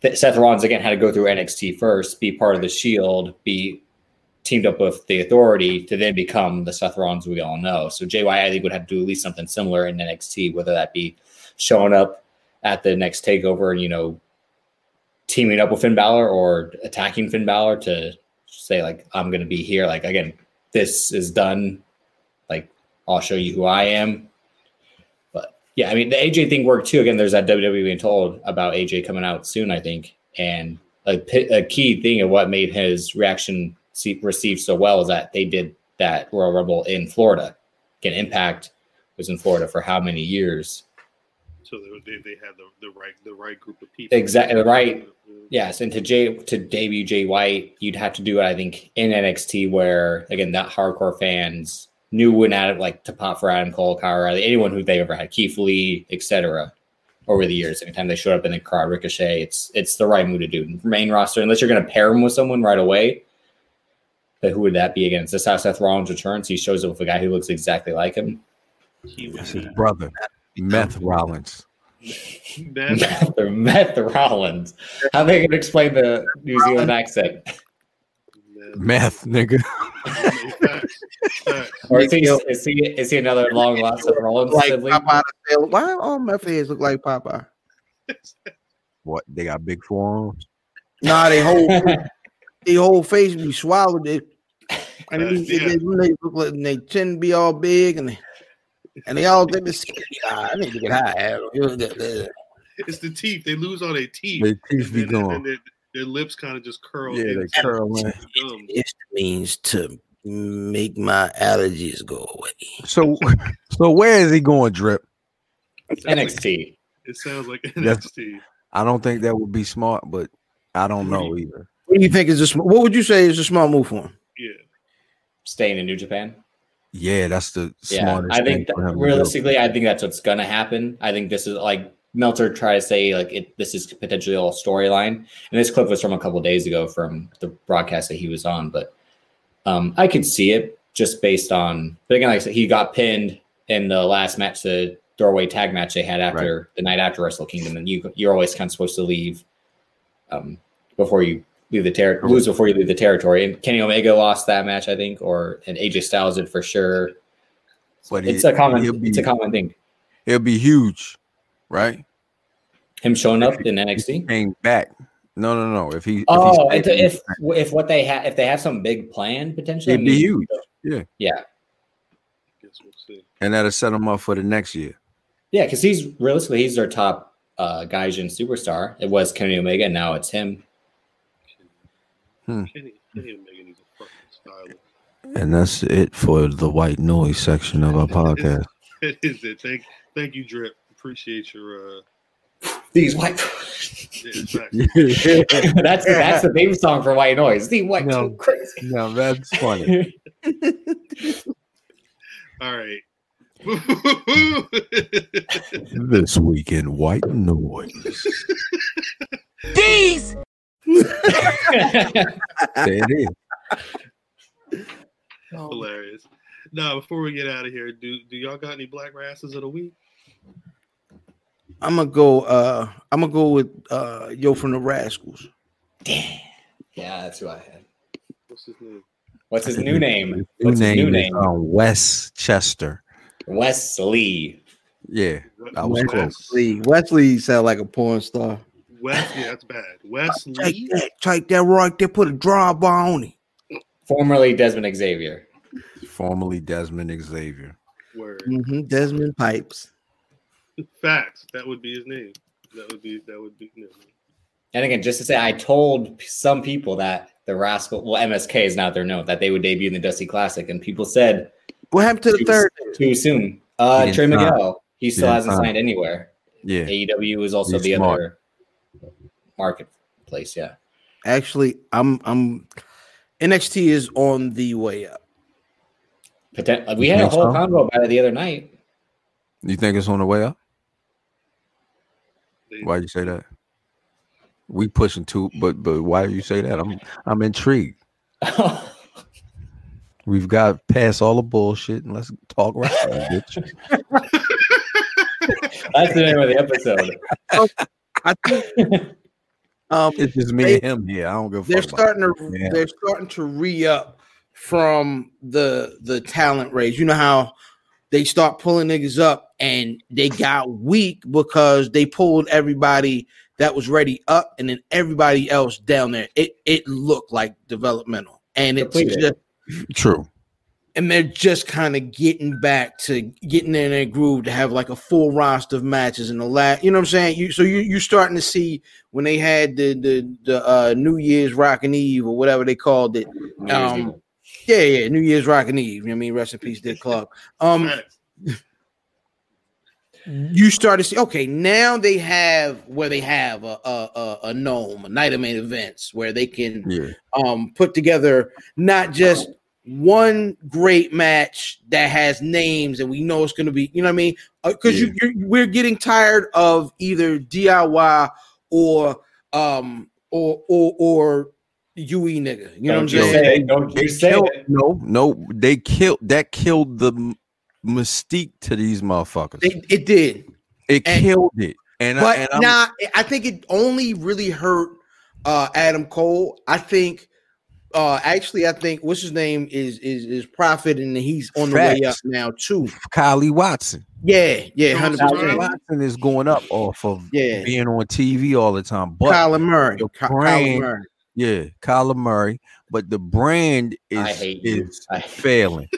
th- Seth Rollins again had to go through NXT first, be part of the Shield, be teamed up with the Authority to then become the Seth Rollins we all know. So Jay White, I think, would have to do at least something similar in NXT, whether that be showing up at the next takeover and you know teaming up with Finn Balor or attacking Finn Balor to say like I'm going to be here. Like again, this is done. Like I'll show you who I am. But yeah, I mean the AJ thing worked too. Again, there's that WWE being told about AJ coming out soon, I think, and a, pi- a key thing of what made his reaction see, received so well is that they did that Royal Rumble in Florida. Again, Impact was in Florida for how many years? So they, they, they had the, the right the right group of people. Exactly, the right- Yes, and to Jay to debut Jay White, you'd have to do it, I think, in NXT where again that hardcore fans knew when at it like to pop for Adam Cole, Kyle O'Reilly, anyone who they ever had, Keith Lee, etc. Over the years, anytime they showed up in the crowd, Ricochet, it's it's the right move to do. Main roster, unless you're going to pair him with someone right away, but who would that be against? This is how Seth Rollins returns. He shows up with a guy who looks exactly like him. He That's was his brother, Meth Rollins. bad. Meth, Meth Rollins. How they going to explain the New Zealand accent? Meth, nigga. Facts. Facts. Or is he, is he is he another long lost of Rollins Like sibling? Popeye. Why all my fans look like Popeye? What? They got big forearms. Nah, they whole they whole face be swallowed. It. And Uh, they, yeah. they, they look like and they chin be all big and they, and they all they be skinny. Nah, I need to get high. It's the teeth. They lose all their teeth. Their teeth be And then- and gone. their, their lips kind of just curl. Yeah, they into curl in. the gum. This means to make my allergies go away. So, so where is he going, Drip? It sounds like- NXT. It sounds like That's- NXT. I don't think that would be smart, but I don't know either. What do you think is this? What would you say is a small move for him? Yeah. Staying in New Japan. Yeah, that's the Yeah. smartest. I think thing for that, him to do. realistically, I think that's what's gonna happen. I think this is like Meltzer tried to say like it this is potentially all storyline. And this clip was from a couple days ago from the broadcast that he was on, but um I could see it just based on but again, like I said, he got pinned in the last match, the throwaway tag match they had after the night after Wrestle Kingdom, and you you're always kind of supposed to leave um before you leave the ter- lose before you leave the territory. And Kenny Omega lost that match, I think, or and AJ Styles did for sure. But it's it- a common it'll be- it's a common thing. It'll be huge, right? Him showing up in If he NXT. came back. No, no, no. If he, Oh, if, if he stayed- if, if what they have if they have some big plan potentially, it'd be maybe- huge, Guess we'll see. and that'll set him up for the next year. Yeah, because he's realistically he's their top uh Gaijin superstar. It was Kenny Omega, and now it's him. Hmm. Kenny, Kenny Omega needs a fucking stylist. And that's it for the white noise section of our podcast. That is it. Thank, thank you, Drip. Appreciate your. Uh, These white. yeah, facts. that's the, that's the theme song for White Noise. The white No. too crazy. no, that's funny. All right. this weekend, white noise. These There it is. Hilarious. Now, before we get out of here, do do y'all got any black asses of the week? I'm gonna go. uh I'm gonna go with uh Yo from the Rascals. yeah, that's who I had. What's his name? What's his new name? New What's name, his new is, name? um, Westchester. Wesley. Yeah, What- I was Wes- close. Wesley. Wesley sound like a porn star. Wes, yeah, that's bad. Take Wesley. that, take that right there. Put a draw bar on it. Formerly Desmond Xavier. formerly Desmond Xavier. Word. hmm Desmond Mm-hmm, Pipes. Facts. That would be his name. That would be that would be. No, And again, just to say, I told some people that the Rascal, well, MSK is now their note that they would debut in the Dusty Classic, and people said What happened to the too, third? too soon. Uh, He Trey didn't sign. Miguel, he still didn't hasn't sign. signed anywhere. Yeah. AEW is also He's the smart. other marketplace. Yeah, Actually, I'm I'm NXT is on the way up. Potent- like, we had a Think whole so? combo about it the other night. You think it's on the way up? they- Why you say that? We pushing two, but but why you say that? I'm I'm intrigued. We've got past all the bullshit and let's talk wrestling, bitch. That's the name of the episode. I think um It's just me and him here. I don't give a they're fuck. About starting to Yeah. they're starting to re up from the the talent raise. You know how they start pulling niggas up and they got weak because they pulled everybody that was ready up and then everybody else down there. It it looked like developmental and it's Completed. just True. and they're just kind of getting back to getting in their groove to have like a full roster of matches in the last. You know what I'm saying? You so you you starting to see when they had the the, the uh, New Year's Rockin' Eve or whatever they called it. Um, yeah, yeah, New Year's Rockin' Eve. You know what I mean, rest in peace, Dick Club. Um, Facts. you start to see okay now they have where they have a a, a, a gnome a night of main events where they can Yeah. um put together not just one great match that has names and we know it's going to be you know what i mean because Yeah. you, you're, we're getting tired of either diy or um or or or ue nigga you know what i'm don't you saying say, don't They you say killed- it. no, no, they killed that killed the m- mystique to these motherfuckers. They- it did it and- killed it. And, I, and But I'm- nah, I think it only really hurt uh, Adam Cole. I think uh, actually, I think what's his name is is is Prophet, and he's on the way up Facts. now too. Kylie Watson. Yeah, yeah, hundred Kylie percent. Watson is going up off of Yeah. being on TV all the time. But Kyler Murray, your Ky- Kyler brain- Murray. yeah, Kyler Murray. But the brand is I hate you. is I, failing.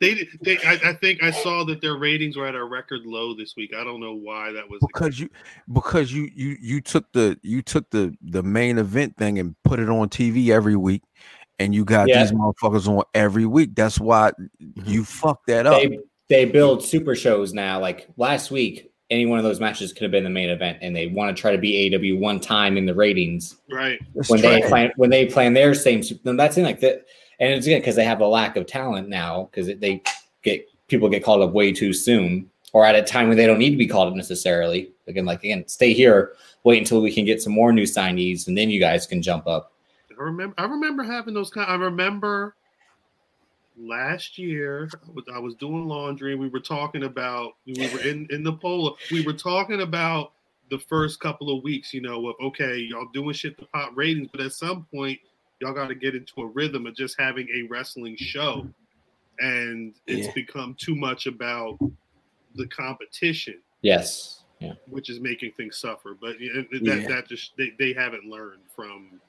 They, did- they I, I think I saw that their ratings were at a record low this week. I don't know why that was. the because you because you you you took the you took the the main event thing and put it on TV every week and you got Yeah. Mm-hmm. these motherfuckers on every week that's why you fucked that up they they build super shows now. Like last week, any one of those matches could have been the main event, and they want to try to be AW one time in the ratings. Right. That's when they trash. plan when they plan their same sup- then that's in like that and it's again because they have a lack of talent now because they get people get called up way too soon or at a time when they don't need to be called up necessarily again like again stay here wait until we can get some more new signees and then you guys can jump up I remember. I remember having those kind. I remember last year I was- I was doing laundry. We were talking about. We were in in the poll. We were talking about the first couple of weeks. You know, of okay, y'all doing shit to pop ratings, but at some point, y'all got to get into a rhythm of just having a wrestling show, and it's Yeah. become too much about the competition, yes yeah which is making things suffer. But yeah, that Yeah. that just they, they haven't learned from.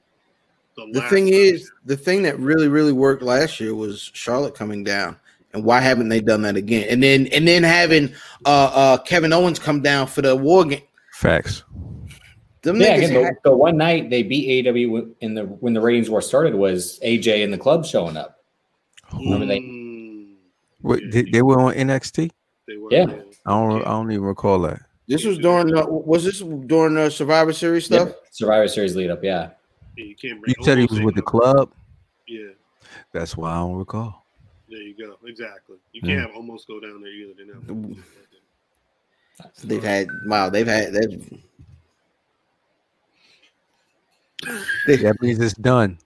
The last thing time. is, the thing that really really worked last year was Charlotte coming down. And why haven't they done that again? And then and then having uh, uh, Kevin Owens come down for the war game. facts Them yeah niggas again, the, the one night they beat aw w- in the when the ratings war started was aj and the club showing up Remember they- Mm, Wait, they, they were on NXT they were, Yeah. I don't I don't even recall that This was during the was this during the Survivor Series stuff? Yeah, survivor series lead up yeah Yeah, you can't you bring- said he almost was say with the no. club Yeah, that's why I don't recall there you go. Exactly. You Yeah. can't have almost go down there either. They're not- They've had wow, they've had that. that means it's done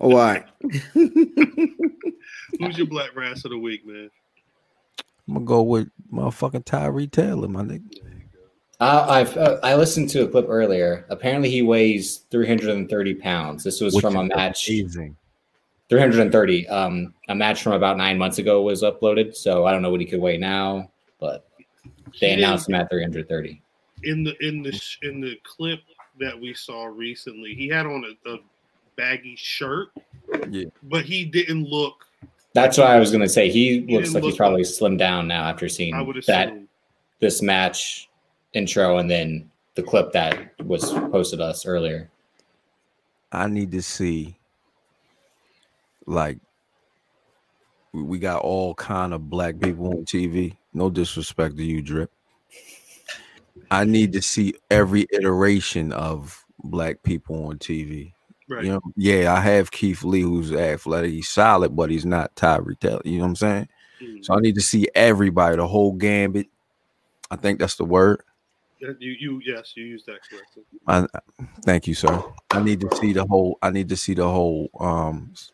Oh, all right. Who's your black rass of the week, man? I'm gonna go with motherfucking Tyree Taylor my nigga There you go. Uh, I've uh, I listened to a clip earlier. Apparently, he weighs 330 pounds. This was Which from a is match amazing 330. Um, a match from about nine months ago was uploaded. So I don't know what he could weigh now, but they He announced him didn't- at 330. in the in the sh- in the clip that we saw recently. He had on a, a baggy shirt, Yeah. but he didn't look. That's what I was gonna say. He looks didn't like he's look- probably slimmed down now after seeing I would that assume this match intro and then the clip that was posted us earlier. I need to see like we- we got all kind of black people on TV. No disrespect to you, Drip. I need to see every iteration of black people on TV. Right. You know, yeah, I have Keith Lee who's athletic, he's solid, but he's not Tyree Taylor. You know what I'm saying? Mm. So I need to see everybody, the whole gambit. I think that's the word. Yeah, You, you, yes, you used that correctly. I thank you, sir. I need to see the whole. I need to see the whole. Um, s-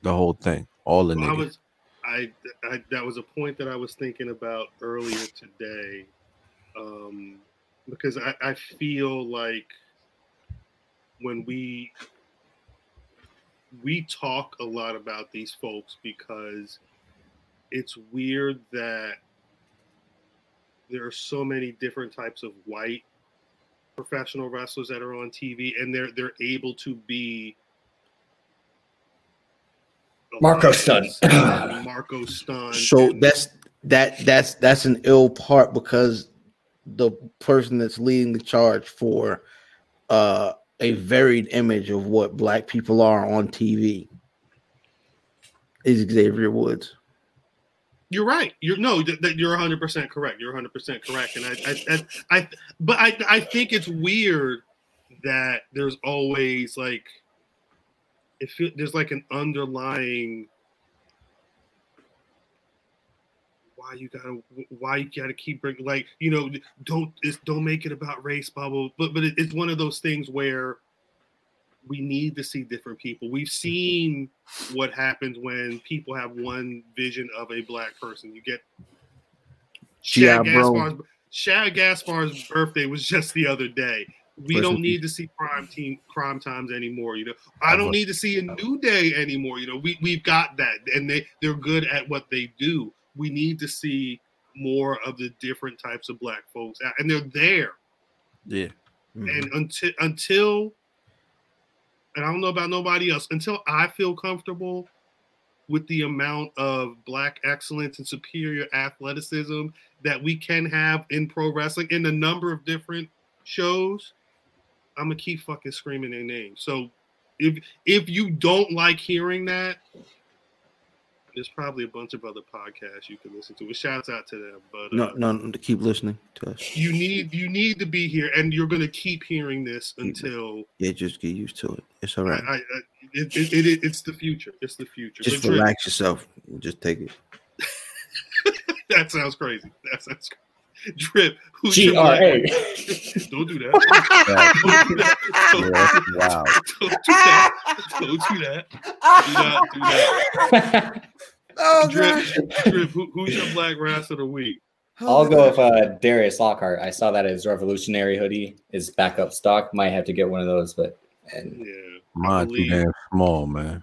the whole thing. All the Well, I niggas. was, I, I, that was a point that I was thinking about earlier today, um, because I, I feel like when we we talk a lot about these folks because it's weird that there are so many different types of white professional wrestlers that are on TV and they're they're able to be Marco Stunt. Marco Stunt. So that's that that's that's an ill part because the person that's leading the charge for uh a varied image of what black people are on TV is Xavier Woods. You're right. You're no, th- th- you're 100 percent correct. You're 100 percent correct, and I, I, I, I, but I, I think it's weird that there's always like, it feel, there's like an underlying why you gotta why you gotta keep bring like you know don't it's, don't make it about race bubble but but it, it's one of those things where we need to see different people we've seen what happens when people have one vision of a black person. You get G.I. Shad Bro. Gaspar's, Shad Gaspar's birthday was just the other day. We Rest don't in need to see prime team crime times anymore. You know, I don't Uh-huh. need to see a new day anymore. You know, we we've got that, and they they're good at what they do. We need to see more of the different types of black folks, and they're there yeah. Mm-hmm. and until until and I don't know about nobody else until I feel comfortable with the amount of black excellence and superior athleticism that we can have in pro wrestling in a number of different shows I'm gonna keep fucking screaming their name so if if you don't like hearing that there's probably a bunch of other podcasts you can listen to. Shouts out to them, but uh, No, no, no, keep listening to us. you need you need to be here, and you're going to keep hearing this Mm-hmm. until Yeah, just get used to it. It's all I, right. I, I it, it, it, it's the future. It's the future. Just But Drip, relax yourself. Just take it. That sounds crazy. That sounds crazy. Drip. Who's G your R black- A. Don't do that. Yeah, Don't do that. Don't do that's that. wild. Don't do that. Don't do that. Do not do that. Oh, Drip. God. Drip. Who, who's your black wrestler of the week? I'll go with uh, Darius Lockhart. I saw that his revolutionary hoodie is back up stock. Might have to get one of those, but and Yeah. Mine too believe- damn small, man.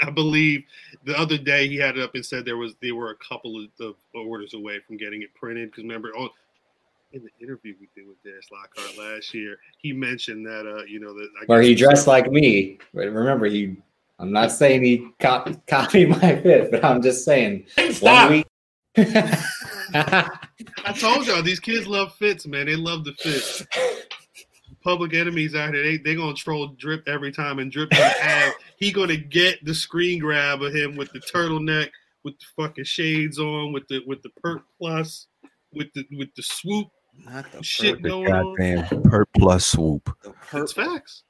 I believe the other day he had it up and said there was they were a couple of, of orders away from getting it printed because remember on in the interview we did with Dennis Lockhart last year he mentioned that uh you know that I where guess- he dressed like me. But remember, he. I'm not saying he cop copied my fit, but I'm just saying Stop. one week. I told y'all these kids love fits man they love the fits public enemies out here they they gonna troll drip every time and drip gonna have he gonna get the screen grab of him with the turtleneck with the fucking shades on with the with the perk plus with the with the swoop Not the shit The going on. goddamn perk plus swoop. It's facts.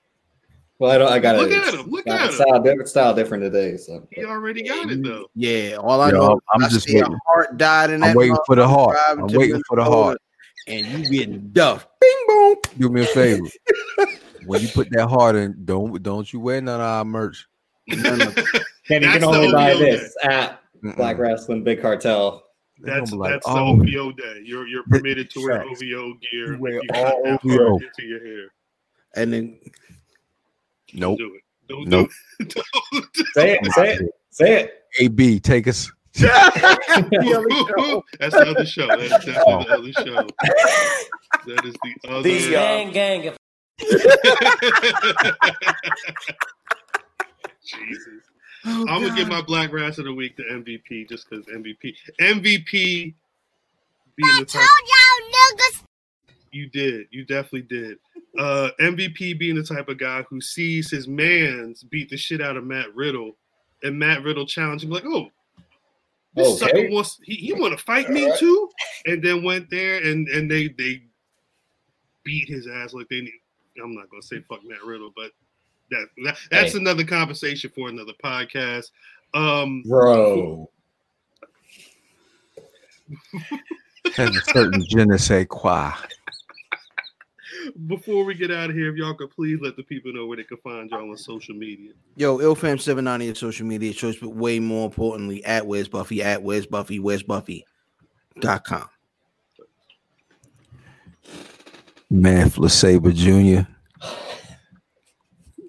well, I don't. I got Look at him, look at him. Style, different style, different today. So He already got it though. Yeah, all I Yo, know, I'm i just see waiting. a heart died in that. I'm waiting for the heart. driving I'm to waiting for the Minnesota, heart. And you getting duffed. Bing boom. Do me a favor. when you put that heart in, don't don't you wear none of our merch. and you That's can the only buy OVO this at Mm-mm. Black Wrestling Big Cartel. They gonna That's be like, that's oh, the OVO day. You're you're permitted to wear Facts. OVO gear. You wear if all got that OVO. hard into your hair. And then Nope. Don't Do it. Don't Nope. do it. Don't do Say it, say it, say it. AB, take us. it. that's the other show. That's definitely the other show. That is the other. The, uh, Gang, gang. If Jesus. Oh, I'm gonna God. give my Black Rats of the Week to MVP just because MVP MVP being the told type y'all niggas. you did, you definitely did. Uh, MVP being the type of guy who sees his man's beat the shit out of Matt Riddle, and Matt Riddle challenging like, "Oh, this Oh, Okay. sucker wants he, he want to fight me too," and then went there and and they they beat his ass like they need. I'm not gonna say fuck Matt Riddle, but that, that that's Hey. another conversation for another podcast. Um, Bro. Has a certain je ne sais quoi. before we get out of here, if y'all could please let the people know where they can find y'all on social media. Yo, IlFam790 on social media choice, but way more importantly, at Where's Buffy, at Where's Buffy, Where's Buffy dot com. Math LeSabre Jr.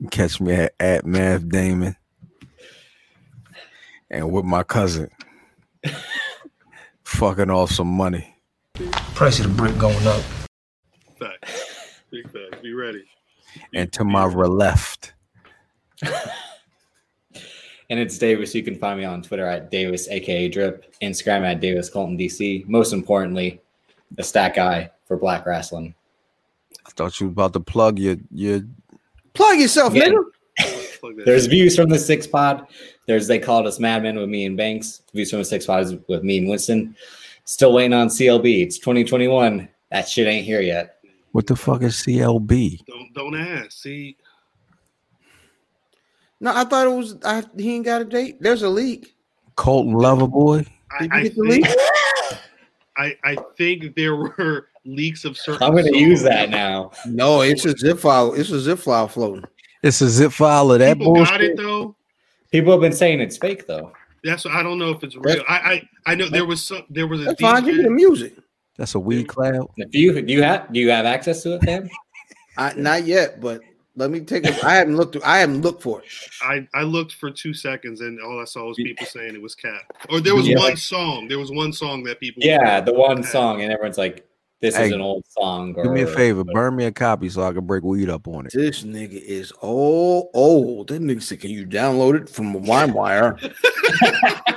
Catch me at, at Math Damon. And with my cousin. Fucking off some money. Price of the brick going up. Facts. Big facts. Be ready. And to my re- left. And it's Davis. You can find me on Twitter at Davis, aka Drip, Instagram at Davis Colton DC. Most importantly, the stack guy for Black Wrestling. I thought you was about to plug your your Plug Oh, yourself, Yeah. nigga. Plug that There's views from the six pod. There's they called us madmen with me and Banks. Views from the six pod is with me and Winston. Still waiting on CLB. It's 2021. That shit ain't here yet. what the fuck is CLB? Don't don't ask. See, No, I thought it was I, he ain't got a date. There's a leak. Colton Loverboy? I, Did you I get the think, leak? I I think there were leaks of certain. I'm gonna songs. use that now. No, it's a zip file. It's a zip file floating. It's a zip file of that People got bullshit. it though. People have been saying it's fake though. That's I don't know if it's real. I I, I know there was some there was a That's fine. Give me the DJ. music. That's a weed cloud. Do you do you have do you have access to it, fam? I, not yet, but let me take it. I haven't looked through. I haven't looked for it. I I looked for two seconds and all I saw was people saying it was cap. Or there was Yeah. one song. There was one song that people. Yeah, the one song, and everyone's like, "This Hey, is an old song." Or, Do me a favor, burn me a copy so I can break weed up on it. This nigga is old, old. That nigga said, "Can you download it from LimeWire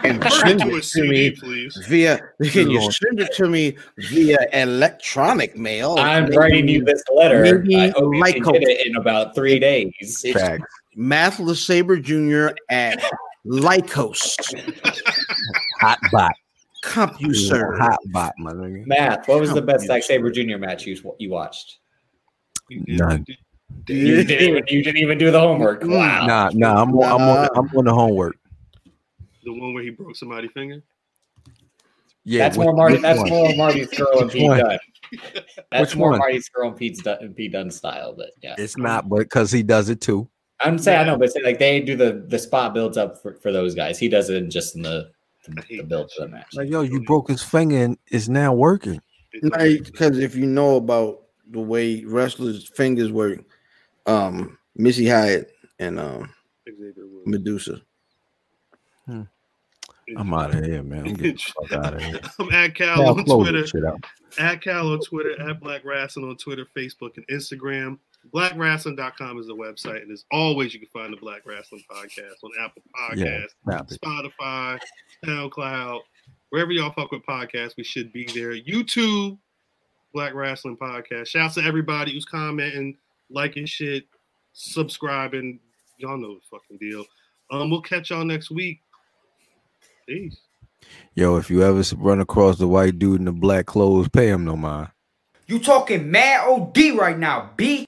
and Turn send it to a it to CD, me please. via? Can you Lord. send it to me via electronic mail? I'm writing you this letter. maybe I hope you can Michael- get it in about three days. It's Facts. Mathless Saber Jr. at Lycos Hot bot. CompuServe. Hot bot, my nigga. Math. What was the best Computer. Zack Saber Junior match you you watched? You did- None. you You didn't even you didn't even do the homework. Mm, Wow. Nah, nah, I'm, on- I'm, on, the- I'm on the homework. did The one where he broke somebody's finger. Yeah, that's which- more Marty. which That's one? more Marty's girl and Which Pete one? Dunn. That's Which more one? Marty's girl and Pete's Dunn, and Pete Dunn style. But yeah, It's not, but because he does it too. I'm saying I know, but say like they do the the spot builds up for, for those guys. He does it just in the I the, hate the build that for the shit. match. Like, yo, you broke his finger and it's now working. It- Because if you know about the way wrestlers' fingers work, um, Missy Hyatt and um, Xavier Woods. Medusa. I'm out of here, man. I'm getting the fuck out of here. I'm at Cal Now on close Twitter. this shit out. At Cal on Twitter. At Black Wrestling on Twitter, Facebook, and Instagram. BlackWrestling.com is the website. And as always, you can find the Black Wrestling Podcast on Apple Yeah, Podcasts, stop it. Spotify, SoundCloud, wherever y'all fuck with podcasts, we should be there. YouTube, Black Wrestling Podcast. Shouts to everybody who's commenting, liking shit, subscribing. Y'all know the fucking deal. Um, we'll catch y'all next week. Peace. Yo, if you ever run across the white dude in the black clothes, pay him no mind. You talking mad OD right now, B.